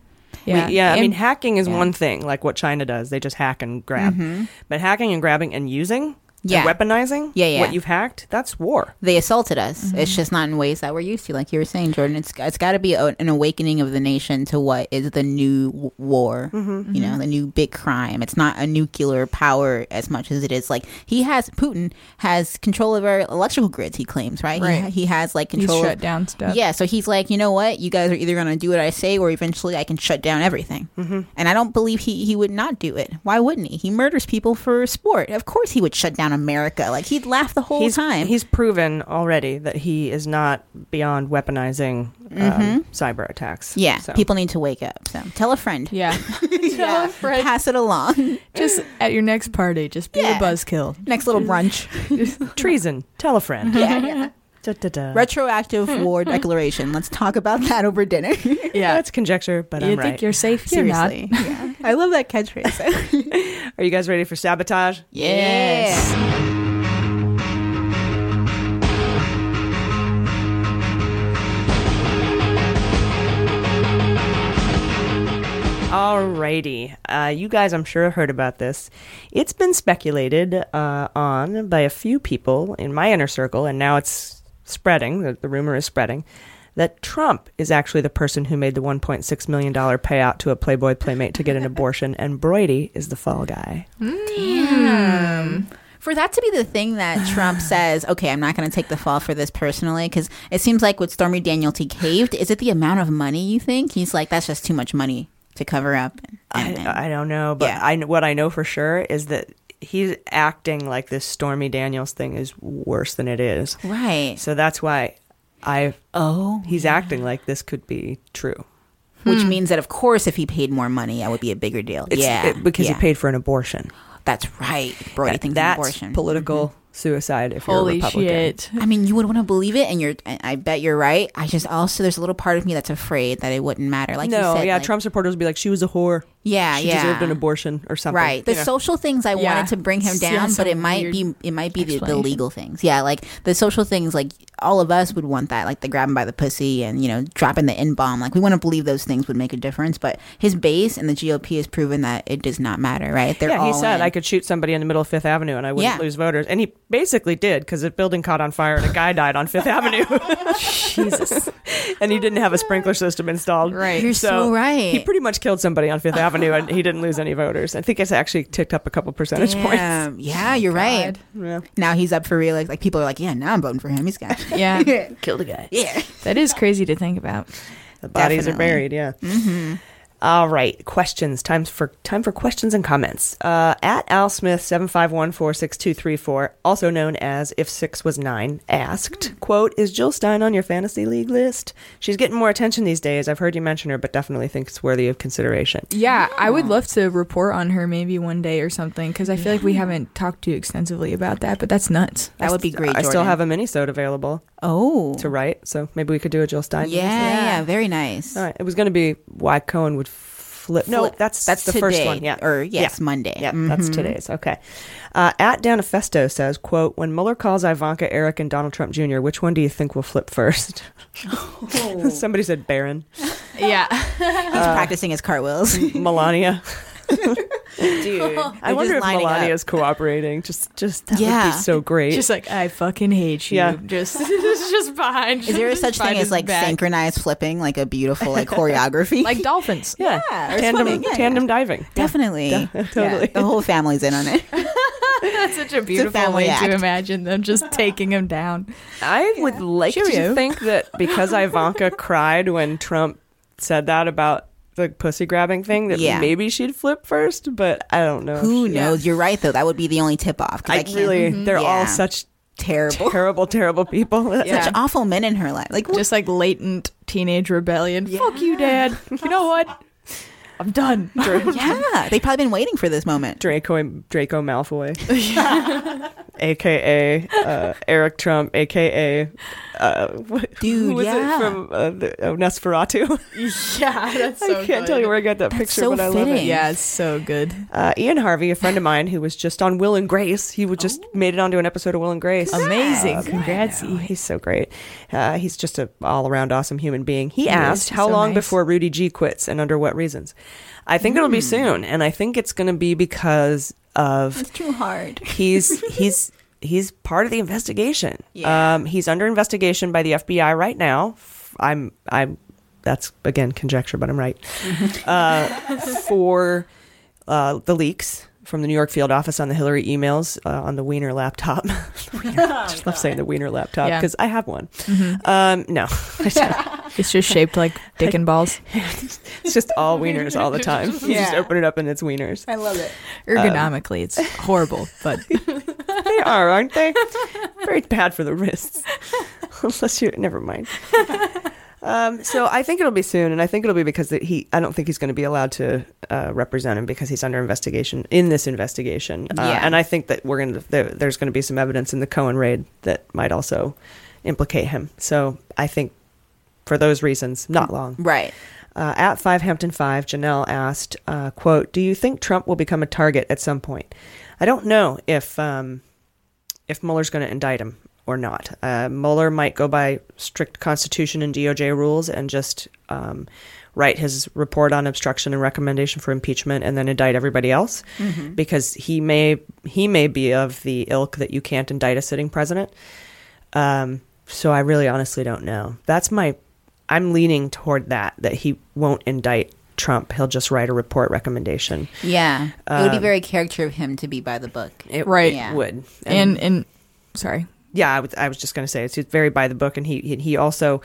Speaker 6: Yeah.
Speaker 3: We- yeah. I
Speaker 6: And-
Speaker 3: mean, hacking is
Speaker 6: yeah. Mm-hmm.
Speaker 3: one thing, like what China does. They just hack and grab.
Speaker 1: Mhm.
Speaker 3: But hacking and grabbing and using,
Speaker 1: Yeah.
Speaker 3: and weaponizing,
Speaker 1: Yeah, yeah.
Speaker 3: what you've hacked, that's war.
Speaker 1: They assaulted us.
Speaker 3: Mhm.
Speaker 6: Mm-hmm.
Speaker 1: It's just not in ways that we're used to. Like you were saying, Jordan, it's it's got to be a, an awakening of the nation to what is the new w- war.
Speaker 6: Mm-hmm.
Speaker 3: Mhm.
Speaker 1: You know, the new big crime. It's not a nuclear power as much as it is like he has. Putin has control over electrical grids. He claims, right? He-
Speaker 6: Right.
Speaker 1: He, has like
Speaker 6: He's
Speaker 1: control. of-
Speaker 6: shut down stuff.
Speaker 1: Yeah. So he's like, you know what? You guys are either going to do what I say, or eventually I can shut down everything.
Speaker 6: Mm-hmm.
Speaker 3: Mhm.
Speaker 1: And I don't believe he, he would not do it. Why wouldn't he? He murders people for sport. Of course he would shut down America. Like he'd laugh the whole
Speaker 3: he's,
Speaker 1: time.
Speaker 3: He's proven already that he is not beyond weaponizing um,
Speaker 6: Mm-hmm.
Speaker 1: Mhm.
Speaker 3: cyber attacks.
Speaker 1: yeah.
Speaker 3: So. [LAUGHS]
Speaker 1: People need to wake up. So tell a friend. [LAUGHS]
Speaker 6: Yeah.
Speaker 1: yeah. Pass it
Speaker 3: [LAUGHS]
Speaker 1: along.
Speaker 6: [LAUGHS] Just at your next party, just be
Speaker 1: Yeah.
Speaker 6: a buzzkill.
Speaker 1: Next little brunch.
Speaker 3: treason. Tell
Speaker 6: [LAUGHS]
Speaker 3: a friend.
Speaker 1: yeah. yeah.
Speaker 3: Da, da, da.
Speaker 1: Retroactive
Speaker 3: [LAUGHS]
Speaker 1: war declaration. Let's talk about that over dinner.
Speaker 6: Yeah.
Speaker 3: That's conjecture, but
Speaker 6: you
Speaker 3: I'm
Speaker 6: think
Speaker 3: right.
Speaker 6: you're safe?
Speaker 1: Seriously.
Speaker 6: You're not.
Speaker 1: yeah. I love that
Speaker 3: [LAUGHS]
Speaker 1: catchphrase.
Speaker 3: Are you guys ready for sabotage?
Speaker 1: yes.
Speaker 3: Alrighty. Uh, you guys, I'm sure, heard about this. It's been speculated uh, on by a few people in my inner circle, and now it's spreading. The, the rumor is spreading that Trump is actually the person who made the $1.6 million payout to a Playboy Playmate to
Speaker 6: [LAUGHS]
Speaker 3: get an abortion, and Brady is the fall guy. Hmm.
Speaker 1: Damn. Hmm. For that to be the thing that
Speaker 3: [SIGHS]
Speaker 1: Trump says, okay, I'm not going to take the fall for this personally, because it seems like with Stormy Daniels, he caved. Is it the amount of money you think? He's like, that's just too much money to cover up.
Speaker 3: I, uh, I don't know, but I kn- what I know for sure is that he's acting like this Stormy Daniels thing is worse than it is.
Speaker 1: Right.
Speaker 3: So that's why I
Speaker 1: oh
Speaker 3: he's acting like this could be true.
Speaker 1: Which means that, of course, if he paid more money, it would be a bigger deal.
Speaker 3: hmm. It's-
Speaker 1: yeah.
Speaker 3: it- because
Speaker 1: yeah.
Speaker 3: he paid for an abortion.
Speaker 1: That's right. Brody
Speaker 3: That-
Speaker 1: thinks
Speaker 3: that's
Speaker 1: abortion. Mm-hmm.
Speaker 3: political suicide. If you're a Republican,
Speaker 6: I
Speaker 1: mean, you would want to believe it, and you're. And I bet you're right. I just also there's a little part of me that's afraid that it wouldn't matter. Like
Speaker 3: no,
Speaker 1: you said,
Speaker 3: yeah,
Speaker 1: like-
Speaker 3: Trump supporters would be like, she was a whore.
Speaker 1: Yeah,
Speaker 3: she
Speaker 1: yeah.
Speaker 3: deserved an abortion or something.
Speaker 1: Right. The
Speaker 3: you know?
Speaker 1: social things I
Speaker 6: Yeah.
Speaker 1: wanted to bring him
Speaker 6: Yeah,
Speaker 1: down, but
Speaker 6: some
Speaker 1: it might
Speaker 6: weird
Speaker 1: be it might be the, the
Speaker 6: explanation.
Speaker 1: legal things. Yeah, like the social things like all of us would want that, like the grabbing by the pussy and, you know, dropping the N bomb. Like we want to believe those things would make a difference. But his base and the GOP has proven that it does not matter, right? They're
Speaker 3: yeah, he
Speaker 1: all
Speaker 3: said
Speaker 1: in.
Speaker 3: I could shoot somebody in the middle of Fifth Avenue and I wouldn't
Speaker 1: Yeah.
Speaker 3: lose voters, and he basically did because the building caught on fire and a guy died on
Speaker 1: [LAUGHS]
Speaker 3: Fifth Avenue.
Speaker 6: Jesus.
Speaker 3: and he didn't have a sprinkler system installed.
Speaker 6: Right. You're so right.
Speaker 3: He pretty much killed somebody on Fifth Avenue, and he didn't lose any voters. I think it's actually ticked up a couple percentage
Speaker 1: Damn.
Speaker 3: points.
Speaker 6: Oh,
Speaker 1: Yeah, you're right. Now he's up for real. Like, like people are like, yeah, now I'm voting for him. He's got [LAUGHS]
Speaker 6: Yeah.
Speaker 3: Killed a guy.
Speaker 1: yeah.
Speaker 6: That is crazy to think about.
Speaker 3: The bodies
Speaker 1: Definitely.
Speaker 3: are buried. Yeah.
Speaker 1: Mm-hmm.
Speaker 3: All right, questions. Time for time for questions and comments. Uh, at Al Smith seven five one four six two three four, also known as if six was nine, asked quote Is Jill Stein on your fantasy league list? She's getting more attention these days. I've heard you mention her, but definitely think it's worthy of consideration.
Speaker 6: Yeah, I would love to report on her maybe one day or something because I feel like we haven't talked too extensively about that, but that's nuts.
Speaker 3: I st- I still have a minisode available.
Speaker 6: Oh,
Speaker 3: to write. So maybe we could do a Jill Stein.
Speaker 1: Yeah, yeah, very nice.
Speaker 3: All right. It was going to be why Cohen would flip. No,
Speaker 1: Flip.
Speaker 3: that's
Speaker 1: That's
Speaker 3: that's the first
Speaker 1: today,
Speaker 3: one. Yeah,
Speaker 1: or yes, Monday.
Speaker 3: Yeah, that's
Speaker 1: Mhm.
Speaker 3: today's. Okay. Uh, at Danifesto says, "quote When Mueller calls Ivanka, Eric, and Donald Trump Jr., which one do you think will flip first?
Speaker 1: Oh.
Speaker 3: [LAUGHS] Somebody said Barron.
Speaker 6: Yeah.
Speaker 1: He's
Speaker 3: uh,
Speaker 1: practicing his
Speaker 3: [LAUGHS]
Speaker 1: cartwheels.
Speaker 6: [LAUGHS]
Speaker 1: [LAUGHS]
Speaker 3: Melania.
Speaker 1: Dude.
Speaker 3: I wonder if Melania is cooperating. Just, just that would
Speaker 1: Yeah.
Speaker 3: be so great.
Speaker 6: Just like I fucking hate you.
Speaker 3: Yeah.
Speaker 6: Just [LAUGHS] just just behind.
Speaker 1: Is there a
Speaker 6: just
Speaker 1: such
Speaker 6: behind
Speaker 1: thing as
Speaker 6: his
Speaker 1: like
Speaker 6: back.
Speaker 1: synchronized flipping, like a beautiful
Speaker 3: [LAUGHS]
Speaker 1: like choreography?
Speaker 6: like dolphins?
Speaker 3: yeah,
Speaker 1: Yeah, it's
Speaker 3: tandem,
Speaker 1: funny. Yeah,
Speaker 3: tandem diving.
Speaker 1: [LAUGHS] Definitely.
Speaker 6: [LAUGHS]
Speaker 3: totally.
Speaker 1: Yeah, the whole family's in on it.
Speaker 6: That's such a beautiful
Speaker 1: family
Speaker 6: way
Speaker 1: act.
Speaker 6: to imagine them just taking him down.
Speaker 3: I would like to
Speaker 6: Cheerio.
Speaker 3: think that
Speaker 6: [LAUGHS]
Speaker 3: because Ivanka cried when Trump said that about the pussy grabbing thing, that
Speaker 1: Yeah.
Speaker 3: maybe she'd flip first, but I don't know. if
Speaker 1: Who
Speaker 3: she-
Speaker 1: knows? You're right though. That would be the only tip off. 'cause
Speaker 3: I,
Speaker 1: can't-
Speaker 3: really,
Speaker 6: Mm-hmm.
Speaker 3: they're all
Speaker 1: Yeah.
Speaker 3: such [LAUGHS]
Speaker 1: terrible,
Speaker 3: terrible,
Speaker 6: [LAUGHS]
Speaker 3: terrible people.
Speaker 6: Yeah.
Speaker 1: such awful men in her life. Like what-
Speaker 6: Just like latent teenage rebellion. Fuck you, Dad. You know
Speaker 3: [LAUGHS]
Speaker 6: what? I'm done. [LAUGHS]
Speaker 1: [LAUGHS] yeah, they've probably been waiting for this moment.
Speaker 3: Draco, Draco
Speaker 1: [LAUGHS]
Speaker 3: Malfoy, [LAUGHS] aka uh, Eric Trump, aka uh, what,
Speaker 1: Dude,
Speaker 3: who was
Speaker 1: yeah.
Speaker 3: it from uh, the, oh, Nosferatu?
Speaker 1: [LAUGHS]
Speaker 6: Yeah, that's so
Speaker 3: I can't tell you where I got that
Speaker 1: That's
Speaker 3: picture,
Speaker 1: so
Speaker 3: but I love it.
Speaker 1: fitting.
Speaker 6: Yeah, it's so good.
Speaker 3: Uh, Ian Harvey, a friend of mine who was just on Will and Grace, he would just made it onto an episode of Will and Grace.
Speaker 6: Amazing. Oh. Congrats.
Speaker 3: Oh, he's so great. Uh, he's just a all around awesome human being. He
Speaker 6: is.
Speaker 3: asked
Speaker 6: He's
Speaker 3: how
Speaker 6: so
Speaker 3: long
Speaker 6: nice.
Speaker 3: before Rudy G quits and under what reasons. I think it'll
Speaker 6: Hmm.
Speaker 3: be soon, and I think it's going to be because of
Speaker 1: It's too
Speaker 6: [LAUGHS]
Speaker 1: hard.
Speaker 3: he's he's he's part of the investigation.
Speaker 1: Yeah.
Speaker 3: Um, he's under investigation by the FBI right now. F- I'm I'm that's again conjecture, but
Speaker 6: [LAUGHS]
Speaker 3: I'm right uh, for uh, the leaks from the New York field office on the Hillary emails uh, on the Wiener laptop. [LAUGHS] The Wiener- I just
Speaker 6: [LAUGHS]
Speaker 3: love saying the Wiener laptop
Speaker 6: Yeah. Mm-hmm.
Speaker 3: because I have one. Um, no, I don't.
Speaker 6: [LAUGHS] It's just shaped like dick and balls.
Speaker 3: [LAUGHS] it's just all Wieners all the time. You just
Speaker 1: Yeah.
Speaker 3: open it up and it's Wieners.
Speaker 1: [LAUGHS] I love it.
Speaker 6: Ergonomically, it's horrible, but
Speaker 3: Um, [LAUGHS] they are, aren't
Speaker 6: [LAUGHS]
Speaker 3: they? Very bad for the wrists. [LAUGHS] Unless you, never mind. Um, so I think it'll be soon, and I think it'll be because that he. I don't think he's going to be allowed to uh, represent him because he's under investigation in this investigation. Uh,
Speaker 1: Yeah.
Speaker 3: And I think that we're going to there, there's going to be some evidence in the Cohen raid that might also implicate him. So I think for those reasons, not long.
Speaker 1: Right.
Speaker 3: Uh, at Five Hampton Five, Janelle asked, uh, "Quote: Do you think Trump will become a target at some point? I don't know if um, if Mueller's going to indict him or not. Uh, Mueller might go by strict Constitution and DOJ rules and just um, write his report on obstruction and recommendation for impeachment, and then indict everybody else because he may he may be of the ilk that you can't indict a sitting president. Um, so I really honestly don't know. That's my I'm leaning toward that that he won't indict Trump. He'll just write a report recommendation.
Speaker 1: Yeah, it would be
Speaker 3: Um,
Speaker 1: very character of him to be by the book.
Speaker 3: It
Speaker 6: Right.
Speaker 1: Yeah.
Speaker 3: would.
Speaker 6: and and sorry,
Speaker 3: yeah, I was, I was just going to say it's very by the book, and he he- he also.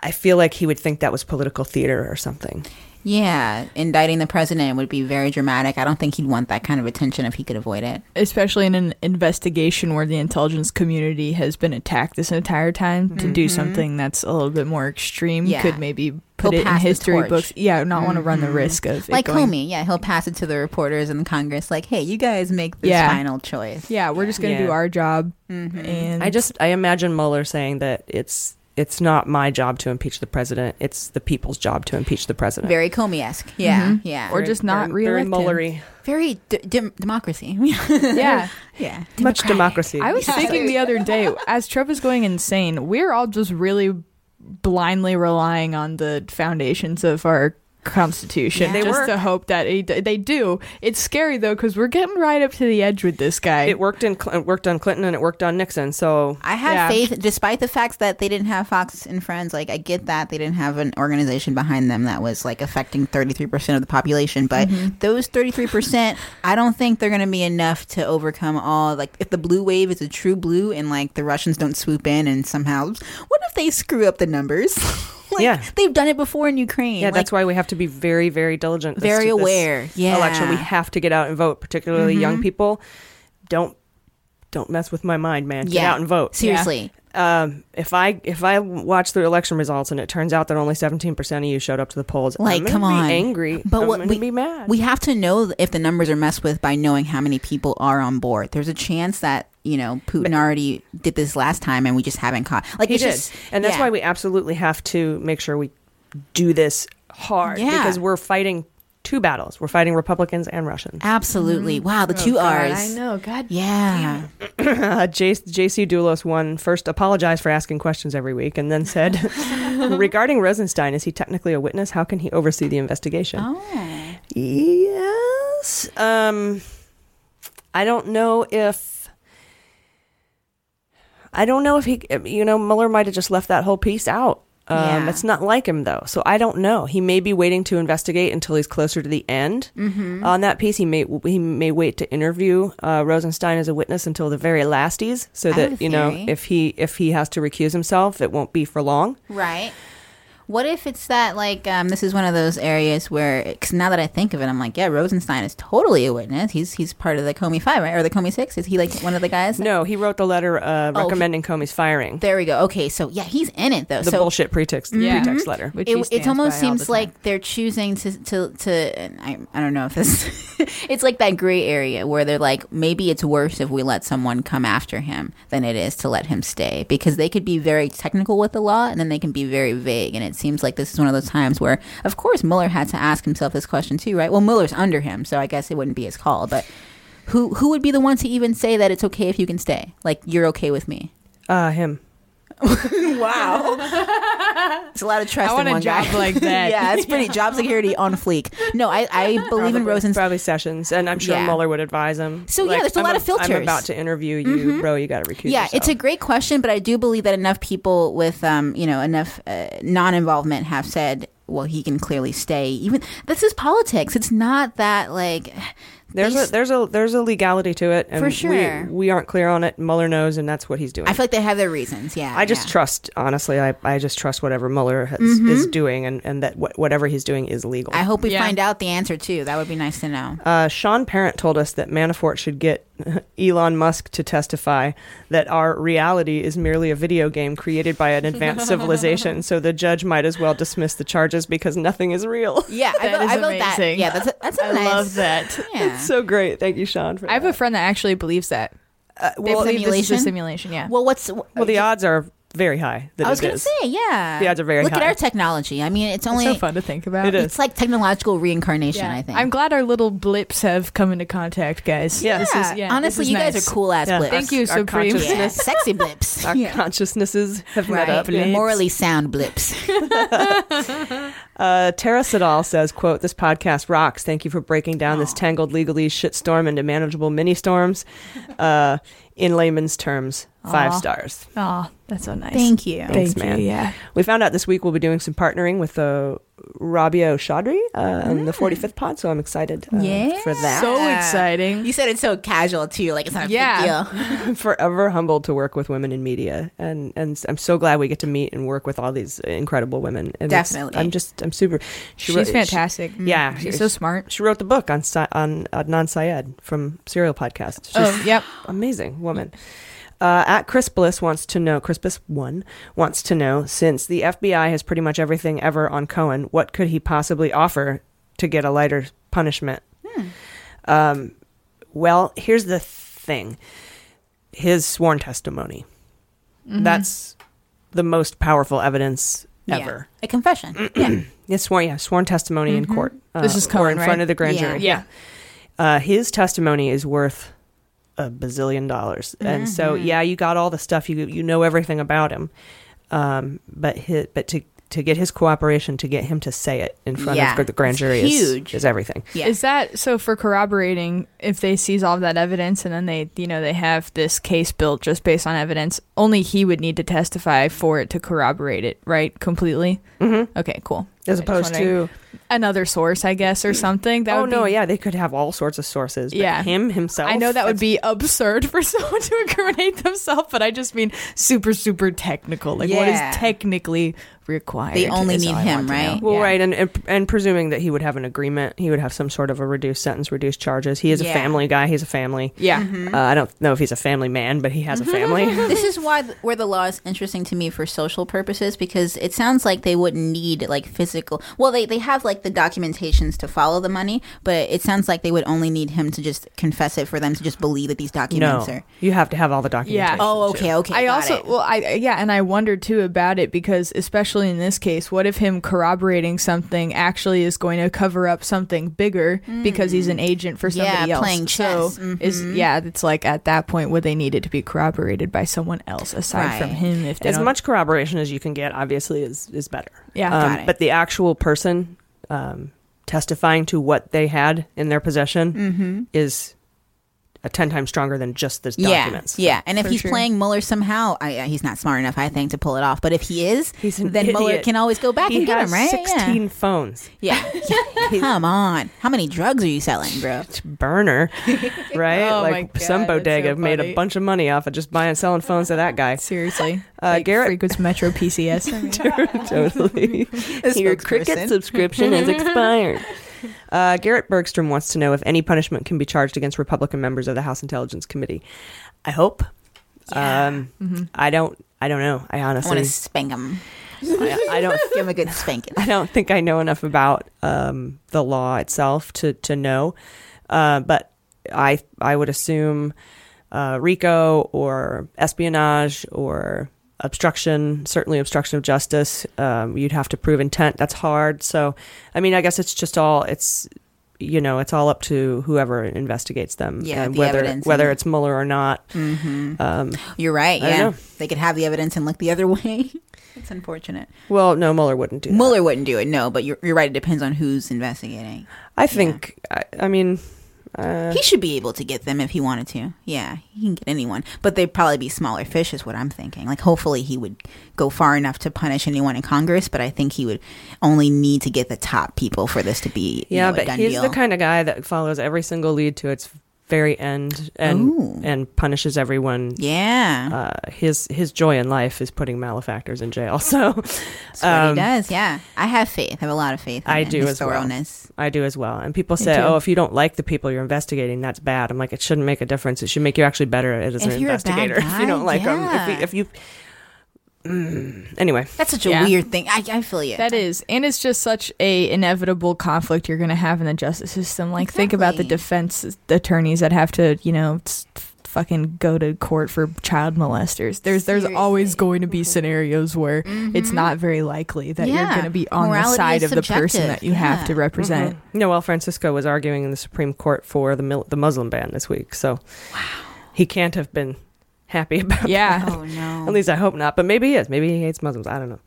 Speaker 3: I feel like he would think that was political theater or something.
Speaker 1: Yeah, indicting the president would be very dramatic. I don't think he'd want that kind of attention if he could avoid it.
Speaker 6: especially in an investigation where the intelligence community has been attacked this entire time to do something that's a little bit more extreme
Speaker 1: Yeah.
Speaker 6: could maybe put it
Speaker 1: He'll
Speaker 6: in
Speaker 1: pass the
Speaker 6: history
Speaker 1: torch.
Speaker 6: books. Yeah, not want to run the risk of it
Speaker 1: Like
Speaker 6: going,
Speaker 1: Comey, yeah, he'll pass it to the reporters in Congress. Like, hey, you guys make this
Speaker 6: Yeah.
Speaker 1: final choice.
Speaker 6: Yeah, we're just gonna
Speaker 3: Yeah.
Speaker 6: do our job, and
Speaker 3: I just I imagine Mueller saying that it's it's not my job to impeach the president; it's the people's job to impeach the president.
Speaker 1: Very Comey esque. Yeah,
Speaker 6: Mhm.
Speaker 1: yeah.
Speaker 6: or just not
Speaker 3: very, very
Speaker 6: reelect him.
Speaker 3: Mullery,
Speaker 1: very d- dem- democracy. [LAUGHS]
Speaker 6: Yeah.
Speaker 1: yeah.
Speaker 3: much democracy.
Speaker 6: I was thinking the other day, as Trump is going insane, we're all just really blindly relying on the foundations of our constitution
Speaker 3: They
Speaker 6: just
Speaker 3: work.
Speaker 6: to hope that he, they do. It's scary though because we're getting right up to the edge with this guy.
Speaker 3: it worked in Cl- it worked on Clinton and it worked on Nixon. So
Speaker 1: I have
Speaker 6: Yeah.
Speaker 1: faith, despite the fact that they didn't have Fox and Friends. Like, I get that they didn't have an organization behind them that was like affecting 33% of the population. But
Speaker 3: Mm-hmm.
Speaker 1: those 33%, I don't think they're going to be enough to overcome all. Like, if the blue wave is a true blue and like the Russians don't swoop in and somehow, what if they screw up the numbers? [LAUGHS] Like,
Speaker 3: Yeah.
Speaker 1: They've done it before in Ukraine.
Speaker 3: Yeah,
Speaker 1: Like,
Speaker 3: that's why we have to be very, very diligent. this-
Speaker 1: Very
Speaker 3: this
Speaker 1: aware. Yeah.
Speaker 3: election we have to get out and vote, particularly young
Speaker 1: Mhm.
Speaker 3: people. Don't don't mess with my mind, man. Get
Speaker 1: Yeah.
Speaker 3: out and vote.
Speaker 1: Seriously.
Speaker 3: Um, if I if I watch the election results and it turns out that only seventeen percent of you showed up to the polls,
Speaker 1: Like,
Speaker 3: I'm gonna
Speaker 1: come
Speaker 3: be
Speaker 1: on.
Speaker 3: angry.
Speaker 1: But
Speaker 3: I'm
Speaker 1: what
Speaker 3: gonna
Speaker 1: we
Speaker 3: be mad.
Speaker 1: we have to know if the numbers are messed with by knowing how many people are on board. There's a chance that you know Putin already did this last time, and we just haven't caught. Like
Speaker 3: he
Speaker 1: it's
Speaker 3: did,
Speaker 1: just,
Speaker 3: and that's
Speaker 1: yeah.
Speaker 3: why we absolutely have to make sure we do this hard
Speaker 1: Yeah.
Speaker 3: because we're fighting two battles. We're fighting Republicans and Russians.
Speaker 1: absolutely wow
Speaker 3: Oh,
Speaker 1: the two
Speaker 10: two
Speaker 1: R's.
Speaker 10: I know. God.
Speaker 3: [LAUGHS]
Speaker 1: Yeah.
Speaker 3: J- JC Doulos won first apologized for asking questions every week and
Speaker 1: [LAUGHS]
Speaker 3: then said, regarding Rosenstein, is he technically a witness? How can he oversee the investigation?
Speaker 1: Oh.
Speaker 3: Yes. Um, I don't know if. I don't know if he, you know, Mueller might have just left that whole piece out. Um,
Speaker 1: Yeah.
Speaker 3: It's not like him though, so I don't know. He may be waiting to investigate until he's closer to the end
Speaker 1: Mhm.
Speaker 3: Mm-hmm. on that piece. He may he may wait to interview uh, Rosenstein as a witness until the very lasties, so
Speaker 1: I have
Speaker 3: that
Speaker 1: a
Speaker 3: you know
Speaker 1: theory.
Speaker 3: if he if he has to recuse himself, it won't be for long.
Speaker 1: Right. What if it's that like um, this is one of those areas where cause now that I think of it, I'm like, yeah, Rosenstein is totally a witness. He's he's part of the Comey Five, right, or the Comey Six? Is he like one of the guys?
Speaker 3: No, he wrote the letter uh,
Speaker 1: Oh, he-
Speaker 3: recommending Comey's firing.
Speaker 1: There we go. Okay, so yeah, he's in it though.
Speaker 3: the
Speaker 1: so
Speaker 3: bullshit pretext
Speaker 1: Mhm.
Speaker 3: pretext letter.
Speaker 10: Which he
Speaker 1: It, it
Speaker 10: stands
Speaker 1: almost
Speaker 10: by all the
Speaker 1: seems like they're choosing to to to. and I I don't know if this. [LAUGHS] it's like that gray area where they're like, maybe it's worse if we let someone come after him than it is to let him stay because they could be very technical with the law and then they can be very vague. And it seems like this is one of those times where, of course, Mueller had to ask himself this question too, right? Well, Mueller's under him, so I guess it wouldn't be his call, but. Who, who would be the one to even say that it's okay if you can stay? Like you're okay with me.
Speaker 3: Uh, him.
Speaker 1: It's a lot of
Speaker 10: I
Speaker 1: trust in
Speaker 10: want a
Speaker 1: one
Speaker 10: job
Speaker 1: guy. [LAUGHS]
Speaker 10: like that.
Speaker 1: yeah, it's pretty job security on fleek. No, I,
Speaker 10: [LAUGHS]
Speaker 1: I believe in Rosenstein.
Speaker 3: Probably Sessions, and I'm sure
Speaker 1: Yeah.
Speaker 3: Mueller would advise him.
Speaker 1: So, yeah, there's a
Speaker 3: I'm
Speaker 1: lot
Speaker 3: ab-
Speaker 1: of filters. Mm-hmm.
Speaker 3: I'm about to interview you, bro. You got to recuse.
Speaker 1: Yeah,
Speaker 3: yourself.
Speaker 1: it's a great question, but I do believe that enough people with, um, you know, enough uh, non-involvement have said, well, he can clearly stay. Even this is politics. It's not that like
Speaker 3: There's
Speaker 1: they
Speaker 3: a
Speaker 1: s-
Speaker 3: there's a there's a legality to it, and
Speaker 1: For
Speaker 3: we-
Speaker 1: sure.
Speaker 3: we, aren't clear on it. Mueller knows, and that's what he's doing.
Speaker 1: I feel like they have their reasons. Yeah,
Speaker 3: I just
Speaker 1: yeah.
Speaker 3: trust, honestly. I, I just trust whatever Mueller has,
Speaker 1: Mhm.
Speaker 3: is doing, and, and that wh- whatever he's doing is legal.
Speaker 1: I hope we
Speaker 10: Yeah.
Speaker 1: find out the answer too. That would be nice to
Speaker 3: [LAUGHS]
Speaker 1: know.
Speaker 3: uh, Sean Parent told us that Manafort should get [LAUGHS] Elon Musk to testify that our reality is merely a video game created by an
Speaker 1: [LAUGHS]
Speaker 3: advanced civilization, so the judge might as well dismiss the charges because nothing is real.
Speaker 1: [LAUGHS] Yeah,
Speaker 3: [LAUGHS]
Speaker 1: I
Speaker 10: That
Speaker 1: vote,
Speaker 10: is
Speaker 1: I vote that.
Speaker 10: amazing.
Speaker 1: Yeah, that's a, that's a
Speaker 10: I
Speaker 1: nice.
Speaker 10: love that.
Speaker 1: Yeah.
Speaker 3: So great. Thank you, Sean, for
Speaker 10: I have
Speaker 3: that.
Speaker 10: a friend that actually believes that.
Speaker 3: Uh, well,
Speaker 10: they believe this is
Speaker 1: simulation?
Speaker 10: a simulation. Yeah.
Speaker 1: well, what's
Speaker 3: well, the odds are very high that
Speaker 1: I was
Speaker 3: it
Speaker 1: gonna
Speaker 3: is.
Speaker 1: say, yeah.
Speaker 3: The odds are very
Speaker 1: Look at
Speaker 3: high.
Speaker 1: our technology. I mean, it's
Speaker 10: it's
Speaker 1: only
Speaker 10: so fun to think about.
Speaker 3: It is.
Speaker 1: it's like technological reincarnation.
Speaker 10: Yeah.
Speaker 1: I think.
Speaker 10: I'm glad our little blips have come into contact, guys.
Speaker 3: Yeah.
Speaker 10: This is, yeah
Speaker 1: Honestly,
Speaker 10: this is
Speaker 1: you
Speaker 10: nice.
Speaker 1: guys are cool ass
Speaker 3: Yeah.
Speaker 1: blips.
Speaker 10: Thank you,
Speaker 3: Our
Speaker 10: Supreme.
Speaker 3: conscious-
Speaker 1: Yeah.
Speaker 10: [LAUGHS]
Speaker 3: Yeah.
Speaker 1: Sexy blips.
Speaker 3: Our
Speaker 1: Yeah.
Speaker 3: consciousnesses have met up.
Speaker 1: Right. Morally sound blips.
Speaker 3: Uh, Tara Siddall says, quote, this podcast rocks. Thank you for breaking down this tangled legalese shitstorm into manageable mini storms. Uh, in layman's terms, five
Speaker 10: Aw.
Speaker 3: stars.
Speaker 10: Oh, that's so [LAUGHS] nice.
Speaker 1: Thank you.
Speaker 3: Thanks,
Speaker 10: Thank you.
Speaker 3: man.
Speaker 10: Yeah.
Speaker 3: We found out this week we'll be doing some partnering with uh, Rabia Chaudhry uh, on the 45th pod, so I'm excited uh,
Speaker 1: Yeah.
Speaker 3: for that.
Speaker 10: Ah. So exciting.
Speaker 1: you said it so casual too, like it's not a
Speaker 10: Yeah.
Speaker 1: big deal.
Speaker 3: I'm forever humbled to work with women in media, and and I'm so glad we get to meet and work with all these incredible women. And it's-
Speaker 1: Definitely.
Speaker 3: I'm just I'm super. she wrote-
Speaker 10: She's
Speaker 3: she-
Speaker 10: fantastic. Mm,
Speaker 3: yeah,
Speaker 10: She's so smart.
Speaker 3: She wrote the book on Sa- on Adnan Syed from Serial Podcast. She's
Speaker 10: Oh, yep.
Speaker 3: amazing woman. Uh, at Chris Bliss wants to know, Crispus one wants to know, since the FBI has pretty much everything ever on Cohen, what could he possibly offer to get a lighter punishment? Um, well, here's the thing: his sworn testimony. That's the most powerful evidence ever.
Speaker 1: Mm-hmm. Yeah. A confession. yeah.
Speaker 3: Yes, sworn, yeah, sworn testimony
Speaker 1: Mm-hmm.
Speaker 3: in court. uh,
Speaker 10: This is
Speaker 3: or
Speaker 10: Cohen,
Speaker 3: in front
Speaker 10: right?
Speaker 3: of the grand
Speaker 1: Yeah.
Speaker 3: jury.
Speaker 10: Yeah.
Speaker 3: Uh, his testimony is worth a bazillion dollars, and so
Speaker 1: Mm-hmm.
Speaker 3: yeah, you got all the stuff. You you know everything about him, um, but his, but to to get his cooperation, to get him to say it in front
Speaker 1: Yeah.
Speaker 3: of the grand
Speaker 1: It's
Speaker 3: jury is
Speaker 1: huge.
Speaker 3: is everything.
Speaker 1: Yeah.
Speaker 10: Is that so for corroborating if they seize all of that evidence and then they you know they have this case built just based on evidence only he would need to testify for it to corroborate it right completely
Speaker 3: Mhm.
Speaker 10: okay cool
Speaker 6: [LAUGHS]
Speaker 3: As
Speaker 10: I just
Speaker 3: opposed
Speaker 10: wondering.
Speaker 3: to
Speaker 10: another source I guess or something that
Speaker 3: oh
Speaker 10: would
Speaker 3: no,
Speaker 10: be,
Speaker 3: yeah, they could have all sorts of sources. But
Speaker 10: Yeah.
Speaker 3: him himself.
Speaker 10: I know that would
Speaker 3: that's-
Speaker 10: be absurd for someone to incriminate themselves but I just mean super super technical like what is
Speaker 1: Yeah.
Speaker 10: technically
Speaker 6: required.
Speaker 1: They only
Speaker 6: is
Speaker 1: need
Speaker 6: all I
Speaker 1: him,
Speaker 6: want to know.
Speaker 1: right?
Speaker 3: Well, right, and, and and presuming that he would have an agreement, he would have some sort of a reduced sentence, reduced charges. He is
Speaker 15: Yeah.
Speaker 3: a family guy. He's a family.
Speaker 15: Yeah. Mhm.
Speaker 1: Mm-hmm.
Speaker 3: Uh, I don't know if he's a family man, but he has a
Speaker 6: Mm-hmm. [LAUGHS]
Speaker 3: family.
Speaker 1: this is why th- where the law is interesting to me for social purposes because it sounds like they wouldn't need like physical. Well, they they have like the documentations to follow the money, but it sounds like they would only need him to just confess it for them to just believe that these
Speaker 3: no,
Speaker 1: documents are.
Speaker 3: you have to have all the
Speaker 6: Yeah.
Speaker 3: documentation.
Speaker 1: Oh, okay, okay.
Speaker 6: I
Speaker 1: got
Speaker 6: also
Speaker 1: it.
Speaker 6: well, I yeah, and I wondered too about it because especially in this case, what if him corroborating something actually is going to cover up something bigger because he's an agent for somebody
Speaker 1: Mm. Yeah,
Speaker 6: else?
Speaker 1: playing
Speaker 6: So
Speaker 1: chess.
Speaker 6: is
Speaker 1: Mhm.
Speaker 6: yeah, it's like at that point would they need it to be corroborated by someone else aside from him? If they
Speaker 3: as
Speaker 6: don't-
Speaker 3: much corroboration as you can get, obviously, is is better.
Speaker 6: Yeah.
Speaker 3: Um,
Speaker 6: Got it.
Speaker 3: but the actual person um, testifying to what they had in their possession
Speaker 1: Mhm.
Speaker 3: is a ten times stronger than just the
Speaker 1: Yeah,
Speaker 3: documents.
Speaker 1: yeah, and if
Speaker 3: For
Speaker 1: he's
Speaker 3: sure.
Speaker 1: playing Mueller somehow, I, I- he's not smart enough, I think, to pull it off. But if he is,
Speaker 3: an
Speaker 1: then Mueller
Speaker 3: idiot.
Speaker 1: can always go back
Speaker 3: He
Speaker 1: and get
Speaker 3: has
Speaker 1: him, right? Yeah.
Speaker 3: Sixteen phones. [LAUGHS]
Speaker 1: Yeah. Come on. How many drugs are you selling, bro?
Speaker 3: burner, right?
Speaker 1: Oh my
Speaker 3: like
Speaker 1: God,
Speaker 3: some
Speaker 1: that's so
Speaker 3: bodega made
Speaker 1: funny.
Speaker 3: a bunch of money off of just buying selling phones to that guy.
Speaker 6: Seriously,
Speaker 3: uh, Garrett
Speaker 6: frequents Metro
Speaker 3: [LAUGHS]
Speaker 6: PCS.
Speaker 3: totally. Your
Speaker 6: spokesperson.
Speaker 3: cricket subscription [LAUGHS] has expired. Uh, Garrett Bergstrom wants to know if any punishment can be charged against Republican members of the House Intelligence Committee. I hope. Um,
Speaker 1: Mhm.
Speaker 3: I don't. I don't know. I
Speaker 1: I
Speaker 3: honestly.
Speaker 1: want to spank him.
Speaker 3: I, I don't
Speaker 1: give him a good spanking.
Speaker 3: I don't think I know enough about um, the law itself to to know, uh, but I I would assume uh, RICO or espionage or obstruction, certainly obstruction of justice. Um, you'd have to prove intent. That's hard. So, I mean, I guess it's just all it's you know it's all up to whoever investigates them
Speaker 1: Yeah,
Speaker 3: and
Speaker 1: the
Speaker 3: whether
Speaker 1: evidence
Speaker 3: whether
Speaker 1: and-
Speaker 3: it's Mueller or not.
Speaker 1: Mhm.
Speaker 3: Um,
Speaker 1: [LAUGHS] You're right.
Speaker 3: I don't
Speaker 1: Yeah.
Speaker 3: know.
Speaker 1: They could have the evidence and look the other [LAUGHS] way. it's unfortunate.
Speaker 3: Well, no, Mueller wouldn't do. that.
Speaker 1: Mueller wouldn't do it, no, but you're, you're right. It depends on who's investigating.
Speaker 3: I think. I, I mean. Uh,
Speaker 1: He should be able to get them if he wanted to. Yeah, he can get anyone. But they'd probably be smaller fish, is what I'm thinking. Like, hopefully, he would go far enough to punish anyone in Congress, but I think he would only need to get the top people for this to be you
Speaker 3: Yeah,
Speaker 1: know, a
Speaker 3: but
Speaker 1: done
Speaker 3: he's
Speaker 1: deal.
Speaker 3: the kind of guy that follows every single lead to its very end and and punishes everyone.
Speaker 1: Yeah.
Speaker 3: Uh, his his joy in life is putting malefactors in jail. [LAUGHS] So um, That's
Speaker 1: what he does, yeah. I have faith. I have a lot of faith. In
Speaker 3: I
Speaker 1: him,
Speaker 3: do
Speaker 1: his
Speaker 3: as well.
Speaker 1: thoroughness.
Speaker 3: I do as well. And people
Speaker 1: Me
Speaker 3: say,
Speaker 1: too.
Speaker 3: "Oh, if you don't like the people you're investigating, that's bad." I'm like, it shouldn't make a difference. It should make you actually better at- as
Speaker 1: If
Speaker 3: an
Speaker 1: you're a bad
Speaker 3: investigator [LAUGHS] if you
Speaker 1: guy,
Speaker 3: don't like 'em.
Speaker 1: yeah.
Speaker 3: If you, if you Mm. anyway,
Speaker 1: That's such a
Speaker 6: Yeah.
Speaker 1: weird thing. I, I feel you.
Speaker 6: That is, and it's just such a inevitable conflict you're going to have in the justice system. Like, think about the defense attorneys that have to, you know, s- f- fucking go to court for child molesters. There's, there's always going to be scenarios where it's not very likely that you're
Speaker 1: Mm-hmm. Yeah.
Speaker 6: going to be on
Speaker 1: Morality
Speaker 6: the side
Speaker 1: is
Speaker 6: of the person
Speaker 1: subjective.
Speaker 6: that you have to
Speaker 1: Yeah. [LAUGHS]
Speaker 6: represent.
Speaker 3: Noel Mm-hmm. Francisco was arguing in the Supreme Court for the mil- the Muslim ban this week. So he can't have been happy [LAUGHS] about
Speaker 6: Yeah. [LAUGHS]
Speaker 3: that.
Speaker 1: Oh, no.
Speaker 3: At least I hope not. But maybe he is. Maybe he hates Muslims. I don't know.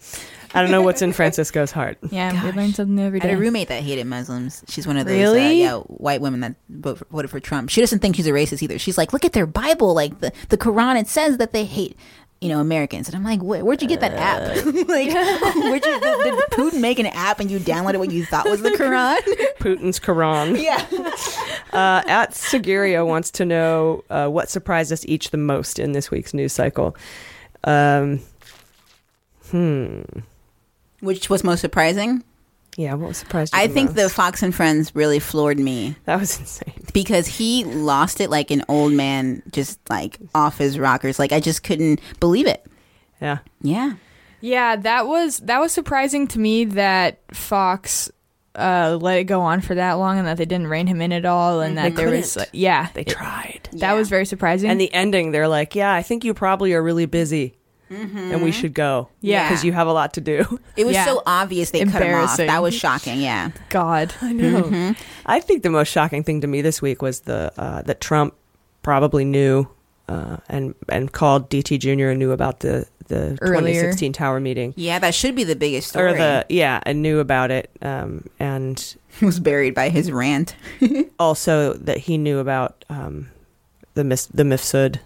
Speaker 3: I don't know
Speaker 6: [LAUGHS]
Speaker 3: what's in Francisco's heart.
Speaker 6: Yeah, we learn something every
Speaker 1: I
Speaker 6: day.
Speaker 1: had a roommate that hated Muslims. She's one of those uh,
Speaker 6: Really?
Speaker 1: yeah, white women that vote for, voted for Trump. She doesn't think she's a racist either. She's like, look at their Bible, like the, the Quran. It says that they hate, you know, Americans. And I'm like, Where, where'd you get that app? [LAUGHS] like,
Speaker 6: Uh.
Speaker 1: where'd you, did, did Putin make an app and you downloaded what you thought
Speaker 6: [LAUGHS]
Speaker 1: was the Quran?
Speaker 3: Putin's
Speaker 1: [LAUGHS]
Speaker 3: Quran.
Speaker 1: yeah.
Speaker 3: [LAUGHS] Uh, at Segurio wants to know uh, what surprised us each the most in this week's news cycle. Um, hmm.
Speaker 1: Which was most surprising?
Speaker 3: Yeah, what was surprised? You
Speaker 1: I
Speaker 3: the
Speaker 1: think
Speaker 3: most?
Speaker 1: the Fox and Friends really floored me.
Speaker 3: That was insane.
Speaker 1: Because he lost it like an old man, just like off his rockers. Like, I just couldn't believe it.
Speaker 3: Yeah.
Speaker 1: Yeah.
Speaker 6: Yeah, that was that was surprising to me that Fox uh, let it go on for that long and that they didn't rein him in at all and
Speaker 3: They
Speaker 6: that there was
Speaker 3: couldn't.
Speaker 6: yeah
Speaker 3: They tried.
Speaker 6: That was very surprising.
Speaker 3: And the ending, they're like, "Yeah, I think you probably are really busy, and we should go.
Speaker 1: Yeah.
Speaker 3: because you have a lot to do."
Speaker 1: Mm-hmm. It was so obvious they cut him off.
Speaker 6: Embarrassing.
Speaker 1: That was shocking. Yeah. Mm-hmm.
Speaker 6: God,
Speaker 3: I know. I think the most shocking thing to me this week was the uh, that Trump probably knew uh, and and called DT Jr. and knew about the the
Speaker 1: Earlier.
Speaker 3: 2016 Tower meeting.
Speaker 1: Yeah, that should be the biggest story. [LAUGHS]
Speaker 3: Or the yeah, and knew about it, um, and
Speaker 1: was buried by his rant.
Speaker 3: also that he knew about um, the mis- the MIFSUD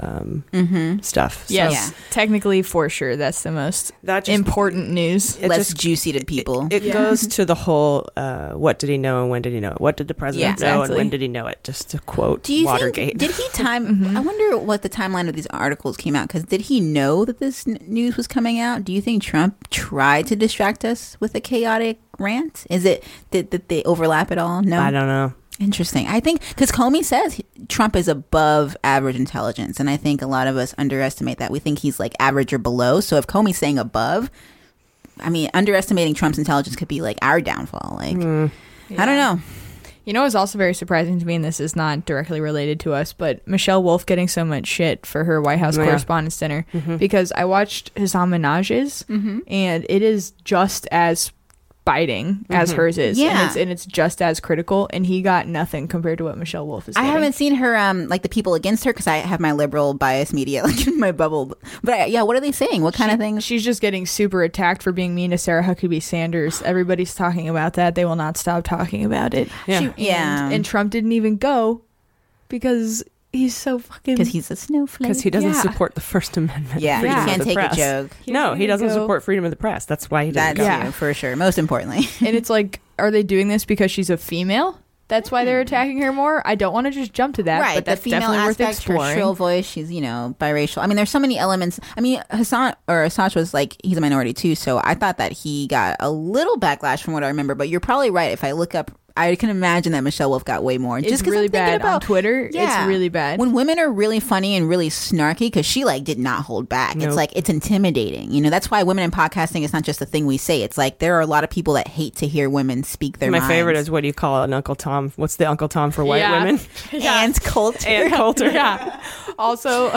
Speaker 3: um,
Speaker 6: Mhm.
Speaker 3: stuff. So-
Speaker 6: Yes, technically for sure, that's the most important news.
Speaker 3: It Less just-
Speaker 6: juicy to people.
Speaker 3: It goes to the whole uh, what did he know and when did he know it? What did the president
Speaker 1: Yeah,
Speaker 3: know
Speaker 1: exactly.
Speaker 3: and when did he know it? Just to quote
Speaker 1: Do you
Speaker 3: Watergate.
Speaker 1: think did he
Speaker 6: [LAUGHS]
Speaker 1: time?
Speaker 6: Mm-hmm.
Speaker 1: I wonder what the timeline of these articles came out because did he know that this n- news was coming out? Do you think Trump tried to distract us with a chaotic rant? Is it did, did they overlap at all? No,
Speaker 3: I don't know.
Speaker 1: Interesting. I think because Comey says he- Trump is above average intelligence, and I think a lot of us underestimate that. We think he's like average or below. So if Comey's saying above, I mean, underestimating Trump's intelligence could be like our downfall. Like,
Speaker 6: Mm.
Speaker 1: I don't know.
Speaker 6: You know, it's also very surprising to me, and this is not directly related to us, but Michelle Wolf getting so much shit for her White House
Speaker 1: Yeah.
Speaker 6: Correspondence Dinner
Speaker 1: Mhm.
Speaker 6: because I watched Hassan Minaj's,
Speaker 1: Mhm.
Speaker 6: and it is just as biting as
Speaker 1: Mhm.
Speaker 6: hers is,
Speaker 1: Yeah.
Speaker 6: and it's, and it's just as critical, and he got nothing compared to what Michelle Wolf is.
Speaker 1: I
Speaker 6: getting.
Speaker 1: haven't seen her, um, like the people against her, because I have my liberal bias media [LAUGHS] like in my bubble. But I, yeah, what are they saying? What kind of things?
Speaker 6: She's just getting super attacked for being mean to Sarah Huckabee Sanders. Everybody's talking about that. They will not stop talking about it.
Speaker 1: Yeah.
Speaker 6: and,
Speaker 1: Yeah.
Speaker 6: and Trump didn't even go because he's so fucking.
Speaker 1: 'Cause he's a snowflake.
Speaker 3: Because he doesn't
Speaker 6: Yeah.
Speaker 3: [LAUGHS] support the First Amendment.
Speaker 1: Yeah,
Speaker 3: freedom
Speaker 1: he
Speaker 3: of
Speaker 1: can't
Speaker 3: the
Speaker 1: take a
Speaker 3: press.
Speaker 1: joke. He
Speaker 3: no,
Speaker 6: doesn't
Speaker 3: he doesn't
Speaker 6: go-
Speaker 3: support freedom of the press. That's why he doesn't
Speaker 1: That's
Speaker 3: go.
Speaker 1: you, for sure. Most importantly,
Speaker 6: and it's like, are they doing this because she's a female? That's why they're attacking her more. I don't want to just jump to that,
Speaker 1: right?
Speaker 6: But that's
Speaker 1: the female
Speaker 6: definitely worth
Speaker 1: aspect, her
Speaker 6: exploring.
Speaker 1: shrill voice. She's you know biracial. I mean, there's so many elements. I mean, Hassan or Assange was like he's a minority too, so I thought that he got a little backlash from what I remember. But you're probably right. If I look up, I can imagine that Michelle Wolf got way more.
Speaker 6: It's
Speaker 1: just 'cause I'm
Speaker 6: really
Speaker 1: thinking
Speaker 6: bad
Speaker 1: about
Speaker 6: on Twitter. It's really bad.
Speaker 1: When women are really funny and really snarky, because she like did not hold back. It's
Speaker 6: Nope.
Speaker 1: like it's intimidating. You know, that's why women in podcasting is not just a thing we say. It's like there are a lot of people that hate to hear women speak their
Speaker 3: My
Speaker 1: minds.
Speaker 3: favorite is what do you call an Uncle Tom? What's the Uncle Tom for white [LAUGHS] women?
Speaker 6: [LAUGHS]
Speaker 1: and Coulter.
Speaker 3: And
Speaker 1: [LAUGHS]
Speaker 3: Coulter.
Speaker 6: yeah. Also,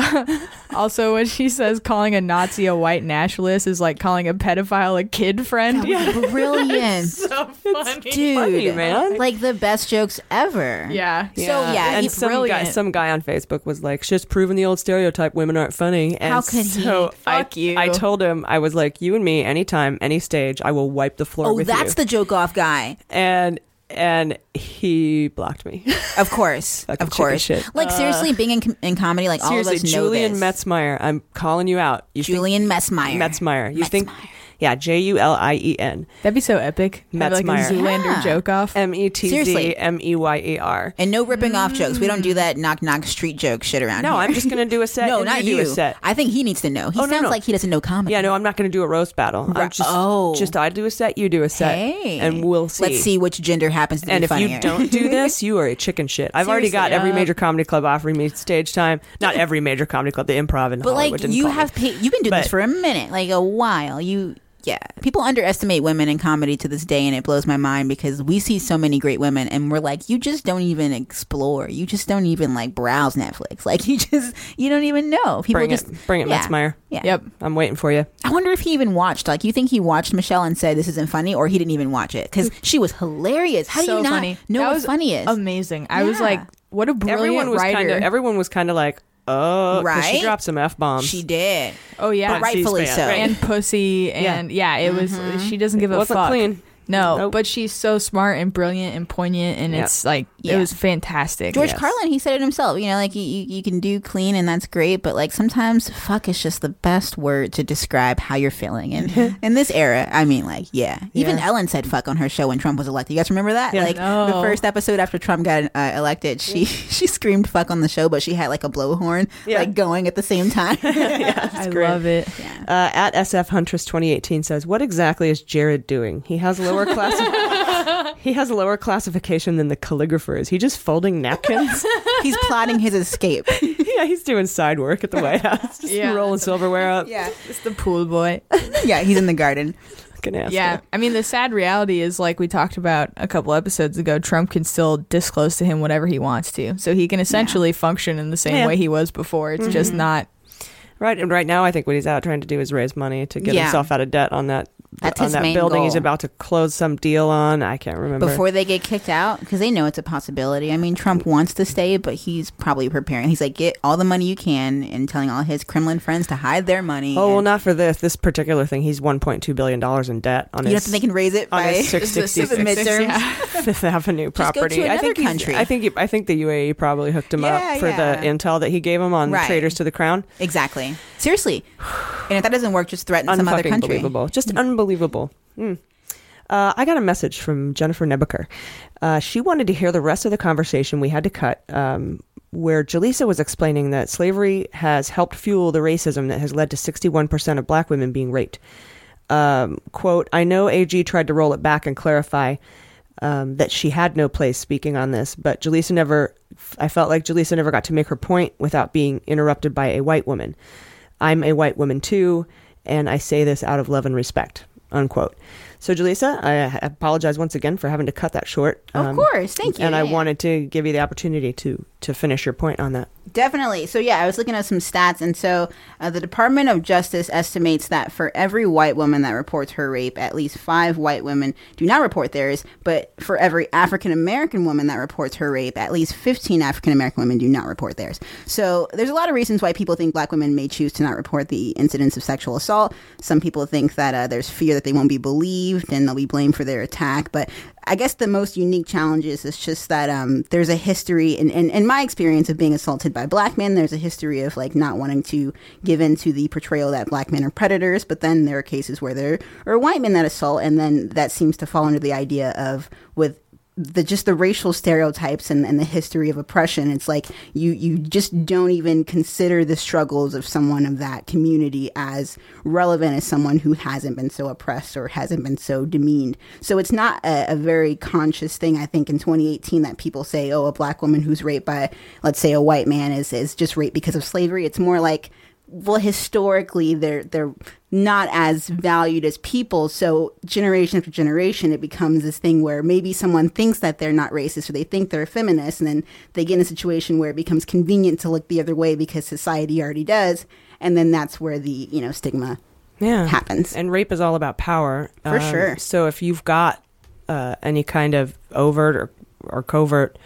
Speaker 6: also when she says calling a Nazi a white nationalist is like calling a pedophile a kid friend.
Speaker 1: That was [LAUGHS] brilliant.
Speaker 6: so funny.
Speaker 1: Dude,
Speaker 3: Funny, man.
Speaker 1: like the best jokes ever.
Speaker 6: Yeah.
Speaker 1: So yeah,
Speaker 3: and
Speaker 1: he's
Speaker 3: some guy,
Speaker 1: brilliant.
Speaker 3: some guy on Facebook was like, "She's proven the old stereotype: women aren't funny." And
Speaker 1: How could he?
Speaker 3: so I,
Speaker 1: Fuck you.
Speaker 3: I told him, I was like, "You and me, anytime, any stage, I will wipe the floor
Speaker 1: oh,
Speaker 3: with
Speaker 1: that's
Speaker 3: you."
Speaker 1: the joke off guy.
Speaker 3: and and he blocked me.
Speaker 1: Of course,
Speaker 3: Fucking
Speaker 1: of course.
Speaker 3: chicken shit. Uh,
Speaker 1: Like seriously, being in, com- in comedy, [LAUGHS] like all of
Speaker 3: Seriously,
Speaker 1: us know
Speaker 3: Julian
Speaker 1: this.
Speaker 3: Metzmeyer, I'm calling you out. You
Speaker 1: Julian Metzmeyer.
Speaker 3: think, Metzmeyer. You think? Yeah, J U L I E N.
Speaker 6: That'd be so epic. Have, like, a
Speaker 3: Metzmeyer.
Speaker 6: Zoolander Yeah. joke off.
Speaker 3: M E T Z
Speaker 1: Seriously.
Speaker 3: M E Y E R.
Speaker 1: And no ripping off jokes. We don't do that knock knock street joke shit around
Speaker 3: Mm. No,
Speaker 1: here. [LAUGHS]
Speaker 3: I'm just gonna do a set
Speaker 1: no,
Speaker 3: and
Speaker 1: not
Speaker 3: you do
Speaker 1: you.
Speaker 3: a set.
Speaker 1: I think he needs to know. He
Speaker 3: Oh, no,
Speaker 1: sounds
Speaker 3: no.
Speaker 1: like he doesn't know comedy.
Speaker 3: Yeah, no, I'm not going to do a roast battle. I'm
Speaker 1: Right.
Speaker 3: just,
Speaker 1: Oh.
Speaker 3: just I do a set, you do a set,
Speaker 1: Hey.
Speaker 3: and we'll see.
Speaker 1: Let's see which gender happens to
Speaker 3: And
Speaker 1: be
Speaker 3: if you
Speaker 1: funnier. [LAUGHS]
Speaker 3: don't do this, you are a chicken shit. I've already got
Speaker 1: Seriously. uh,
Speaker 3: every
Speaker 1: Yeah.
Speaker 3: major comedy club offering me stage time. Not every major comedy club, the Improv in
Speaker 1: but
Speaker 3: Hollywood
Speaker 1: like
Speaker 3: didn't
Speaker 1: you
Speaker 3: call me.
Speaker 1: have pa- you've been doing this
Speaker 3: But-
Speaker 1: for a minute, like a while. You yeah. People underestimate women in comedy to this day and it blows my mind because we see so many great women and we're like you just don't even explore. You just don't even like browse Netflix. [LAUGHS] Like you just you don't even know. People
Speaker 3: bring
Speaker 1: just
Speaker 3: it, bring it,
Speaker 1: yeah.
Speaker 3: Metzmeyer.
Speaker 1: Yeah.
Speaker 6: Yep.
Speaker 3: I'm waiting for you.
Speaker 1: I wonder if he even watched. Like, you think he watched Michelle and said this isn't funny, or he didn't even watch it because she was hilarious. How do
Speaker 6: so
Speaker 1: you not
Speaker 6: funny.
Speaker 1: know
Speaker 6: that
Speaker 1: what
Speaker 6: was
Speaker 1: funny is?
Speaker 6: Amazing. I was
Speaker 1: Yeah.
Speaker 6: like, what a brilliant
Speaker 3: Everyone was
Speaker 6: writer.
Speaker 3: kind of, everyone was kind of like, oh, 'cause
Speaker 6: Right?
Speaker 3: she dropped some f bombs.
Speaker 1: She did.
Speaker 6: oh yeah,
Speaker 3: But rightfully C-SPAN. so.
Speaker 6: And pussy
Speaker 3: Yeah.
Speaker 6: and yeah, it was.
Speaker 1: Mm-hmm.
Speaker 3: Mhm.
Speaker 6: She doesn't give
Speaker 3: It
Speaker 6: a
Speaker 3: wasn't
Speaker 6: fuck.
Speaker 3: clean.
Speaker 6: No,
Speaker 3: Nope.
Speaker 6: but she's so smart and brilliant and poignant, and
Speaker 1: Yeah.
Speaker 6: it's like
Speaker 1: Yeah.
Speaker 6: it was fantastic.
Speaker 1: George Carlin, he said it himself. You know, like you, you, you can do clean and that's great, but like sometimes fuck is just the best word to describe how you're feeling.
Speaker 6: [LAUGHS]
Speaker 1: And in this era, I mean, like, yeah. Even
Speaker 6: Yeah.
Speaker 1: Ellen said fuck on her show when Trump was elected. You guys remember that?
Speaker 6: Yeah.
Speaker 1: Like
Speaker 6: No.
Speaker 1: the first episode after Trump got uh, elected, she [LAUGHS] she screamed fuck on the show, but she had like a blowhorn like going at the
Speaker 6: [LAUGHS]
Speaker 1: same time.
Speaker 6: I love it.
Speaker 3: Uh, at SF Huntress 2018 says, "What exactly is Jared doing? He has lower class. he has lower classification than the calligrapher. Is he just folding napkins?
Speaker 1: [LAUGHS]
Speaker 3: [LAUGHS]
Speaker 1: He's plotting
Speaker 6: [LAUGHS]
Speaker 1: his escape.
Speaker 3: yeah, he's doing side work at the White House, just
Speaker 6: Yeah.
Speaker 3: rolling silverware up.
Speaker 1: Yeah,
Speaker 6: it's the pool boy.
Speaker 1: [LAUGHS] yeah, he's in the garden.
Speaker 3: Fucking asshole.
Speaker 6: Yeah, I mean the sad reality is like we talked about a couple episodes ago. Trump can still disclose to him whatever he wants to, so he can essentially function in the same
Speaker 3: Yeah.
Speaker 6: way he was before. It's just
Speaker 3: Mhm.
Speaker 6: not
Speaker 3: Right, and right now, I think what he's out trying to do is raise money to get
Speaker 6: Yeah.
Speaker 3: himself out of debt on that
Speaker 15: That's
Speaker 3: on
Speaker 15: his
Speaker 3: that
Speaker 15: main
Speaker 3: building he's
Speaker 15: goal.
Speaker 3: about to close some deal on. I can't remember.
Speaker 15: before they get kicked out because they know it's a possibility. I mean, Trump wants to stay, but he's probably preparing. He's like, get all the money you can and telling all his Kremlin friends to hide their money.
Speaker 3: Oh well,
Speaker 15: and-
Speaker 3: not for this. This particular thing, he's one point two billion dollars in debt on
Speaker 15: You don't
Speaker 3: his.
Speaker 15: think they can raise it
Speaker 3: on
Speaker 15: by [LAUGHS]
Speaker 3: his
Speaker 15: the
Speaker 3: 666
Speaker 15: midterms? [LAUGHS]
Speaker 3: [LAUGHS] Fifth Avenue
Speaker 15: Just go to
Speaker 3: property. I
Speaker 15: another
Speaker 3: think he's-
Speaker 15: country.
Speaker 3: I think he- I think the UAE probably hooked him
Speaker 15: Yeah,
Speaker 3: up for
Speaker 15: yeah.
Speaker 3: the intel that he gave him on
Speaker 15: Right.
Speaker 3: Traders to the Crown.
Speaker 15: Exactly. Seriously. and if that doesn't work, just threaten some other
Speaker 3: Unfucking
Speaker 15: country. Mm-hmm.
Speaker 3: believable. Just unbelievable. Mm. Uh, I got a message from Jennifer Nebuchar. Uh, she wanted to hear the rest of the conversation we had to cut, um, where Jaleesa was explaining that slavery has helped fuel the racism that has led to 61% of black women being raped. Um, quote, I know AG tried to roll it back and clarify um, that she had no place speaking on this, but Jaleesa never, I felt like Jaleesa never got to make her point without being interrupted by a white woman. I'm a white woman too, and I say this out of love and respect, unquote. So, Jaleesa, I apologize once again for having to cut that short. um,
Speaker 1: Of course. Thank you.
Speaker 3: And I
Speaker 1: Yeah, yeah.
Speaker 3: wanted to give you the opportunity to to finish your point on that.
Speaker 1: Definitely. So, yeah, I was looking at some stats. And so uh, the Department of Justice estimates that for every white woman that reports her rape, at least five white women do not report theirs. But for every African American woman that reports her rape, at least 15 African American women do not report theirs. So, there's a lot of reasons why people think black women may choose to not report the incidents of sexual assault. Some people think that uh, there's fear that they won't be believed and they'll be blamed for their attack. But I guess the most unique challenge is it's just that um, there's a history, in, in, in my experience of being assaulted by black men, there's a history of like not wanting to give in to the portrayal that black men are predators. But then there are cases where there are white men that assault, and then that seems to fall under the idea of with the just the racial stereotypes and, and the history of oppression it's like you you just don't even consider the struggles of someone of that community as relevant as someone who hasn't been so oppressed or hasn't been so demeaned so it's not a, a very conscious thing i think in 2018 that people say oh a black woman who's raped by let's say a white man is is just raped because of slavery it's more like well historically they're they're not as valued as people so generation after generation it becomes this thing where maybe someone thinks that they're not racist or they think they're a feminist and then they get in a situation where it becomes convenient to look the other way because society already does and then that's where the you know stigma
Speaker 6: Uh-huh.
Speaker 3: Yeah.
Speaker 1: happens
Speaker 3: And rape is all about power. Um,
Speaker 1: For sure.
Speaker 3: So if you've got uh, any kind of overt or, or covert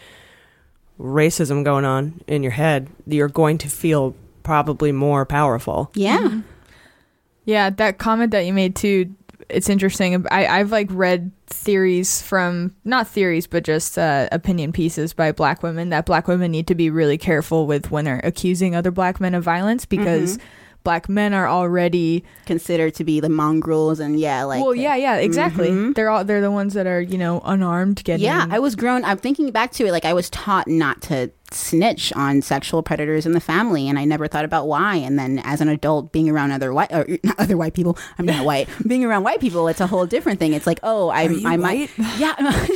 Speaker 3: racism going on in your head, you're going to feel probably more powerful.
Speaker 6: Mm-hmm.
Speaker 1: yeah
Speaker 6: Yeah, that comment that you made too. It's interesting. I, I've like read theories from not theories, but just uh, opinion pieces by black women that black women need to be really careful with when they're accusing other black men of violence because
Speaker 1: Mhm.
Speaker 6: black men are already
Speaker 1: considered to be the mongrels and yeah like
Speaker 6: well, yeah, yeah, exactly. They're all they're the ones that are you know unarmed getting
Speaker 1: Mm-hmm. Yeah, I was grown. I'm thinking back to it. Like I was taught not to snitch on sexual predators in the family, and I never thought about why. And then as an adult, being around other white or not other white people, I'm
Speaker 6: [LAUGHS]
Speaker 1: not white. being around white people, it's a whole different thing. It's like, oh, I, I might,
Speaker 6: [LAUGHS]
Speaker 1: yeah. [LAUGHS]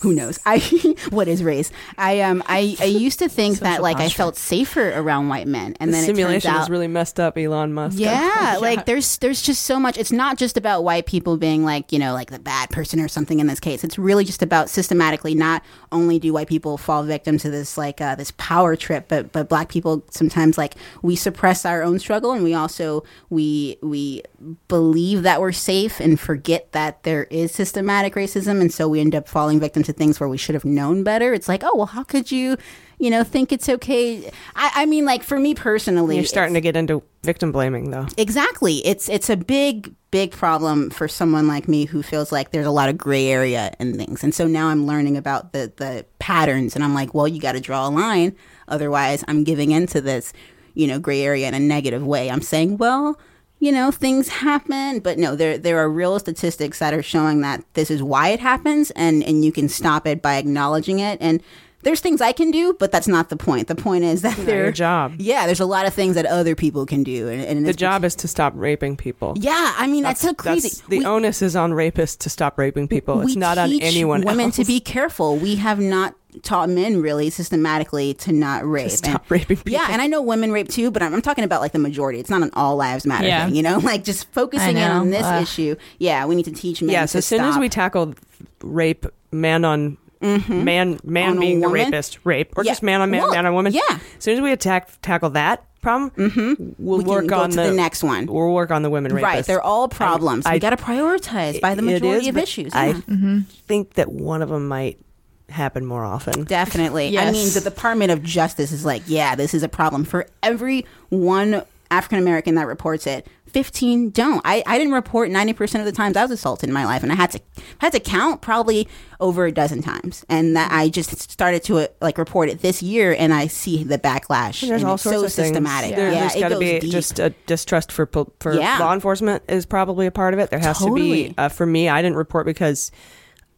Speaker 1: Who knows? I [LAUGHS] what is race? I um I, I used to think that like I felt safer around white men, and
Speaker 3: The
Speaker 1: then it turns
Speaker 3: simulation
Speaker 1: out
Speaker 3: is really messed up, Elon Musk.
Speaker 1: yeah, like there's there's just so much. It's not just about white people being like you know like the bad person or something in this case. It's really just about systematically. Not only do white people fall victim to this like uh, this power trip, but but black people sometimes like we suppress our own struggle and we also we we believe that we're safe and forget that there is systematic racism, and so we end up falling victim to things where we should have known better. It's like oh well, how could you? You know, think it's okay. I, I mean, like for me personally,
Speaker 3: You're
Speaker 1: it's-
Speaker 3: starting to get into victim blaming, though.
Speaker 1: Exactly. It's it's a big big problem for someone like me who feels like there's a lot of gray area in things. And so now I'm learning about the the patterns and I'm like, well, you got to draw a line otherwise I'm giving into this, you know, gray area in a negative way. I'm saying, well, you know, things happen, but no, there there are real statistics that are showing that this is why it happens and and you can stop it by acknowledging it and there's things I can do, but that's not the point. The point is that
Speaker 3: Not
Speaker 1: there
Speaker 3: your job.
Speaker 1: Yeah, there's a lot of things that other people can do, and, and in
Speaker 3: The
Speaker 1: this
Speaker 3: job is to stop raping people.
Speaker 1: yeah, I mean that's, so crazy.
Speaker 3: That's- the onus is on rapists to stop raping people. It's
Speaker 1: we
Speaker 3: not on
Speaker 1: teach
Speaker 3: anyone
Speaker 1: women
Speaker 3: else.
Speaker 1: to
Speaker 3: [LAUGHS]
Speaker 1: be careful. We have not taught men really systematically to not rape.
Speaker 3: stop
Speaker 1: and, raping people. Yeah, and I know women rape too, but I'm, I'm talking about like the majority. It's not an all lives matter
Speaker 3: Yeah.
Speaker 1: thing, you know? [LAUGHS] Like just focusing in
Speaker 3: know,
Speaker 1: on this
Speaker 3: ugh.
Speaker 1: issue. Yeah, we need to teach men.
Speaker 3: Yes,
Speaker 1: to
Speaker 3: as soon as
Speaker 1: stop. Mm-hmm.
Speaker 3: we tackle rape, man on man, man
Speaker 1: On a
Speaker 3: being the
Speaker 1: woman?
Speaker 3: rapist, rape, or
Speaker 1: Yeah,
Speaker 3: just man on man,
Speaker 1: well,
Speaker 3: man on woman.
Speaker 1: yeah.
Speaker 3: As soon as we attack tackle that, problem.
Speaker 1: Mm-hmm.
Speaker 3: We'll
Speaker 1: We can
Speaker 3: work
Speaker 1: go
Speaker 3: on
Speaker 1: to the next one.
Speaker 3: We'll work on the women rapists.
Speaker 1: Right, they're all problems.
Speaker 3: I-
Speaker 1: we got to prioritize by the
Speaker 3: It
Speaker 1: majority
Speaker 3: is,
Speaker 1: of
Speaker 3: but
Speaker 1: issues.
Speaker 3: I
Speaker 1: yeah.
Speaker 3: think that one of them might happen more often.
Speaker 1: Definitely. I
Speaker 3: Yes.
Speaker 1: mean, the Department of Justice is like, yeah, this is a problem. For every one African American that reports it, 15 don't. I, I didn't report 90% of the times I was assaulted in my life. And I had to had to count probably over a dozen times. And that I just started to uh, like report it this year and I see the backlash.
Speaker 3: There's
Speaker 1: and
Speaker 3: all
Speaker 1: it's
Speaker 3: sorts
Speaker 1: so
Speaker 3: of things.
Speaker 1: systematic.
Speaker 3: There-
Speaker 1: yeah,
Speaker 3: there's
Speaker 1: it
Speaker 3: got to
Speaker 1: goes
Speaker 3: be
Speaker 1: deep.
Speaker 3: just a distrust for pol- for
Speaker 1: Yeah.
Speaker 3: law enforcement is probably a part of it. There has to
Speaker 1: Totally.
Speaker 3: be. Uh, for me, I didn't report because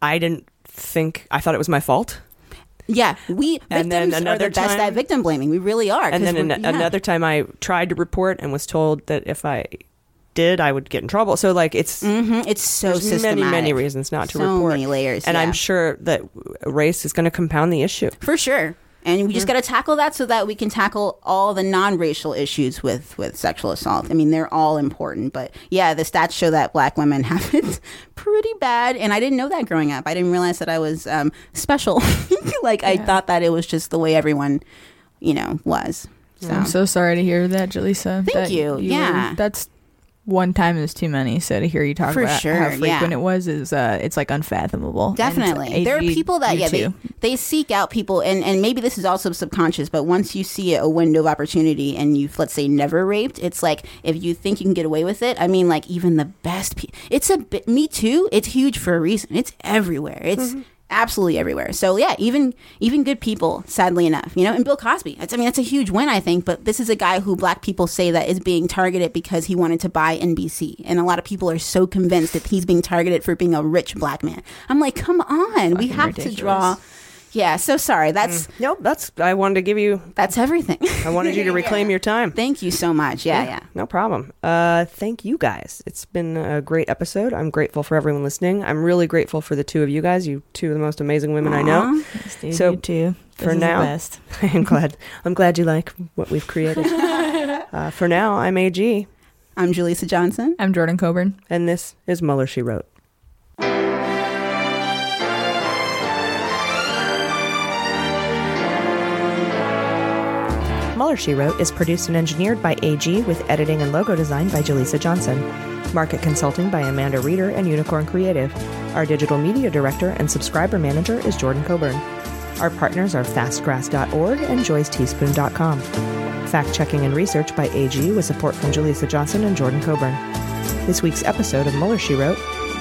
Speaker 3: I didn't think I thought it was my fault.
Speaker 1: Yeah, we
Speaker 3: And then
Speaker 1: victims are
Speaker 3: another
Speaker 1: the best
Speaker 3: time-
Speaker 1: at victim blaming. We really are.
Speaker 3: and
Speaker 1: Uh, 'cause
Speaker 3: then
Speaker 1: we're-
Speaker 3: an-
Speaker 1: yeah.
Speaker 3: another time I tried to report and was told that if I did, I would get in trouble. So like it's
Speaker 1: Mm-hmm. it's Mm, so
Speaker 3: there's many many
Speaker 1: systematic.
Speaker 3: reasons not to
Speaker 1: So
Speaker 3: report.
Speaker 1: many layers,
Speaker 3: and
Speaker 1: yeah.
Speaker 3: I'm sure that race is going to compound the issue.
Speaker 1: For sure. And we just got to tackle that so that we can tackle all the non-racial issues with with sexual assault. I mean, they're all important, but yeah, the stats show that black women [LAUGHS] have it pretty bad, and I didn't know that growing up. I didn't realize that I was um, special. [LAUGHS] like I thought that it was just the way everyone, you know, was. So.
Speaker 10: I'm so sorry to hear that, Jaleesa.
Speaker 1: Thank
Speaker 10: That
Speaker 1: you.
Speaker 10: were-
Speaker 1: Yeah.
Speaker 10: that's one time is too many. So to hear you talk
Speaker 1: For
Speaker 10: about
Speaker 1: sure,
Speaker 10: how frequent
Speaker 1: yeah.
Speaker 10: it was is uh, it's like unfathomable. And
Speaker 1: Definitely. There are
Speaker 10: AG,
Speaker 1: people that,
Speaker 10: you
Speaker 1: yeah, they,
Speaker 10: too.
Speaker 1: they seek out people, and, and maybe this is also subconscious, but once you see a window of opportunity and you've, let's say, never raped, it's like if you think you can get away with it, I mean, like, even the best people, it's a bit, me too, it's huge for a reason. It's everywhere. It's,
Speaker 10: Mm-hmm.
Speaker 1: Absolutely everywhere. So yeah, even even good people, sadly enough, you know. And Bill Cosby, that's, I mean, that's a huge win, I think. But this is a guy who black people say that is being targeted because he wanted to buy NBC, and a lot of people are so convinced that he's being targeted for being a rich black man. I'm like, come on, we have to draw. Yeah, so sorry. That's
Speaker 3: nope. That's I wanted to give you.
Speaker 1: That's everything. [LAUGHS]
Speaker 3: I wanted you to reclaim your time.
Speaker 1: Thank you so much. Yeah, yeah.
Speaker 3: No problem. Uh, thank you guys. It's been a great episode. I'm grateful for everyone listening. I'm really grateful for the two of you guys. You two of the most amazing women I know.
Speaker 10: Aw. Thanks, dude.
Speaker 3: So
Speaker 10: You too. This
Speaker 3: for
Speaker 10: is the
Speaker 3: now,
Speaker 10: best.
Speaker 3: [LAUGHS] I'm glad. I'm glad you like what
Speaker 10: [LAUGHS]
Speaker 3: we've created. uh, for now, I'm AG.
Speaker 1: I'm Julissa Johnson.
Speaker 10: I'm Jordan Coburn.
Speaker 3: And this is Muller She Wrote.
Speaker 20: Muller She Wrote is produced and engineered by AG with editing and logo design by Jaleesa Johnson. Market consulting by Amanda Reeder and Unicorn Creative. Our digital media director and subscriber manager is Jordan Coburn. Our partners are fastgrass.org and joysteaspoon.com. Fact checking and research by AG with support from Jaleesa Johnson and Jordan Coburn. This week's episode of Muller She Wrote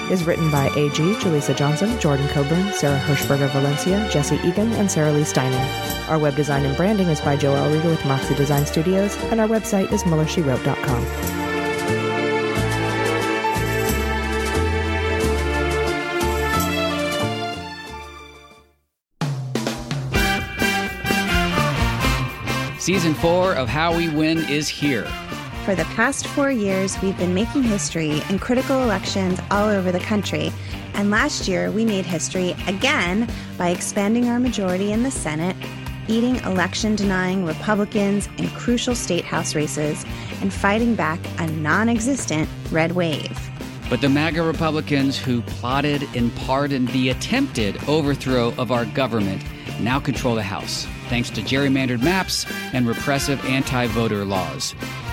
Speaker 20: is written by AG, Jaleesa Johnson, Jordan Coburn, Sarah Hirschberger Valencia, Jesse Egan, and Sarah Lee Steiner. Our web design and branding is by Joel Reeder with Moxie Design Studios, and our website is MullerSheWrote.com.
Speaker 21: Season four of How We Win is here.
Speaker 6: For the past four years, we've been making history in critical elections all over the country. And last year, we made history again by expanding our majority in the Senate, beating election denying Republicans in crucial state house races, and fighting back a non existent red wave.
Speaker 21: But the MAGA Republicans who plotted and pardoned the attempted overthrow of our government now control the House, thanks to gerrymandered maps and repressive anti voter laws.